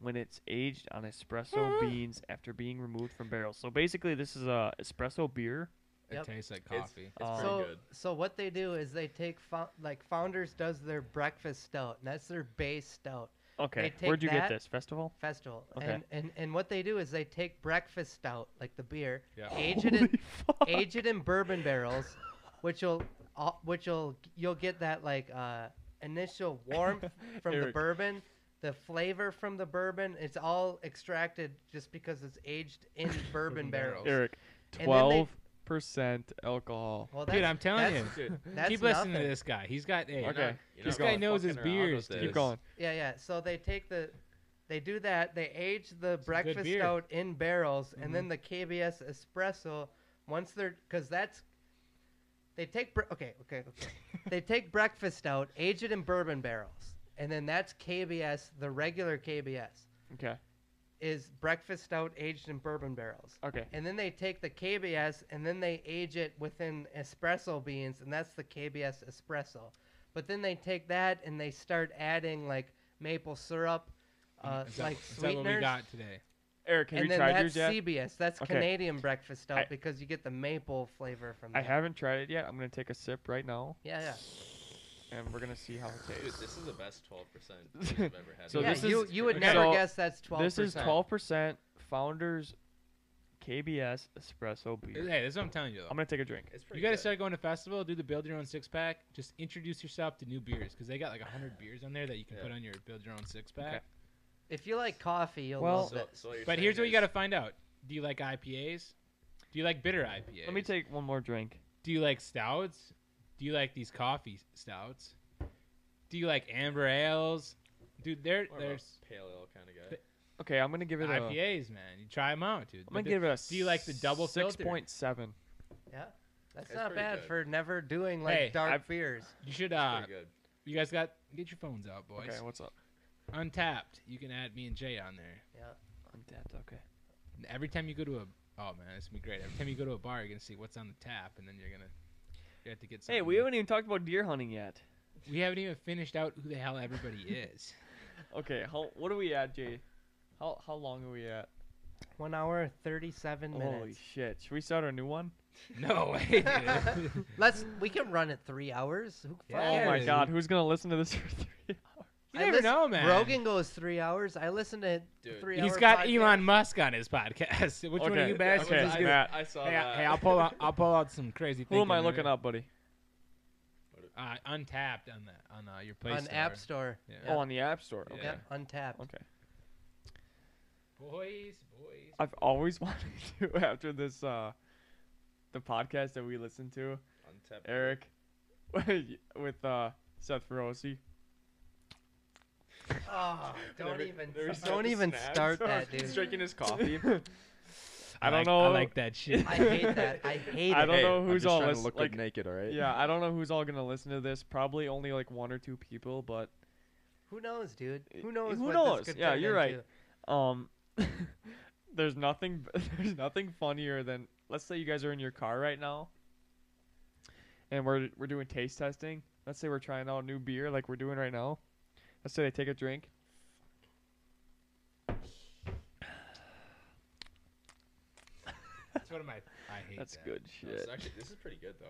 when it's aged on espresso beans after being removed from barrels. So basically, this is a espresso beer. Yep. It tastes like It's- coffee. It's Um, pretty so good. so what they do is they take fo- like Founders does their breakfast stout, and that's their base stout. Okay, take where'd you get that- this festival? Festival, Okay. and, and and what they do is they take breakfast stout, like the beer, Yeah. age it in Holy fuck. age it in bourbon barrels, which will uh, which will you'll get that like uh, initial warmth from the Eric. bourbon, the flavor from the bourbon. It's all extracted just because it's aged in bourbon Bourbon barrels. barrels. Eric, And then they- twelve percent alcohol. Well, Dude, I'm telling that's- you. that's Keep listening nothing. to this guy. He's got hey, You're Okay, not- you're keep not going. knows his fucking around beers, with dude. Keep this. going. Yeah, yeah. So they take the, they do that. They age the good breakfast beer. Mm-hmm. stout in barrels, and then the KBS espresso. Once they're, because that's, they take bre- okay, okay, okay. they take breakfast stout, age it in bourbon barrels, and then that's KBS. The regular KBS Okay, is breakfast stout aged in bourbon barrels. okay. And then they take the KBS and then they age it within espresso beans, and that's the KBS espresso. But then they take that and they start adding like maple syrup, uh, is that- like is that what we sweeteners, got today? Eric, have and you then tried that's yours yet? CBS. That's Okay. Canadian breakfast stout I- because you get the maple flavor from. I that. haven't tried it yet. I'm gonna take a sip right now, Yeah, yeah. and we're gonna see how it Dude, tastes. this is the best 12% I've ever had. So yeah this you is- you would okay. never So guess that's twelve. This is twelve percent Founders KBS espresso beer. Hey, that's what I'm telling you. Though. I'm gonna take a drink. It's pretty You got to good. start going to festival, do the build your own six pack. Just introduce yourself to new beers because they got like hundred beers on there that you can Yeah. put on your build your own six pack. If you like coffee, you'll Well- love So- it. so you're But saying here's what you got there's- to find out: Do you like IPAs? Do you like bitter IPAs? Let me take one more drink. Do you like stouts? Do you like these coffee stouts? Do you like amber ales? Dude, there, more of a there's pale ale kind of guy. Th- Okay, I'm gonna give it a. I'm IPAs, man. You try them out, dude. But gonna the- give it a. do you like the double six filter? point seven? Yeah, that's That's not pretty bad good. for never doing like Hey, dark I've- beers. You should. It's Uh, pretty good. you guys got get your phones out, boys. Okay, what's up? Untapped. You can add me and Jay on there. Untapped. Okay. And Every time you go to a oh man, it's gonna be great. Every time you go to a bar, you're gonna see what's on the tap, and then you're gonna you have to get. Hey, something we new. haven't even talked about deer hunting yet. we haven't even finished out who the hell everybody is. Okay, how what are we at, Jay? How how long are we at? One hour thirty-seven Holy minutes. shit! Should we start our new one? No way. dude. Let's. We can run it three hours. Who fuck Oh my cares? god, who's gonna listen to this for three hours? you I never listen- know, man. Rogan goes three hours. I listen to Dude. three hours. He's got Elon Musk on his podcast. Which one Okay, of you bastards okay, is I, gonna- Matt. I saw Hey, I, that. hey, I'll pull out. I'll pull out some crazy. Who am I looking up, buddy? Uh, untapped on the on uh, your Play on Store. App Store. Yeah. Oh, on the App Store. Okay. Yep, untapped. Okay. Boys, boys. I've always wanted to after this uh the podcast that we listened to, Untapped. Eric with uh Seth Rossi. Oh, don't Never- even never said don't the even snaps. start that, He's dude. drinking his coffee. I don't like- know. I like that shit. I hate that. I hate I it. don't know who's all trying lis- to look like- good naked, all right? Yeah, I don't know who's all gonna listen to this. Probably only like one or two people, but Who knows, dude? Eh, Who knows? who what knows? This could Yeah, turn you're right. into. um there's nothing there's nothing funnier than let's say you guys are in your car right now and we're we're doing taste testing let's say we're trying out a new beer like we're doing right now let's say they take a drink That's one of my. I hate that's that. good No, it's shit actually, this is pretty good though.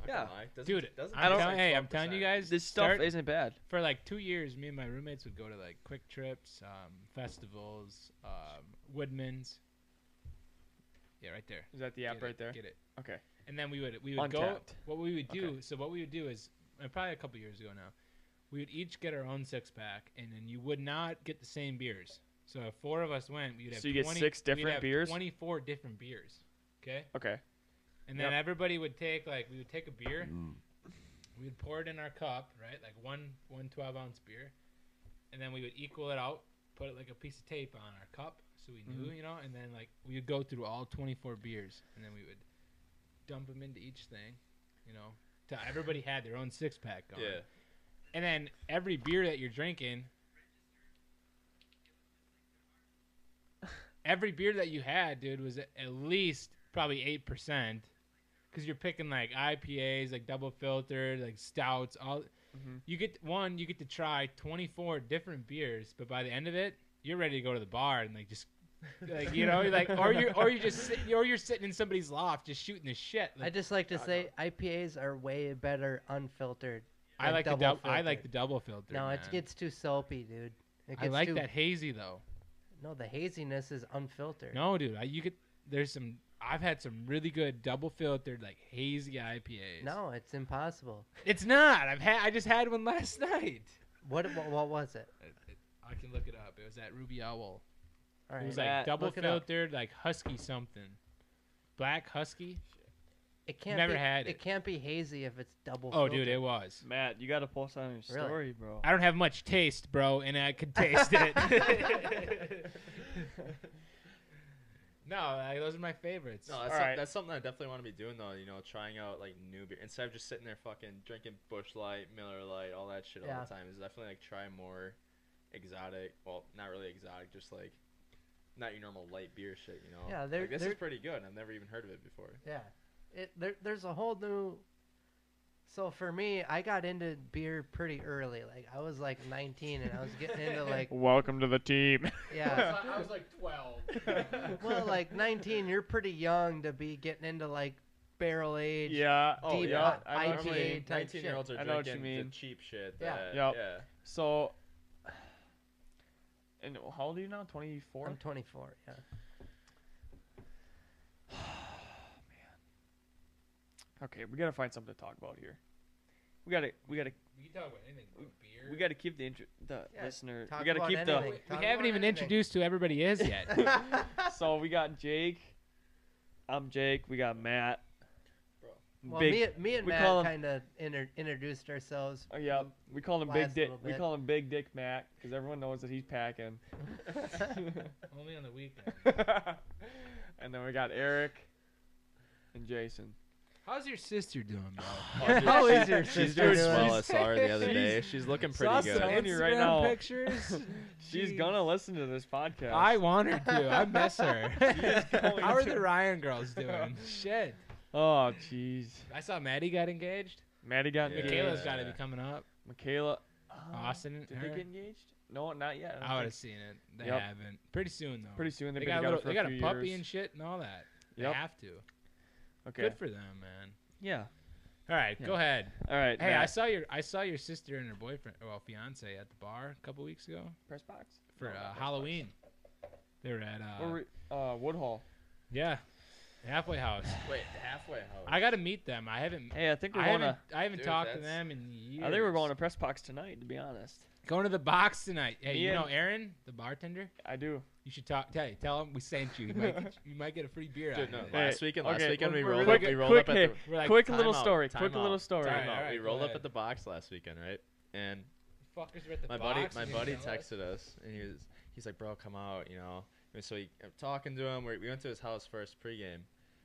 Not Yeah. gonna lie. Doesn't- Dude, doesn't I'm taste telling- like hey, I'm telling you 12%. guys, this stuff start- isn't bad for like two years, me and my roommates would go to like quick trips, um, festivals, um, Woodman's. Yeah, right there. is that the app Get right it, there Get it. okay And then we would we would Untapped. go. What we would do. Okay. So what we would do is uh, probably a couple years ago now, we would each get our own six pack, and then you would not get the same beers. So if four of us went, we'd have So you get 20 six we'd different have beers? Twenty-four different beers. Okay. okay And then Yep. everybody would take like we would take a beer, we would pour it in our cup, right? Like one one 12 ounce beer. And then we would equal it out, put it like a piece of tape on our cup so we knew, you know, and then like we would go through all 24 beers and then we would dump them into each thing, you know. Till everybody had their own six pack going. Yeah. And then every beer that you're drinking every beer that you had, dude, was at at least probably 8% cuz you're picking like IPAs, like double filtered, like stouts, all Mm-hmm. Mhm. You get one, you get to try 24 different beers, but by the end of it, you're ready to go to the bar and like just like you know, you're like or you are or you just sitting or you're sitting in somebody's loft just shooting the shit. I Like, just like to God, say IPAs are way better unfiltered. I, like the double dou- I like the filtered. double filter. No, man. it gets too soapy, dude. It I gets like too, that hazy though. No, the haziness is unfiltered. No, dude, I, you could. There's some. I've had some really good double filtered, like hazy IPAs. No, it's impossible. it's not. I've had. I just had one last night. What what, what was it? I can look it up. It was at Ruby Owl. All It right. was It, like That- double look it up. filtered, like husky something, black husky. can't never be, had it. it can't be hazy if it's double Oh, filtered. dude, it was. matt you gotta post on your Really? story bro I don't have much taste, bro, and I could taste it. no, like, those are my favorites. No, that's, All some- right. that's something I definitely want to be doing though. You know, trying out like new beer instead of just sitting there fucking drinking Bush Light, Miller Light, all that shit all Yeah. the time. Is definitely like try more exotic. Well, not really exotic, just like not your normal light beer shit. You know. Yeah, they're- Like, this they're- is pretty good. I've never even heard of it before. Yeah. It there, there's a whole new So for me, I got into beer pretty early. Like I was like 19 and I was getting into like welcome to the team yeah. I was like twelve. Well, like 19, you're pretty young to be getting into like barrel age. yeah Oh, Deep yeah hot I know what you IPA. mean. type Nineteen year olds are I know what you drinking the mean. cheap shit. Yeah. That, Yep. Yeah. so and how old are you now 24 I'm 24. Yeah. Okay, we gotta find something to talk about here. We gotta we gotta We can talk about anything. beer. we gotta keep the intro, the Yeah, listener. talk We gotta about keep We, anything. the. we Talk about haven't even anything. introduced who everybody is yet. So we got Jake. I'm Jake. We got Matt. well, Big. me, me and we call Matt him- kind of inter- introduced ourselves. oh, yeah, we call him Last Big Dick. little We bit. call him Big Dick Matt because everyone knows that he's packing. Only on the weekend. and then we got Eric and Jason. How's your sister doing, bro? How is your She's sister doing doing? swell. I saw her the other She's- day. She's looking Saw pretty some good. telling you right now. Pictures. She's Jeez. gonna listen to this podcast. I want her to. I miss her. going How are to. the Ryan girls doing? Shit. oh jeez. I saw Maddie got engaged. Maddie got Yeah. engaged. Michaela's got to be coming up. Michaela. oh, Austin. Did her. they get engaged? No, not yet. I don't I would have think- seen it. They Yep. haven't. Pretty soon though. Pretty soon they, they've been got a together little, for they got a few puppy years. and shit and all that. Yep. They have to. okay. Good for them, man. yeah. All right, go ahead. All right. Hey, I Matt. saw your I saw your sister and her boyfriend, well, fiance, at the bar a couple weeks ago press box for Oh, No, not uh, press Halloween. They were at box. uh, Or re- uh, Woodhall. yeah, halfway house. Wait, halfway house. I got to meet them. I haven't Hey, I think we're I going haven't to. I haven't Dude, talked to that's- them in years. I think we're going to press box tonight. To be honest, going to the box tonight. Hey, Me you know and- Aaron, the bartender. I do. You should talk. Tell you, tell him we sent you. You might get, you might get a free beer. Dude, out no, of it. last weekend, last okay, weekend we we're rolled really up. We good- rolled up at quick, the. hey, We're like, quick Time little out, story. time Quick out, little story. time Alright, out. we alright, go rolled up ahead. at the box last weekend, right? And fuckers were at the my box. buddy, my and they buddy didn't tell us. texted us, and he was, he's like, "Bro, come out," you know. And so he, I'm talking to him. We, we went to his house first pregame,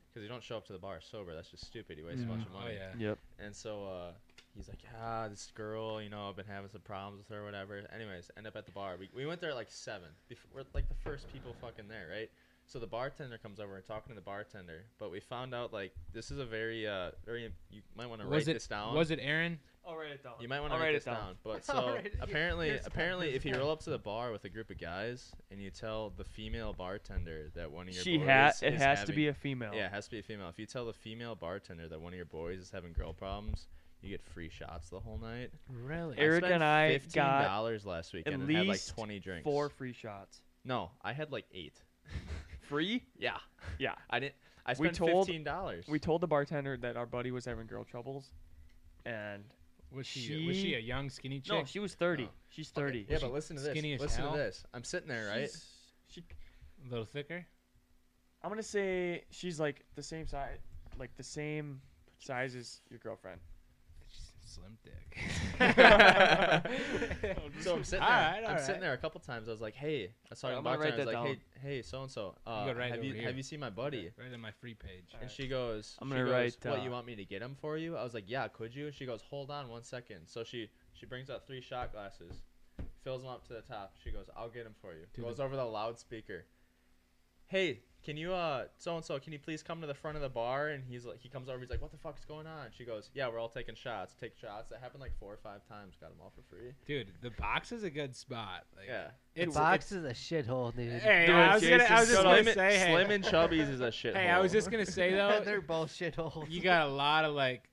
because you don't show up to the bar sober. That's just stupid. You waste a bunch of Oh money. yeah. Yep. And so uh, he's like, "Yeah, this girl, you know, I've been having some problems with her, whatever." Anyways, end up at the bar. We, we went there at like seven. Bef- we're like the first people fucking there, right? So the bartender comes over. We're talking to the bartender, but we found out like this is a very uh very you might want to write Was it this down. was it Aaron? I'll write it down. You might want I'll to write write this it down. down. But I'll so write it here. apparently, Here's one, apparently, here's if you one. roll up to the bar with a group of guys and you tell the female bartender that one of your She boys ha It is has to having- be a female. yeah, it has to be a female. If you tell the female bartender that one of your boys is having girl problems, you get free shots the whole night. Really? Eric spent and I fifteen got dollars last at weekend and had like least twenty drinks. four free shots. No, I had like eight. Free? Yeah, Yeah. I didn't. I We spent told- fifteen dollars. We told the bartender that our buddy was having girl troubles, and Was she, was She- she a young skinny chick? no, she was thirty. Oh. She's thirty. Yeah, but listen to this. skinny as Listen hell? to this. I'm sitting there, right? She's- She, a little thicker. I'm gonna say she's like the same size, like the same size as your girlfriend. She's a slim dick. So I'm sitting there. Alright, I'm sitting alright. there a couple times. I was like, "Hey," I was talking Alright, I'm about gonna her. I was write like, that "Hey, hey, so and so, go right have over you here. have you seen my buddy?" Right on my free page. And Alright. she goes, I'm she gonna goes, write, What uh, you want me to get him for you?" I was like, "Yeah, could you?" And she goes, "Hold on one second. So she she brings out three shot glasses, fills them up to the top. She goes, "I'll get him for you." Dude, goes over the loudspeaker. Hey, can you uh so and so? Can you please come to the front of the bar? And he's like, he comes over. He's like, "What the fuck's going on?" She goes, "Yeah, we're all taking shots. Take shots." That happened like four or five times. Got them all for free. Dude, the box is a good spot. Like, Yeah. The It's, box is a shithole, dude. it's- hey, I was gonna, I was just Jason, gonna Slim, say, hey, Slim and Chubby's is a shit. hey, I was just gonna say They're though, both shitholes. you got a lot of like,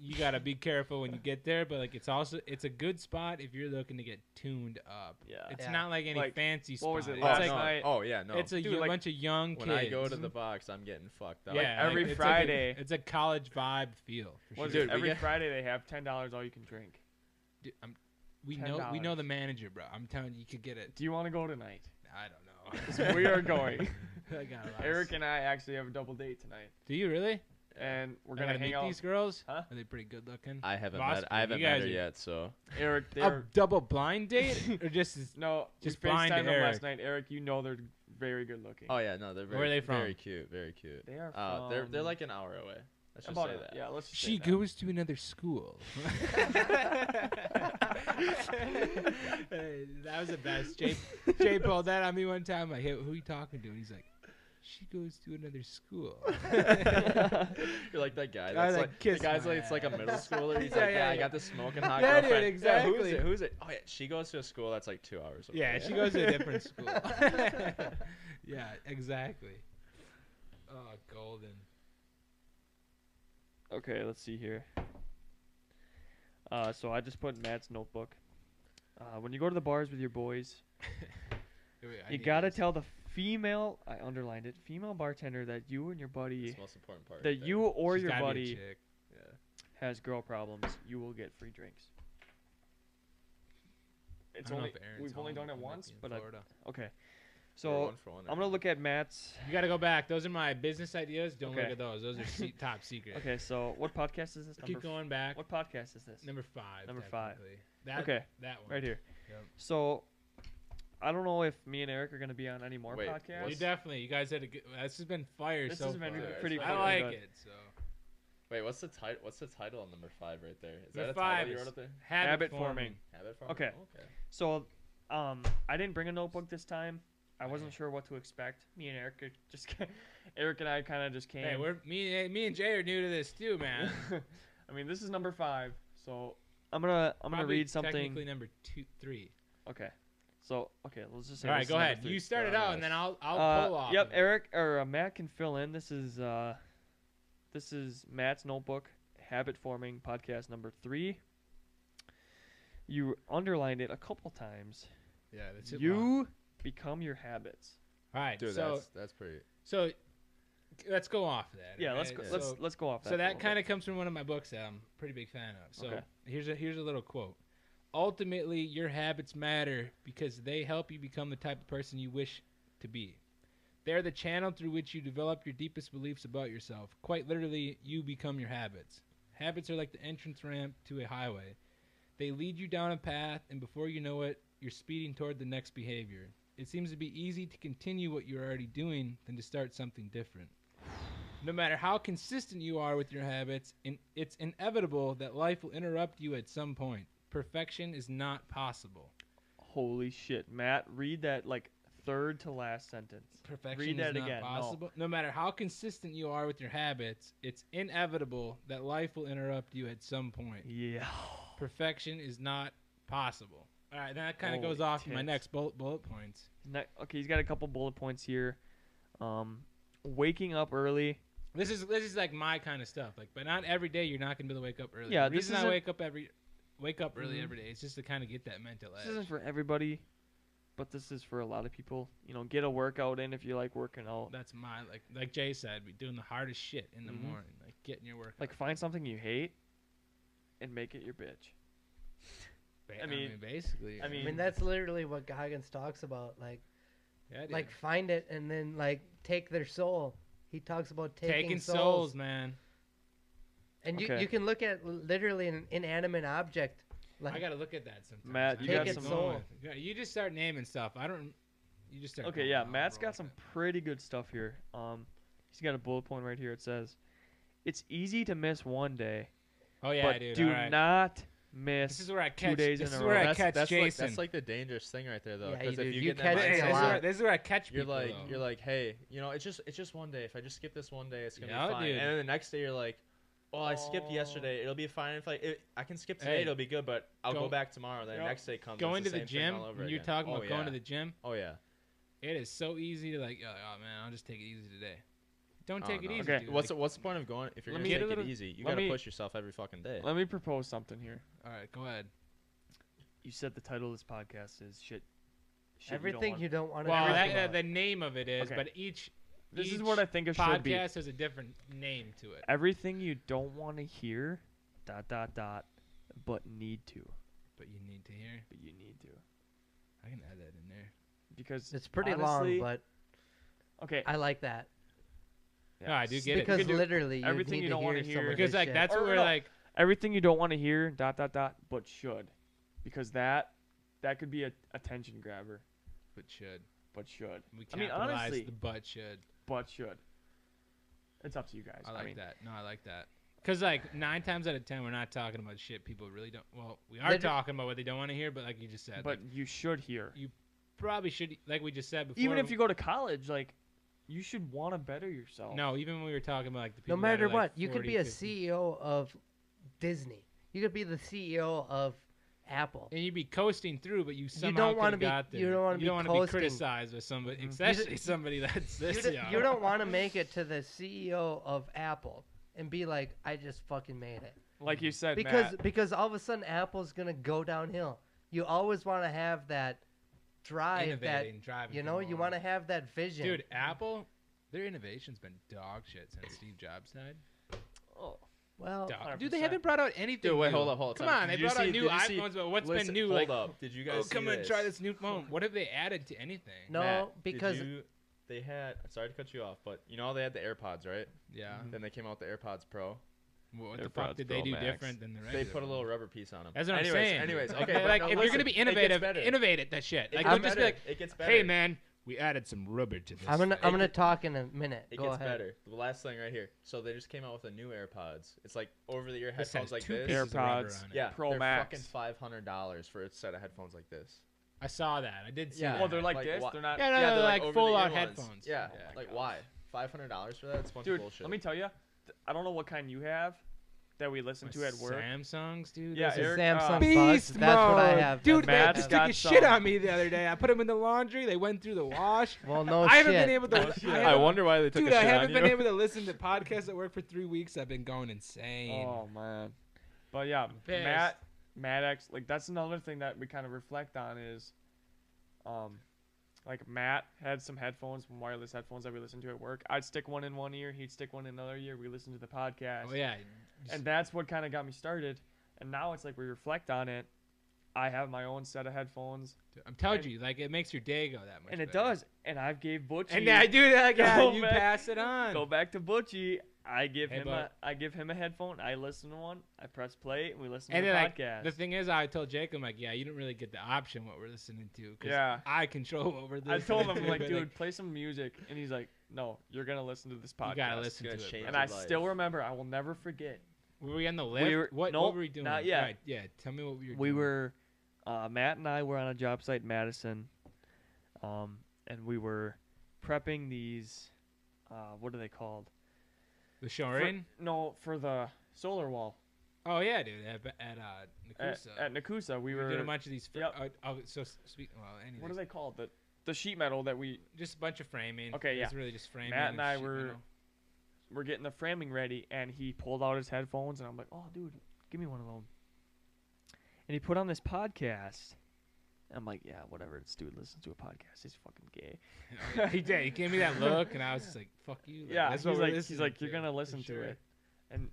you gotta be careful when you get there, but like, it's also it's a good spot if you're looking to get tuned up. Yeah. It's Yeah. not like any Like, fancy spot. what was it, It's last like, no. night? Oh yeah, no. It's a Dude, yo- like, bunch of young when kids. I go to the box, I'm getting fucked up. yeah, like, every it's like a- Friday. it's a college vibe feel. For What sure. Dude, is it? we Every get- Friday they have ten dollars all you can drink. Dude, I'm, we know we know $10. the manager, bro. I'm telling you, you could get it. Do you want to go tonight? I don't know. 'Cause we are going. I got a lot of Eric and I actually have a double date tonight, Do you really? and we're I gonna gotta hang meet out. these girls. Huh? Are they pretty good looking? I haven't Boss met I man, haven't you met guys her are- yet, so Eric, a they're double blind date, or just is, no. Um, just we blind FaceTimed them Eric. last night. Eric, you know they're very good looking. Oh yeah, no, they're very Where are they from? very cute, very cute. They are. Uh, they're they're from- like an hour away. Let's just about say it. that. Yeah, let's. just say she that. goes to another school? Hey, that was the best. Jay, Jay pulled that on me one time. Like, hey, who are you talking to? And he's like, she goes to another school. You're like that guy. I That's like like the kiss guy's my like it's like a ass. middle schooler. He's Yeah, like, yeah, yeah, I yeah. got this smoking hot Yeah, dude, girlfriend. Yeah, who's exactly. it? Who's it? Oh yeah, she goes to a school that's like two hours away. yeah, she goes to a different school. yeah, exactly. Oh, golden. Okay, let's see here. Uh, so I just put Matt's notebook. Uh, when you go to the bars with your boys, Wait, wait, I you need gotta this. tell the female. I underlined it. Female bartender that you and your buddy, That's the most important part. that right you or She's your gotta be a buddy chick. has girl problems, you will get free drinks. It's I don't know only if Aaron's we've only home. done it He might once, be in but I, Florida. okay. We're So one for one I'm gonna right look at Matt's. you got to go back. Those are my business ideas. Don't look Okay. at those. Those are se- top secret. Okay, so what podcast is this? Keep Number f- going back. What podcast is this? Number five. Number five. technically. That, Okay, That one. Right here. Yep. So I don't know if me and Eric are gonna be on any more Wait, podcasts. You what's- definitely. You guys had a good. This has been fire This so has been far. Yeah, pretty it's I fun. like but- it. So Wait, what's the title? What's the title on number five right there? Is Number that a title five you is- wrote up there? habit, Habit forming. forming. Habit Farm? Okay. Okay. So, um, I didn't bring a notebook this time. I wasn't Okay. sure what to expect. Me and Eric are just Eric and I kind of just came. Hey, we're me. hey, Me and Jay are new to this too, man. I mean, this is number five, so I'm gonna I'm gonna Probably read something. Technically, number two, three. Okay, so okay, let's just say. All right, this go is number ahead. three. You start it Yeah, out, and nice. then I'll I'll Uh, pull off. Yep, of it. Eric or uh, Matt can fill in. This is uh, this is Matt's notebook habit forming podcast number three. You underlined it a couple times. Yeah, that's it. Wow. You become your habits. All right, Dude, so that's that's pretty. so let's go off of that. Yeah, let's right? go, Yeah. let's So- let's go off. So that of. kind of comes from one of my books that I'm a pretty big fan of. So Okay. here's a here's a little quote. Ultimately, your habits matter because they help you become the type of person you wish to be. They're the channel through which you develop your deepest beliefs about yourself. Quite literally, you become your habits. Habits are like the entrance ramp to a highway. They lead you down a path, and before you know it, you're speeding toward the next behavior. It seems to be easy to continue what you're already doing than to start something different. No matter how consistent you are with your habits, in, it's inevitable that life will interrupt you at some point. Perfection is not possible. Holy shit, Matt! Read that like third to last sentence. Perfection Read that is not again. No. possible. No. matter how consistent you are with your habits, it's inevitable that life will interrupt you at some point. Yeah. Perfection is not possible. All right, that kind of Holy goes off to my tits. next bullet bullet points. Ne- okay, he's got a couple bullet points here. Um, waking up early. This is this is like my kind of stuff. Like, but not every day you're not gonna be able to wake up early. Yeah, the this reason I isn't- wake up every wake up early Mhm. every day is just to kind of get that mental edge. This isn't for everybody, but this is for a lot of people. You know, get a workout in if you like working out. That's my like like Jay said, we doing the hardest shit in the Mhm. morning, like getting your work. Like find something you hate, and make it your bitch. ba- I mean- basically, I I mean- mean, that's literally what Goggins talks about. Like, yeah, dude. like find it and then like take their soul. He talks about taking, taking souls, souls, man. and you, Okay. you can look at l- literally an inanimate object. Like, I gotta look at that sometimes. Matt, I you got don't keep some- going. Yeah, you just start naming stuff. I don't. You just start. Okay, going. yeah, I'll Matt's roll got some pretty good stuff here. Um, he's got a bullet point right here. It says, "It's easy to miss one day, Oh yeah, but dude. do all right. not miss." This is where I catch. days this in a is row. where I that's, catch that's Like, Jason. that's like the dangerous thing right there, though. Yeah, 'cause you do. if You you, get in that catch this, That's is a mindset, where, lot. this is where I catch you're people. like, though. you're like, hey, you know, it's just, it's just one day. If I just skip this one day, it's gonna Yeah, be fine. dude. And then the next day, you're like, oh, I skipped Oh. yesterday. Itll be fine. If I, it, I can skip today, Hey, it'll be good. But I'll go, go- back tomorrow. Then Yep. the next day comes. going it's to the, the same thing gym. all over When you're again. talking oh, about yeah. going to the gym, Oh yeah. it is so easy to like, you're like, oh man, I'll just take it easy today. Don't Oh, take it no. easy. Okay, dude. What's the, Like, what's the point of going if you're Let gonna me- take Get a it little- easy? You let gotta me- push yourself every fucking day. Let me propose something here. all right, go ahead. You said the title of this podcast is shit. shit you don't everything want- you don't want to Well, talk that, uh, about. the name of it is, Okay. but each This is each what I think it should be. podcast has a different name to it. Everything you don't want to hear, dot dot dot, but need to. But you need to hear. But you need to I can add that in there. because it's pretty honestly- long, but okay. I like that yeah. No, I do get because it. could do literally you everything need you to don't wanna hear some hear. of Because this like shit. that's Or where no. like everything you don't want to hear, dot dot dot, but should, because that that could be a attention grabber. but should But should, we I mean, capitalize honestly- the but should. but should. It's up to you guys. I like mean, that. No, I like that. Cause like nine times out of ten, we're not talking about shit people really don't. Well, we are Liter- talking about what they don't want to hear, but like you just said, But like, you should hear. probably should like we just said before. Even if you go to college, like you should want to better yourself. no, even when we were talking about like the no people that matter are, like, what you could 40, be a 50, CEO of Disney. You could be the CEO of Apple. and you'd be coasting through, but you somehow don't wanna coulda be- got there. you don't wanna be wanna coasting. Mm-hmm. criticized with somebody, Mhm. especially somebody that's You, this do, young. you don't want to make it to the CEO of Apple and be like, I just fucking made it. like you said, because Matt, because all of a sudden Apple's gonna go downhill. You always want to have that drive, innovating, driving. that you know, people you on. want to have that vision. Dude, Apple, their innovation's been dog shit since Steve Jobs died. oh, Well, Dude, 100%. they haven't brought out anything. Dude, wait, new. hold up, hold up. Come time. on, they Did you brought out see- new did you see- iPhones, but what's listen, been new? Hold Like, up. Did you guys? oh, see come and try this? this new phone. What have they added to anything? No, Matt, did because you- they had. Sorry to cut you off, but you know how they had the AirPods, right? Yeah. Then they came out with the AirPods Pro. Well, what the AirPods fuck did Pro they do Max. different than the rest? They put a little rubber piece on them. That's what anyways, I'm saying. Anyways, Like, okay. like, but no, if you're listen, gonna be it gets innovative, better. innovate it. That shit. It Like, gets don't just be better. like, it gets better. hey man, we added some rubber to this. I'm gonna thing." I'm gonna talk in a minute. It Go gets ahead. better. The last thing right here. So they just came out with a new AirPods. It's like over-the-ear This has headphones like two this. pieces of rubber AirPods. on it. yeah, Pro they're Max. fucking five hundred dollars for a set of headphones like this. I saw that. I did see. Yeah. that. Well, they're like, Like, this. wha- They're not. Yeah, no, no, they're like, full out over-the-ear ones. headphones. Yeah, Oh my like gosh. why? Five hundred dollars for that? It's a bunch Dude, of bullshit. let me tell you. I don't know what kind you have that we listen to at work. Samsungs, dude. Yeah, Those The Eric, Samsung uh, Buds, Beast That's what I mode. have. Dude, that's man what I Matt's just have. took a got shit some. on me the other day. I put them in the laundry. They went through the wash. Well, no I haven't Oh, shit. been able to. shit. I I haven't- wonder why they took Dude, a I shit haven't on been you. able to listen to podcasts at work for three weeks. I've been going insane. Oh man. But yeah, pissed. Matt, Matt X, like that's another thing that we kind of reflect on is, um, like Matt had some headphones, wireless headphones that we listened to at work. I'd stick one in one ear, he'd stick one in another ear. We listened to the podcast, Oh yeah. and that's what kind of got me started. And now it's like we reflect on it. I have my own set of headphones, I'm telling and- you, like it makes your day go that much. and it better. does. And I've gave Butchie. And I do that. Go Yeah, you back- pass it on. Go back to Butchie. I give Hey, him bud. a I give him a headphone. I listen to one. I press play, and we listen And to then the like podcast. the thing is, I told Jake, I'm like, yeah, you don't really get the option what we're listening to. 'cause Yeah. I control what we're I listening. told him to, like, but, dude, play some music, and he's like, no, you're gonna listen to this podcast. you gotta listen to gonna it. change bro. And I Life. still remember. I will never forget. Were we on the lift? were- what, nope, what were we doing? not yet. Right, yeah, tell me what we were. We doing. were, uh, Matt and I were on a job site, in Madison, um, and we were prepping these. Uh, what are they called? the For- shoring. no, for the solar wall Oh yeah, dude, at at uh, at, Nakusa. at Nakusa. We we were. did a bunch of these. Fr- Yep. uh, oh, so s- speak. Well, anyway, what are they called? The the sheet metal that we just a bunch of framing. Okay, It's really just framing. Matt and I shit, you were- know? we're getting the framing ready, and he pulled out his headphones, and I'm like, "Oh, dude, give me one of them." And he put on this podcast. I'm like, "Yeah, whatever. This dude listens to a podcast. He's fucking gay." he did. He gave me that look, and I was just like, "Fuck you." Like, yeah, that's he's what we're like, he's listening like, "You're to, gonna for listen sure." to it," and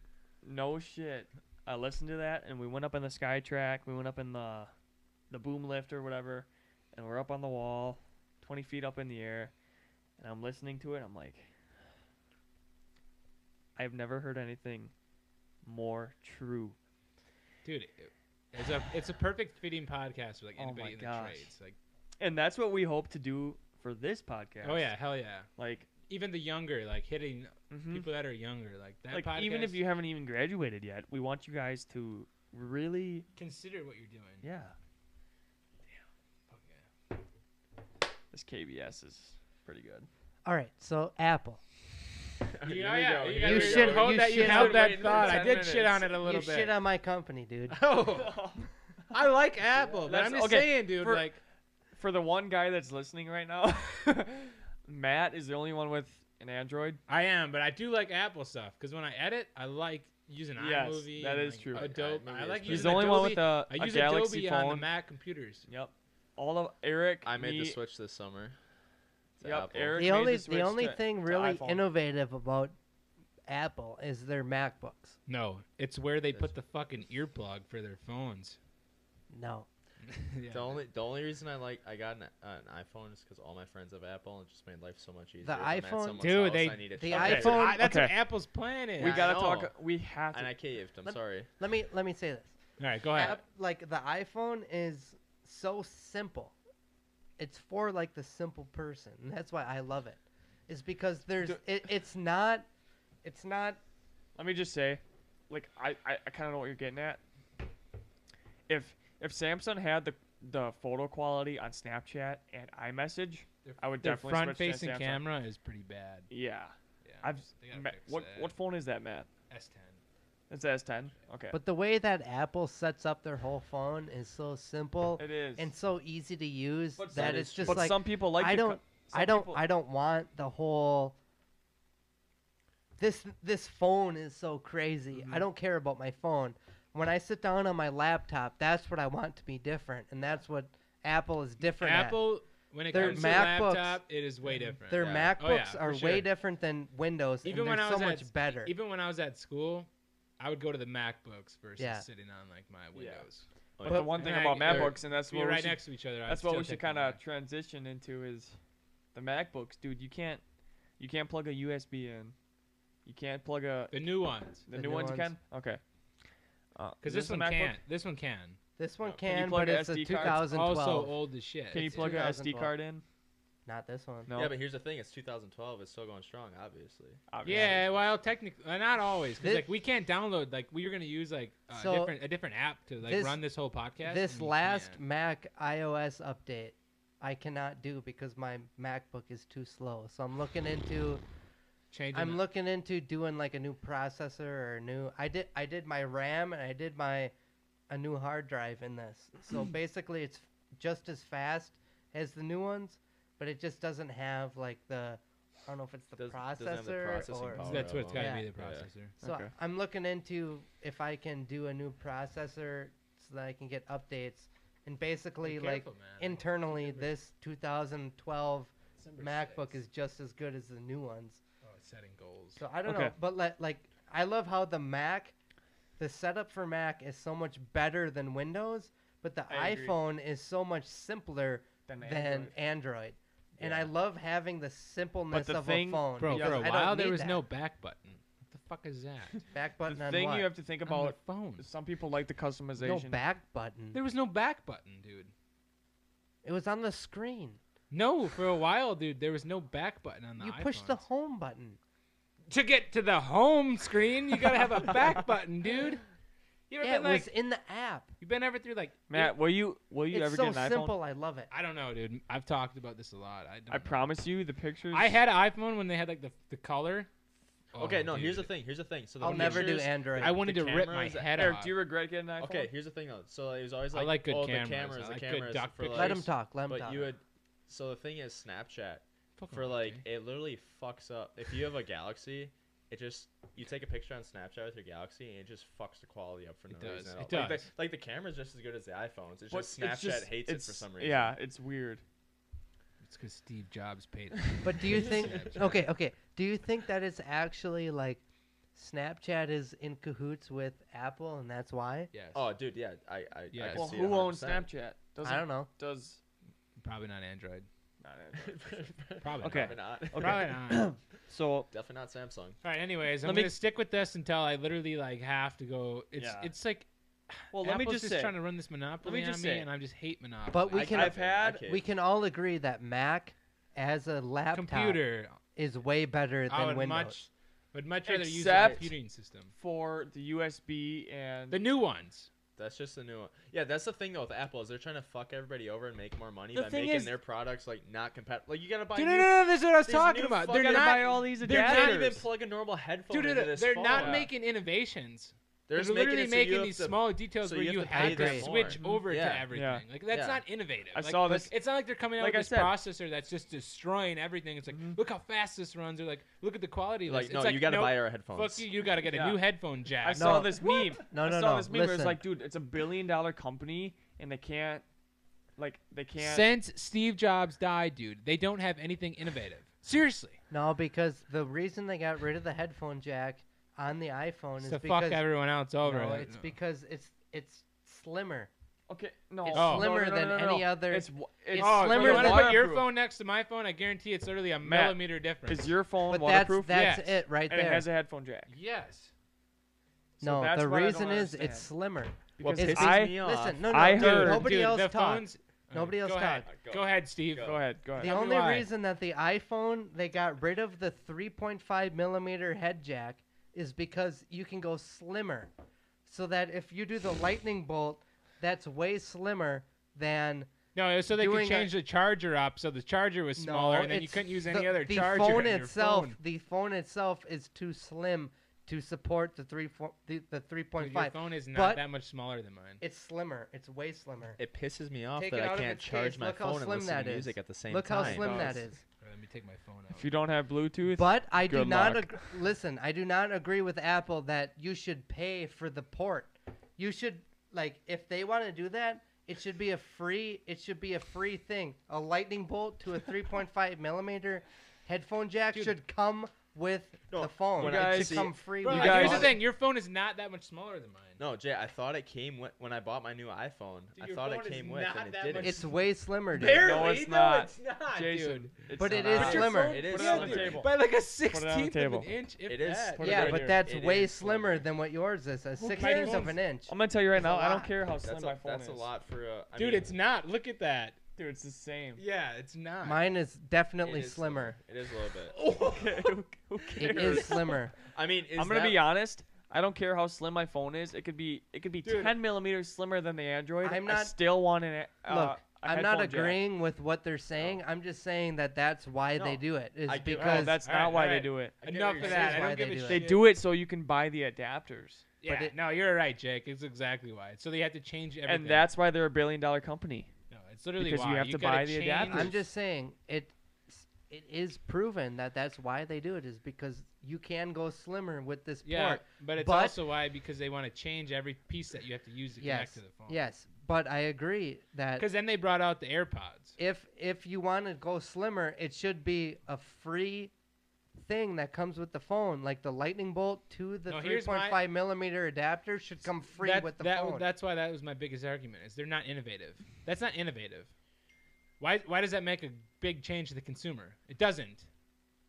no shit, I listened to that, and we went up on the SkyTrack. We went up in the the boom lift or whatever, and we're up on the wall, 20 feet up in the air, and I'm listening to it. I'm like, I've never heard anything more true. dude. it- It's a it's a perfect fitting podcast for like Oh my anybody in the gosh. trades. Like, And that's what we hope to do for this podcast. oh yeah, hell yeah. Like, Even the younger, like hitting mhm. people that are younger, Hmm. like Mm-hmm. that. like podcast, even if you haven't even graduated yet, we want you guys to really, consider what you're doing, yeah. Fuck yeah. This KBS is pretty good. All right, so Apple. Here Yeah, we yeah, go, you here gotta we shit, go. hold You that. You shit held on- that waiting thought. for I 10 did shit on it minutes. a You little shit bit. on my company, dude. Oh, I like Apple, but That's- I'm just okay, saying, dude. for- like, For the one guy that's listening right now, Matt is the only one with an Android. I am, but I do like Apple stuff because when I edit, I like using Yes, iMovie. that and, is like, true. Adobe. iMovie I like is better. using He's the only Adobe. one with a, I a use Galaxy Adobe phone. on the Mac computers. Yep. All of Eric. I made me, the switch this summer. to Yep. Apple. Eric. The made only the switch the only to- thing to really iPhone. innovative about Apple is their MacBooks. No, it's where they That's- put the fucking earplug for their phones. No, Yeah. The only the only reason I like I got an, an iPhone is because all my friends have Apple and it just made life so much easier. If I'm at iPhone- someone's Dude, house, they- I need a the charger. iPhone- I- that's what Okay. Apple's plan is. We I gotta know. talk. We have and to. Oh. I caved. I'm Lem- sorry. let me let me say this. All right, go ahead. App- like the iPhone is so simple. It's for like the simple person. And that's why I love it. Is because there's Do- it, it's not it's not let me just say, like I, I, I kind of know what you're getting at. If if Samsung had the the photo quality on Snapchat and iMessage, Their- I would their definitely switch to front-facing Samsung. camera is pretty bad. Yeah, Yeah, I've they gotta Ma- fix what that. what phone is that, Matt? S10? It's S10. Okay, but the way that Apple sets up their whole phone is so simple it is. and so easy to use But that that it's is just but like some people like. I the co- don't some I don't people- I don't want the whole this this phone is so crazy. Mm-hmm. I don't care about my phone. When I sit down on my laptop, that's what I want to be different, and that's what Apple is different. at. Apple, when it Their comes MacBooks- to laptop, it is way different. their Yeah. MacBooks Oh, yeah, for are sure. way different than Windows. Even and when they're I so was at much s- better. Even when I was at school, I would go to the MacBooks versus Yeah. sitting on like my Yeah. Windows. But, But- the one thing and about I- they're- MacBooks, and that's we what were we right should- next to each other. I'd that's what still we should take the kind of Mac. transition into is the MacBooks, dude. You can't you can't plug a USB in. You can't plug a The new ones, the, The new, new ones, you ones. can. Okay. because this, one can. This one can. This one No. can, Can you plug but a it's a SD card? Also 2012. old as shit. Can you It's plug an SD 2012. card in? Not this one. No. Yeah, but here's the thing: it's 2012. It's still going strong, obviously. obviously. Yeah, well, technically, uh, not always. Because Thi- like we can't download. Like we were gonna use like a So, different a different app to like this- run this whole podcast. this and you last can't. Mac iOS update, I cannot do because my MacBook is too slow. So I'm looking into changing. I'm the- looking into doing like a new processor or a new. I did I did my RAM and I did my a new hard drive in this. So basically, it's just as fast as the new ones, but it just doesn't have like the. I don't know if it's the Doesn't- doesn't have the processor processing or. power. Oh, that's what it's gotta Yeah. be the Yeah. processor. So Okay. I'm looking into if I can do a new processor so that I can get updates. And basically, Be like careful, man. internally, this 2012 December MacBook sixth. is just as good as the new ones. Oh, it's setting goals. So I don't Okay. know, but like, like I love how the Mac, the setup for Mac is so much better than Windows, but the I agree. iPhone is so much simpler than Android. And I love having the simpleness the of thing- a phone. Bro, because for a I don't while there need was that. no back button. What the fuck is that? back button the on thing what? you have to think On the about. phone. Some people like the no customization. back button. There was no back button, dude. It was on the screen. No, for a while, dude, there was no back button on the you pushed the iPhones. home button. to get to the home screen, you gotta have a back button, dude. You ever Yeah, it been like was in the app. you been ever through like Matt, will you will you It's ever so get an iPhone? simple. I love it. I don't know, dude. I've talked about this a lot. I don't I know. promise you, the pictures. I had an iPhone when they had like the the color. Oh, okay, no. dude. Here's the thing. Here's the thing. So the I'll never do pictures- Android. I wanted The to rip my cameras- head Eric, off. do you regret getting an iPhone? Okay, here's the thing though. So it was always I like, like good oh, cameras. the cameras, I the like good cameras doc for pictures. like, Let him talk. Let him But talk. you would. So the thing is, Snapchat Fucking for like Oh, okay. it literally fucks up. If you have a Galaxy, it just you take a picture on Snapchat with your Galaxy and it just fucks the quality up for no It does, reason. At all. it Like, the, does. like the camera's just as good as the iPhones. It's But just Snapchat just- hates it for it's- some reason. Yeah, it's weird. It's because Steve Jobs paid. But do you think? Snapchat. Okay, okay. Do you think that it's actually like Snapchat is in cahoots with Apple, and that's why? yes. Oh, dude, yeah. I, I, I Yes. can Well, see who owns 100%. Snapchat? I don't know. Does Probably not Android. not Android. Probably. Okay. Probably not. Okay. Probably not. All So Definitely not Samsung. right. Anyways, I'm Let me- gonna stick with this until I literally like have to go. It's Yeah. it's like well, let Apple's me just, say. trying to run this monopoly just on me, say- and I just hate monopoly. But we I- can- I I've had- can't. We can all agree that Mac as a laptop computer. is way better I than would Windows. much would much rather use the Except- computing system. for the USB and The new ones. That's just the new one. Yeah, that's the thing though with Apple is they're trying to fuck everybody over and make more money The by thing making is- their products like not compatible. Like you gotta buy. Dude, new no, no, no, this is what I was these talking new about. fucking- They're not, Gotta buy all these they're They're not not adapters. even plug a normal headphone dude, into they're, this they're phone. not Yeah. making innovations. They're They're just literally making, it so you making have these to- small details so where you have you to have pay them to, switch more. over to Yeah. everything. Yeah. Like that's Yeah. not innovative. I Like, saw this- It's not like they're coming out like I with this said. Mm-hmm. processor that's just destroying everything. It's like look how fast this runs, or like look at the quality. of this. Like It's no, you gotta nope, buy our headphones. Fuck you! You gotta get Yeah. a new headphone jack. I saw No. this meme. No, no, I saw no, this meme. Where it's listen. like, dude, it's a billion dollar company and they can't, like, they can't. Since Steve Jobs died, dude, they don't have anything innovative. Seriously, No, because the reason they got rid of the headphone jack on the iPhone It's is to fuck because everyone else over. no, Like, it's no. because it's it's slimmer. okay, no, It's no, no, slimmer no, no, than no, no. any other- Oh. It's wa- it's oh, slimmer if you want to than- put your waterproof. phone next to my phone, I guarantee it's literally a Matt, millimeter difference. Is your phone But that's waterproof? that's Yes. it right and it there. has a headphone jack. yes. no, So that's the what I reason don't is understand. it's slimmer. Because It's his- because- I me off. Listen, no, no, I dude, heard- nobody Dude, else the talked. phones- Mm. Nobody else go ahead. talked. Go. Go ahead, Steve. go ahead, The go ahead. Tell me only why. reason that the iPhone they got rid of the 3.5 millimeter head jack is because you can go slimmer, so that if you do the lightning bolt, that's way slimmer than No, it was so they could Doing a- change the charger up, so the charger was smaller, No, and then you it's- couldn't use any the, other the charger. phone on your itself. phone. The phone itself is too slim to support the three fo- the, the 3.5. Dude, your phone is not but- that much smaller than mine. It's slimmer. It's way slimmer. It pisses me off Take that it out I of can't its charge case. my Look how phone and slim listen that to music is. at the same Look how time. slim that Guys. is. All right, let me take my phone out. If you don't have Bluetooth, But I do Good not luck. ag- listen. I do not agree with Apple that you should pay for the port. You should like if they want to do that, it should be a free. It should be a free thing. A lightning bolt to a 3.5 millimeter headphone jack Dude. should come with No, the phone. you it guys- should come free. Bro, with you Like, the guys- here's the phone. thing: your phone is not that much smaller than mine. No, Jay, I thought it came with, when I bought my new iPhone. Dude, I your thought it phone is came with, not and it that didn't. much It's way slimmer, dude. Barely. No, it's no, not. it's not, dude. Jason, it's But it not. is slimmer. It is is Put it on the slimmer. table. By like a it on the sixteenth of table. an inch, if It is. that. Put it Yeah, right but here. that's It way is slimmer. slimmer than what yours is. A cares? sixteenth of an inch. I'm gonna tell you right It's a now. I don't lot. care how slim That's, my a, phone that's is. a lot for a. I Dude, mean, it's not. Look at that. dude. It's the same. Yeah, it's not. Mine is it definitely is slimmer. It is a little bit. Okay. who- who It cares? is slimmer. I mean, is I'm gonna that- be honest. I don't care how slim my phone is. It could be it could be Dude. 10 millimeters slimmer than the Android. I'm I not- still want an. a- Uh, Look, a I'm not headphone jack. agreeing with what they're saying. I'm just saying that that's why they No, do it. Is I Oh, get- No, because that's Alright, not why they alright. do it. I get Enough what of you're that. I saying. don't give a Why shit. they They do it so you can buy the adapters, Yeah, it- no, you're right, Jake. It's exactly why. So they have to change everything. and that's why they're a billion dollar company. no, it's literally because you why. have to gotta buy the change- adapter. I'm just saying it. It is proven that that's why they do it. Is because you can go slimmer with this Yeah, port. but it's But- also why because they want to change every piece that you have to use to Yes. connect to the phone. Yes, but I agree that Because then they brought out the AirPods. if if you want to go slimmer, it should be a free thing that comes with the phone, like the lightning bolt to the No, here's my- 3.5 millimeter adapter should come free That- with the that- phone. That's why that was my biggest argument is they're not innovative. That's not innovative. Why, why does that make a big change to the consumer? It doesn't.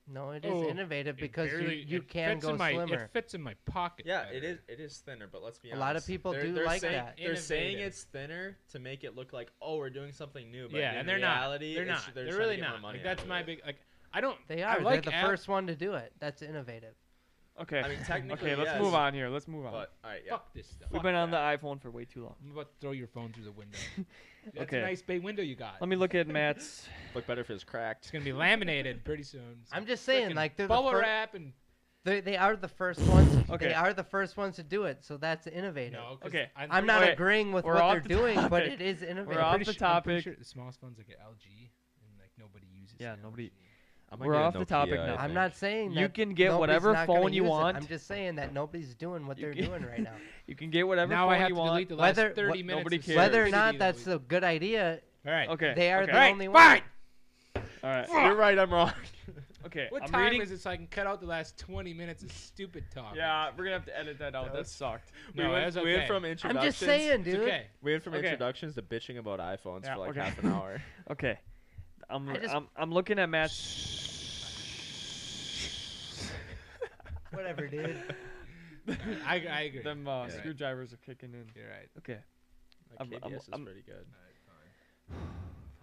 no, it is Oh, innovative It because barely- you, you it can fits go in my, slimmer. It fits in my pocket. Yeah, it better. is. It is thinner, but let's be A honest. lot of people They're- do they're like saying- that. They're saying Innovative. it's thinner to make it look like, oh, we're doing something new. But Yeah, in and they're reality, not. They're it's- not. They're, They're trying really to get more not. money Like, out that's of my it. big like. I don't. They I are. like They're the app- first one to do it. That's innovative. Okay. I mean, technically, okay. Let's yes, move on here. Let's move on. But all right, yeah. Fuck this stuff. We've been on the iPhone for way too long. I'm about to throw your phone through the window. That's Okay. a nice bay window you got. Let me look at Matt's. Look better if it's It's cracked. gonna be laminated pretty soon. So I'm just saying, frickin' like they're the bubble fir- wrap and they, they are the first ones. Okay. They are the first ones to do it, so that's innovative. no. 'cause Okay. I'm not Wait, agreeing with we're what off they're the doing, but topic. it is innovative. off pretty the su- I'm pretty topic. sure the smallest phone's like an LG, and like nobody uses. Yeah, an nobody- LG. We're off the topic now. I'm not saying that You can get nobody's whatever not gonna phone you use it. want. I'm just saying that nobody's doing what You they're can- doing right now. You can get whatever now phone I have you to want. delete the last Whether- 30 wh- minutes. nobody of cares. Whether or stupidity not that that's we- a good idea, all right. okay. they are okay. the Alright, only one. fine. All right. You're right. I'm wrong. Okay. What I'm time reading. is it so I can cut out the last 20 minutes of stupid talk? yeah, we're gonna have to edit that out. That, That was- sucked. No, we, went, that's we went okay. from I'm introductions. just saying, It's dude. okay. We went from Okay. introductions to bitching about iPhones Yeah, for like okay. half an hour. Okay. I'm, I just- I'm I'm looking at Matt's. Whatever, dude. I, I agree. Them uh, Right. screwdrivers are kicking in. You're right. Okay. My I'm- KBS I'm- is I'm- pretty good.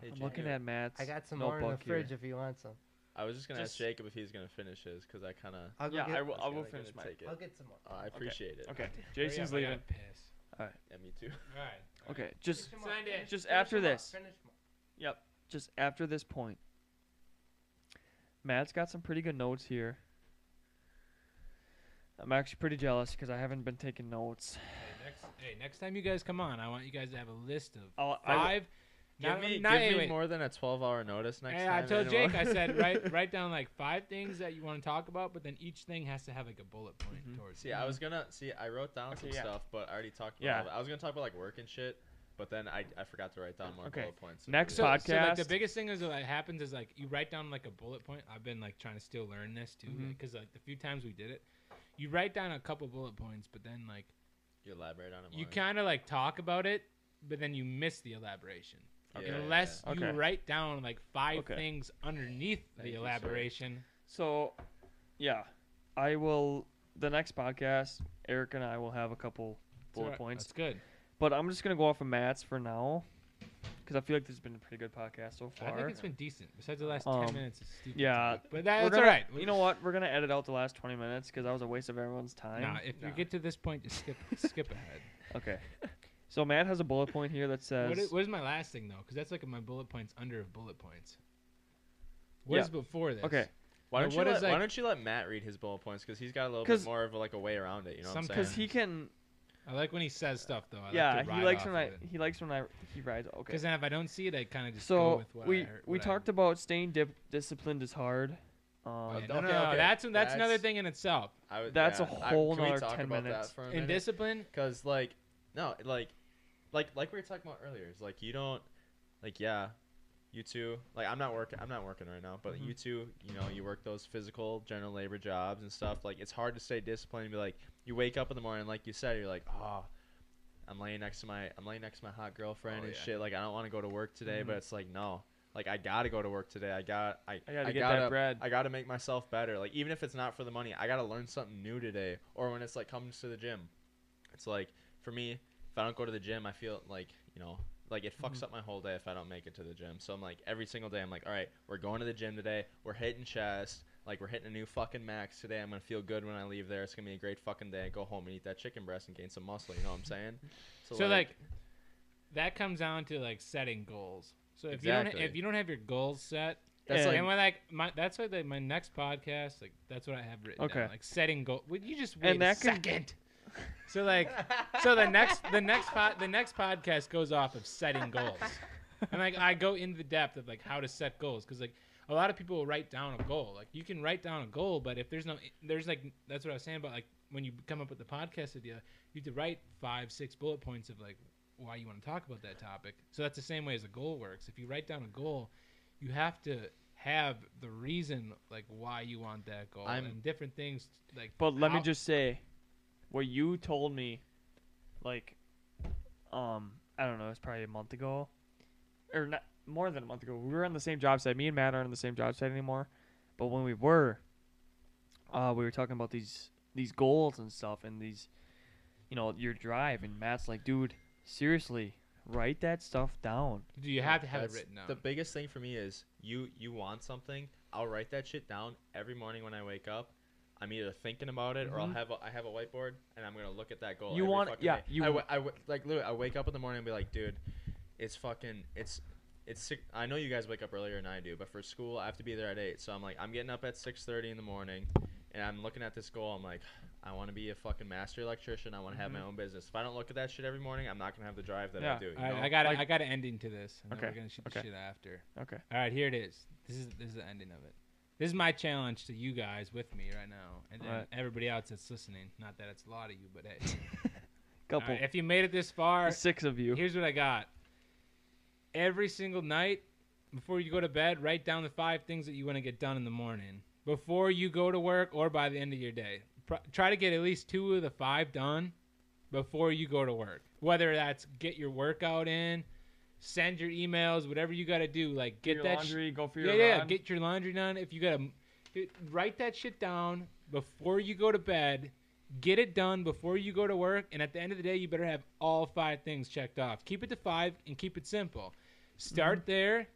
Hey, I'm Jake, looking you- at Matt's. I got some more notebook in the here. fridge if you want some. I was just gonna Just- ask Jacob if he's gonna finish his because I kind of. I'll go Yeah, get, I will. I will gonna finish take mine. it. I'll get some more. Uh, I appreciate it. Okay. Jason's Hurry up, I leaving. gotta Piss. Yeah, me too. All right. Okay. Just Finish 'em Signed up, in. finish- Just finish after 'em up, this. finish 'em up. yep. Just after this point. Matt's got some pretty good notes here. I'm actually pretty jealous because I haven't been taking notes. Hey, next, hey, next time you guys come on, I want you guys to have a list of I'll, I, five. Give not, me, not, give hey, me wait. more than a 12 hour notice next Hey, time. I told and Jake, we'll- I said write write down like five things that you want to talk about, but then each thing has to have like a bullet point Mhm. towards. Mm-hmm. See, it. I was gonna see. I wrote down Okay, some yeah. stuff, but I already talked about. Yeah. all of it. I was gonna talk about like work and shit, but then I, I forgot to write down more Okay. bullet points. Next so, so like the podcast. biggest thing is that happens is like you write down like a bullet point. I've been like trying to still learn this too Mm-hmm. Mhm. because like the few times we did it, you write down a couple bullet points, but then like you elaborate on it. you more. kind of like talk about it, but then you miss the elaboration. Yeah, yeah, Unless yeah. Okay. you write down like five Okay. things underneath Thank the you, sir. elaboration. so, yeah, I will. The next podcast, Eric and I will have a couple So, bullet uh, points. That's good. But I'm just gonna go off of Matt's for now, because I feel like this has been a pretty good podcast so far. I think it's been decent. Besides the last Um, ten minutes, it's stupid. yeah, talk. but Uh, We're that, that's gonna- all right. You know what? We're gonna edit out the last 20 minutes because that was a waste of everyone's time. Nah, if you Nah. get to this point, just skip skip ahead. Okay. So Matt has a bullet point here that says What is, what is my last thing though? Because that's like my bullet points under of bullet points. What Yeah. is before this? Okay. Why Now, don't you what let, is, like- Why don't you let Matt read his bullet points because he's got a little 'Cause- bit more of like a way around it. You know what I'm Some- saying? because he can. I like when he says stuff though. I like yeah, to he ride likes off when of I it. he likes when I he rides. Okay. Because then if I don't see it, I kind of just go So with what we I heard, we what I- talked about staying dip- disciplined is hard. Oh, Um, no, Okay, no, no, okay. That's, that's another That's- thing in itself. I would- that's a yeah, I- whole can we nother talk 10 about that minutes. for a In minute? discipline, Cause like, no, like, like, like we were talking about earlier. It's like you don't, like, yeah, you two, like I'm not working, I'm not working right now, but Mm-hmm. you two, you know, you work those physical general labor jobs and stuff. Like it's hard to stay disciplined and be like, you wake up in the morning, like you said, you're like, oh, I'm laying next to my, I'm laying next to my hot girlfriend Oh, and yeah. shit. Like I don't want to go to work today, Mhm. but it's like no, like I gotta go to work today. I got, I, I gotta get that bread. I gotta make myself better. Like even if it's not for the money, I gotta learn something new today. Or when it's like comes to the gym, it's like for me, if I don't go to the gym, I feel like you know, like it Mm-hmm. fucks up my whole day if I don't make it to the gym. So I'm like every single day, I'm like, all right, we're going to the gym today. We're hitting chest. Like we're hitting a new fucking max today. I'm gonna feel good when I leave there. It's gonna be a great fucking day. Go home and eat that chicken breast and gain some muscle. You know what I'm saying? So like, that comes down to like setting goals. So if you Exactly. don't if you don't have your goals set, That's that's like- and when like my that's like the, my next podcast like that's what I have written. Okay. Down, like setting goal. Would you just wait a that could- second? So like, so the next the next pod the next podcast goes off of setting goals, and like I go into the depth of like how to set goals because like a lot of people will write down a goal. Like you can write down a goal, but if there's no there's like that's what I was saying about like when you come up with the podcast idea, you have to write five six bullet points of like why you want to talk about that topic. So that's the same way as a goal works. If you write down a goal, you have to have the reason like why you want that goal I'm- and different things like But let me how- just say, what you told me, like, um, I don't know, it's probably a month ago, or not more than a month ago. We were on the same job site. Me and Matt aren't on the same job site anymore, but when we were, uh, we were talking about these these goals and stuff, and these, you know, your drive. And Matt's like, dude, seriously, write that stuff down. do you have to have it That's- written down The biggest thing for me is you you want something, I'll write that shit down every morning when I wake up. I'm either thinking about it or I'll Mm-hmm. Mhm. have a, I have a whiteboard and I'm gonna look at that goal. You every want- fucking yeah, day. you- I, w- I w- like literally I wake up in the morning and be like, dude, it's fucking it's it's six, I know you guys wake up earlier than I do, but for school I have to be there at eight. So I'm like I'm getting up at six thirty in the morning, and I'm looking at this goal. I'm like, I want to be a fucking master electrician. I want to have Mm-hmm. my own business. If I don't look at that shit every morning, I'm not gonna have the drive that Yeah, I do. You All right, know? I got Like- I got an ending to this. And okay. Then Okay, we're gonna shoot okay. the shit after. Okay. All right, here it is. This is this is the ending of it. This is my challenge to you guys with me right now, and, and Right. everybody else that's listening. Not that it's a lot of you, but hey, All Couple, right, if you made it this far, six of you. here's what I got. Every single night, before you go to bed, write down the five things that you want to get done in the morning before you go to work or by the end of your day. Pr- try to get at least two of the five done before you go to work. Whether that's get your workout in, send your emails, whatever you got to do, like get your that sh- laundry, go for yeah, your yeah. run. Get your laundry done. If you gotta dude, write that shit down before you go to bed, get it done before you go to work, and at the end of the day, you better have all five things checked off. Keep it to five and keep it simple. Start there,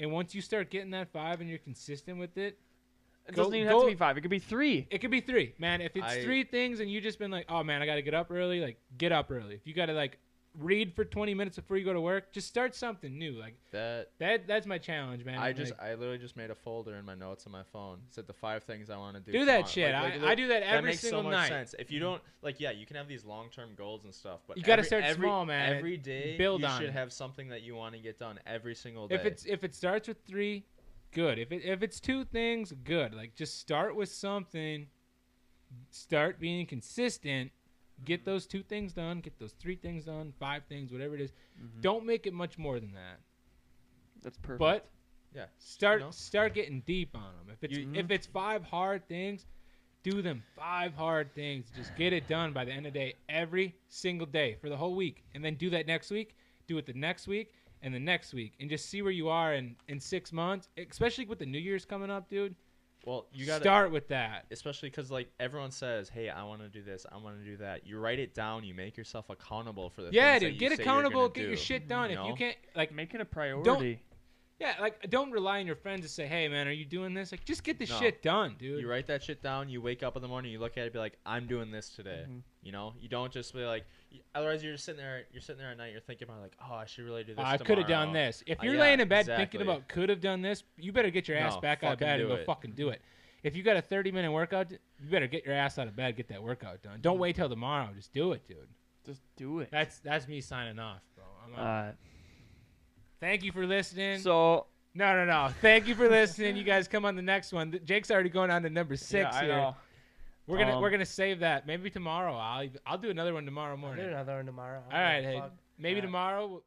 and once you start getting that five and you're consistent with it, it go- doesn't even have go- to be five. It could be three. it could be three, man. If it's I- three things and you just been like, oh man, I gotta get up early, like get up early. If you gotta like read for 20 minutes before you go to work, just start something new. Like that that, that's my challenge, man. I just Like, I literally just made a folder in my notes on my phone. It said the five things I want to do. do that tomorrow. shit. Like, like, I, I that- do that every that makes single so much night. sense. If you don't like, yeah, you can have these long term goals and stuff, but You gotta every- start every- small, man. Every day, Build you on should it. have something that you want to get done every single day. If it's if it starts with three, good. If it if it's two things, good. Like just start with something. Start being consistent. Get Mm-hmm. those two things done. Get those three things done. Five things, whatever it is. Mm-hmm. Don't make it much more than that. That's perfect. But Yeah, start you know? start getting deep on them. If it's You- mm-hmm. if it's five hard things, do them five hard things. Just get it done by the end of the day every single day for the whole week, and then do that next week. Do it the next week and the next week, and just see where you are in in six months. Especially with the New Year's coming up, dude. well, you got to start with that. especially because like everyone says, hey, I want to do this, I want to do that. You write it down. You make yourself accountable for the. Yeah, things that dude. you Get say you're gonna accountable. Get do. your shit done. you If you know? can't, like, make it a priority. yeah, like, don't rely on your friends to say, "Hey, man, are you doing this?" Like, just get the No. shit done, dude. You write that shit down. You wake up in the morning. You look at it. Be like, I'm doing this today. Mm-hmm. Mhm. You know. You don't just be like. y- Otherwise, you're just sitting there. You're sitting there at night. You're thinking about like, oh, I should really do this. I could have done tomorrow." this. If Uh, you're yeah, laying in bed exactly. thinking about could have done this, you better get your ass No, back out of fucking bed and do go it. fucking do it. If you got a 30 minute workout, you better get your ass out of bed, get that workout done. Don't wait till tomorrow. Just do it, dude. Just do it. That's that's me signing off, bro. I'm out. Uh, Thank you for listening. so no, no, no. Thank you for listening. You guys come on the next one. Th- Jake's already going on to number six yeah, I here. know. We're gonna Um, we're gonna save that. Maybe tomorrow. I'll I'll do another one tomorrow I'll do morning. another one tomorrow. I don't All right, give a hey, fuck. maybe All right. tomorrow.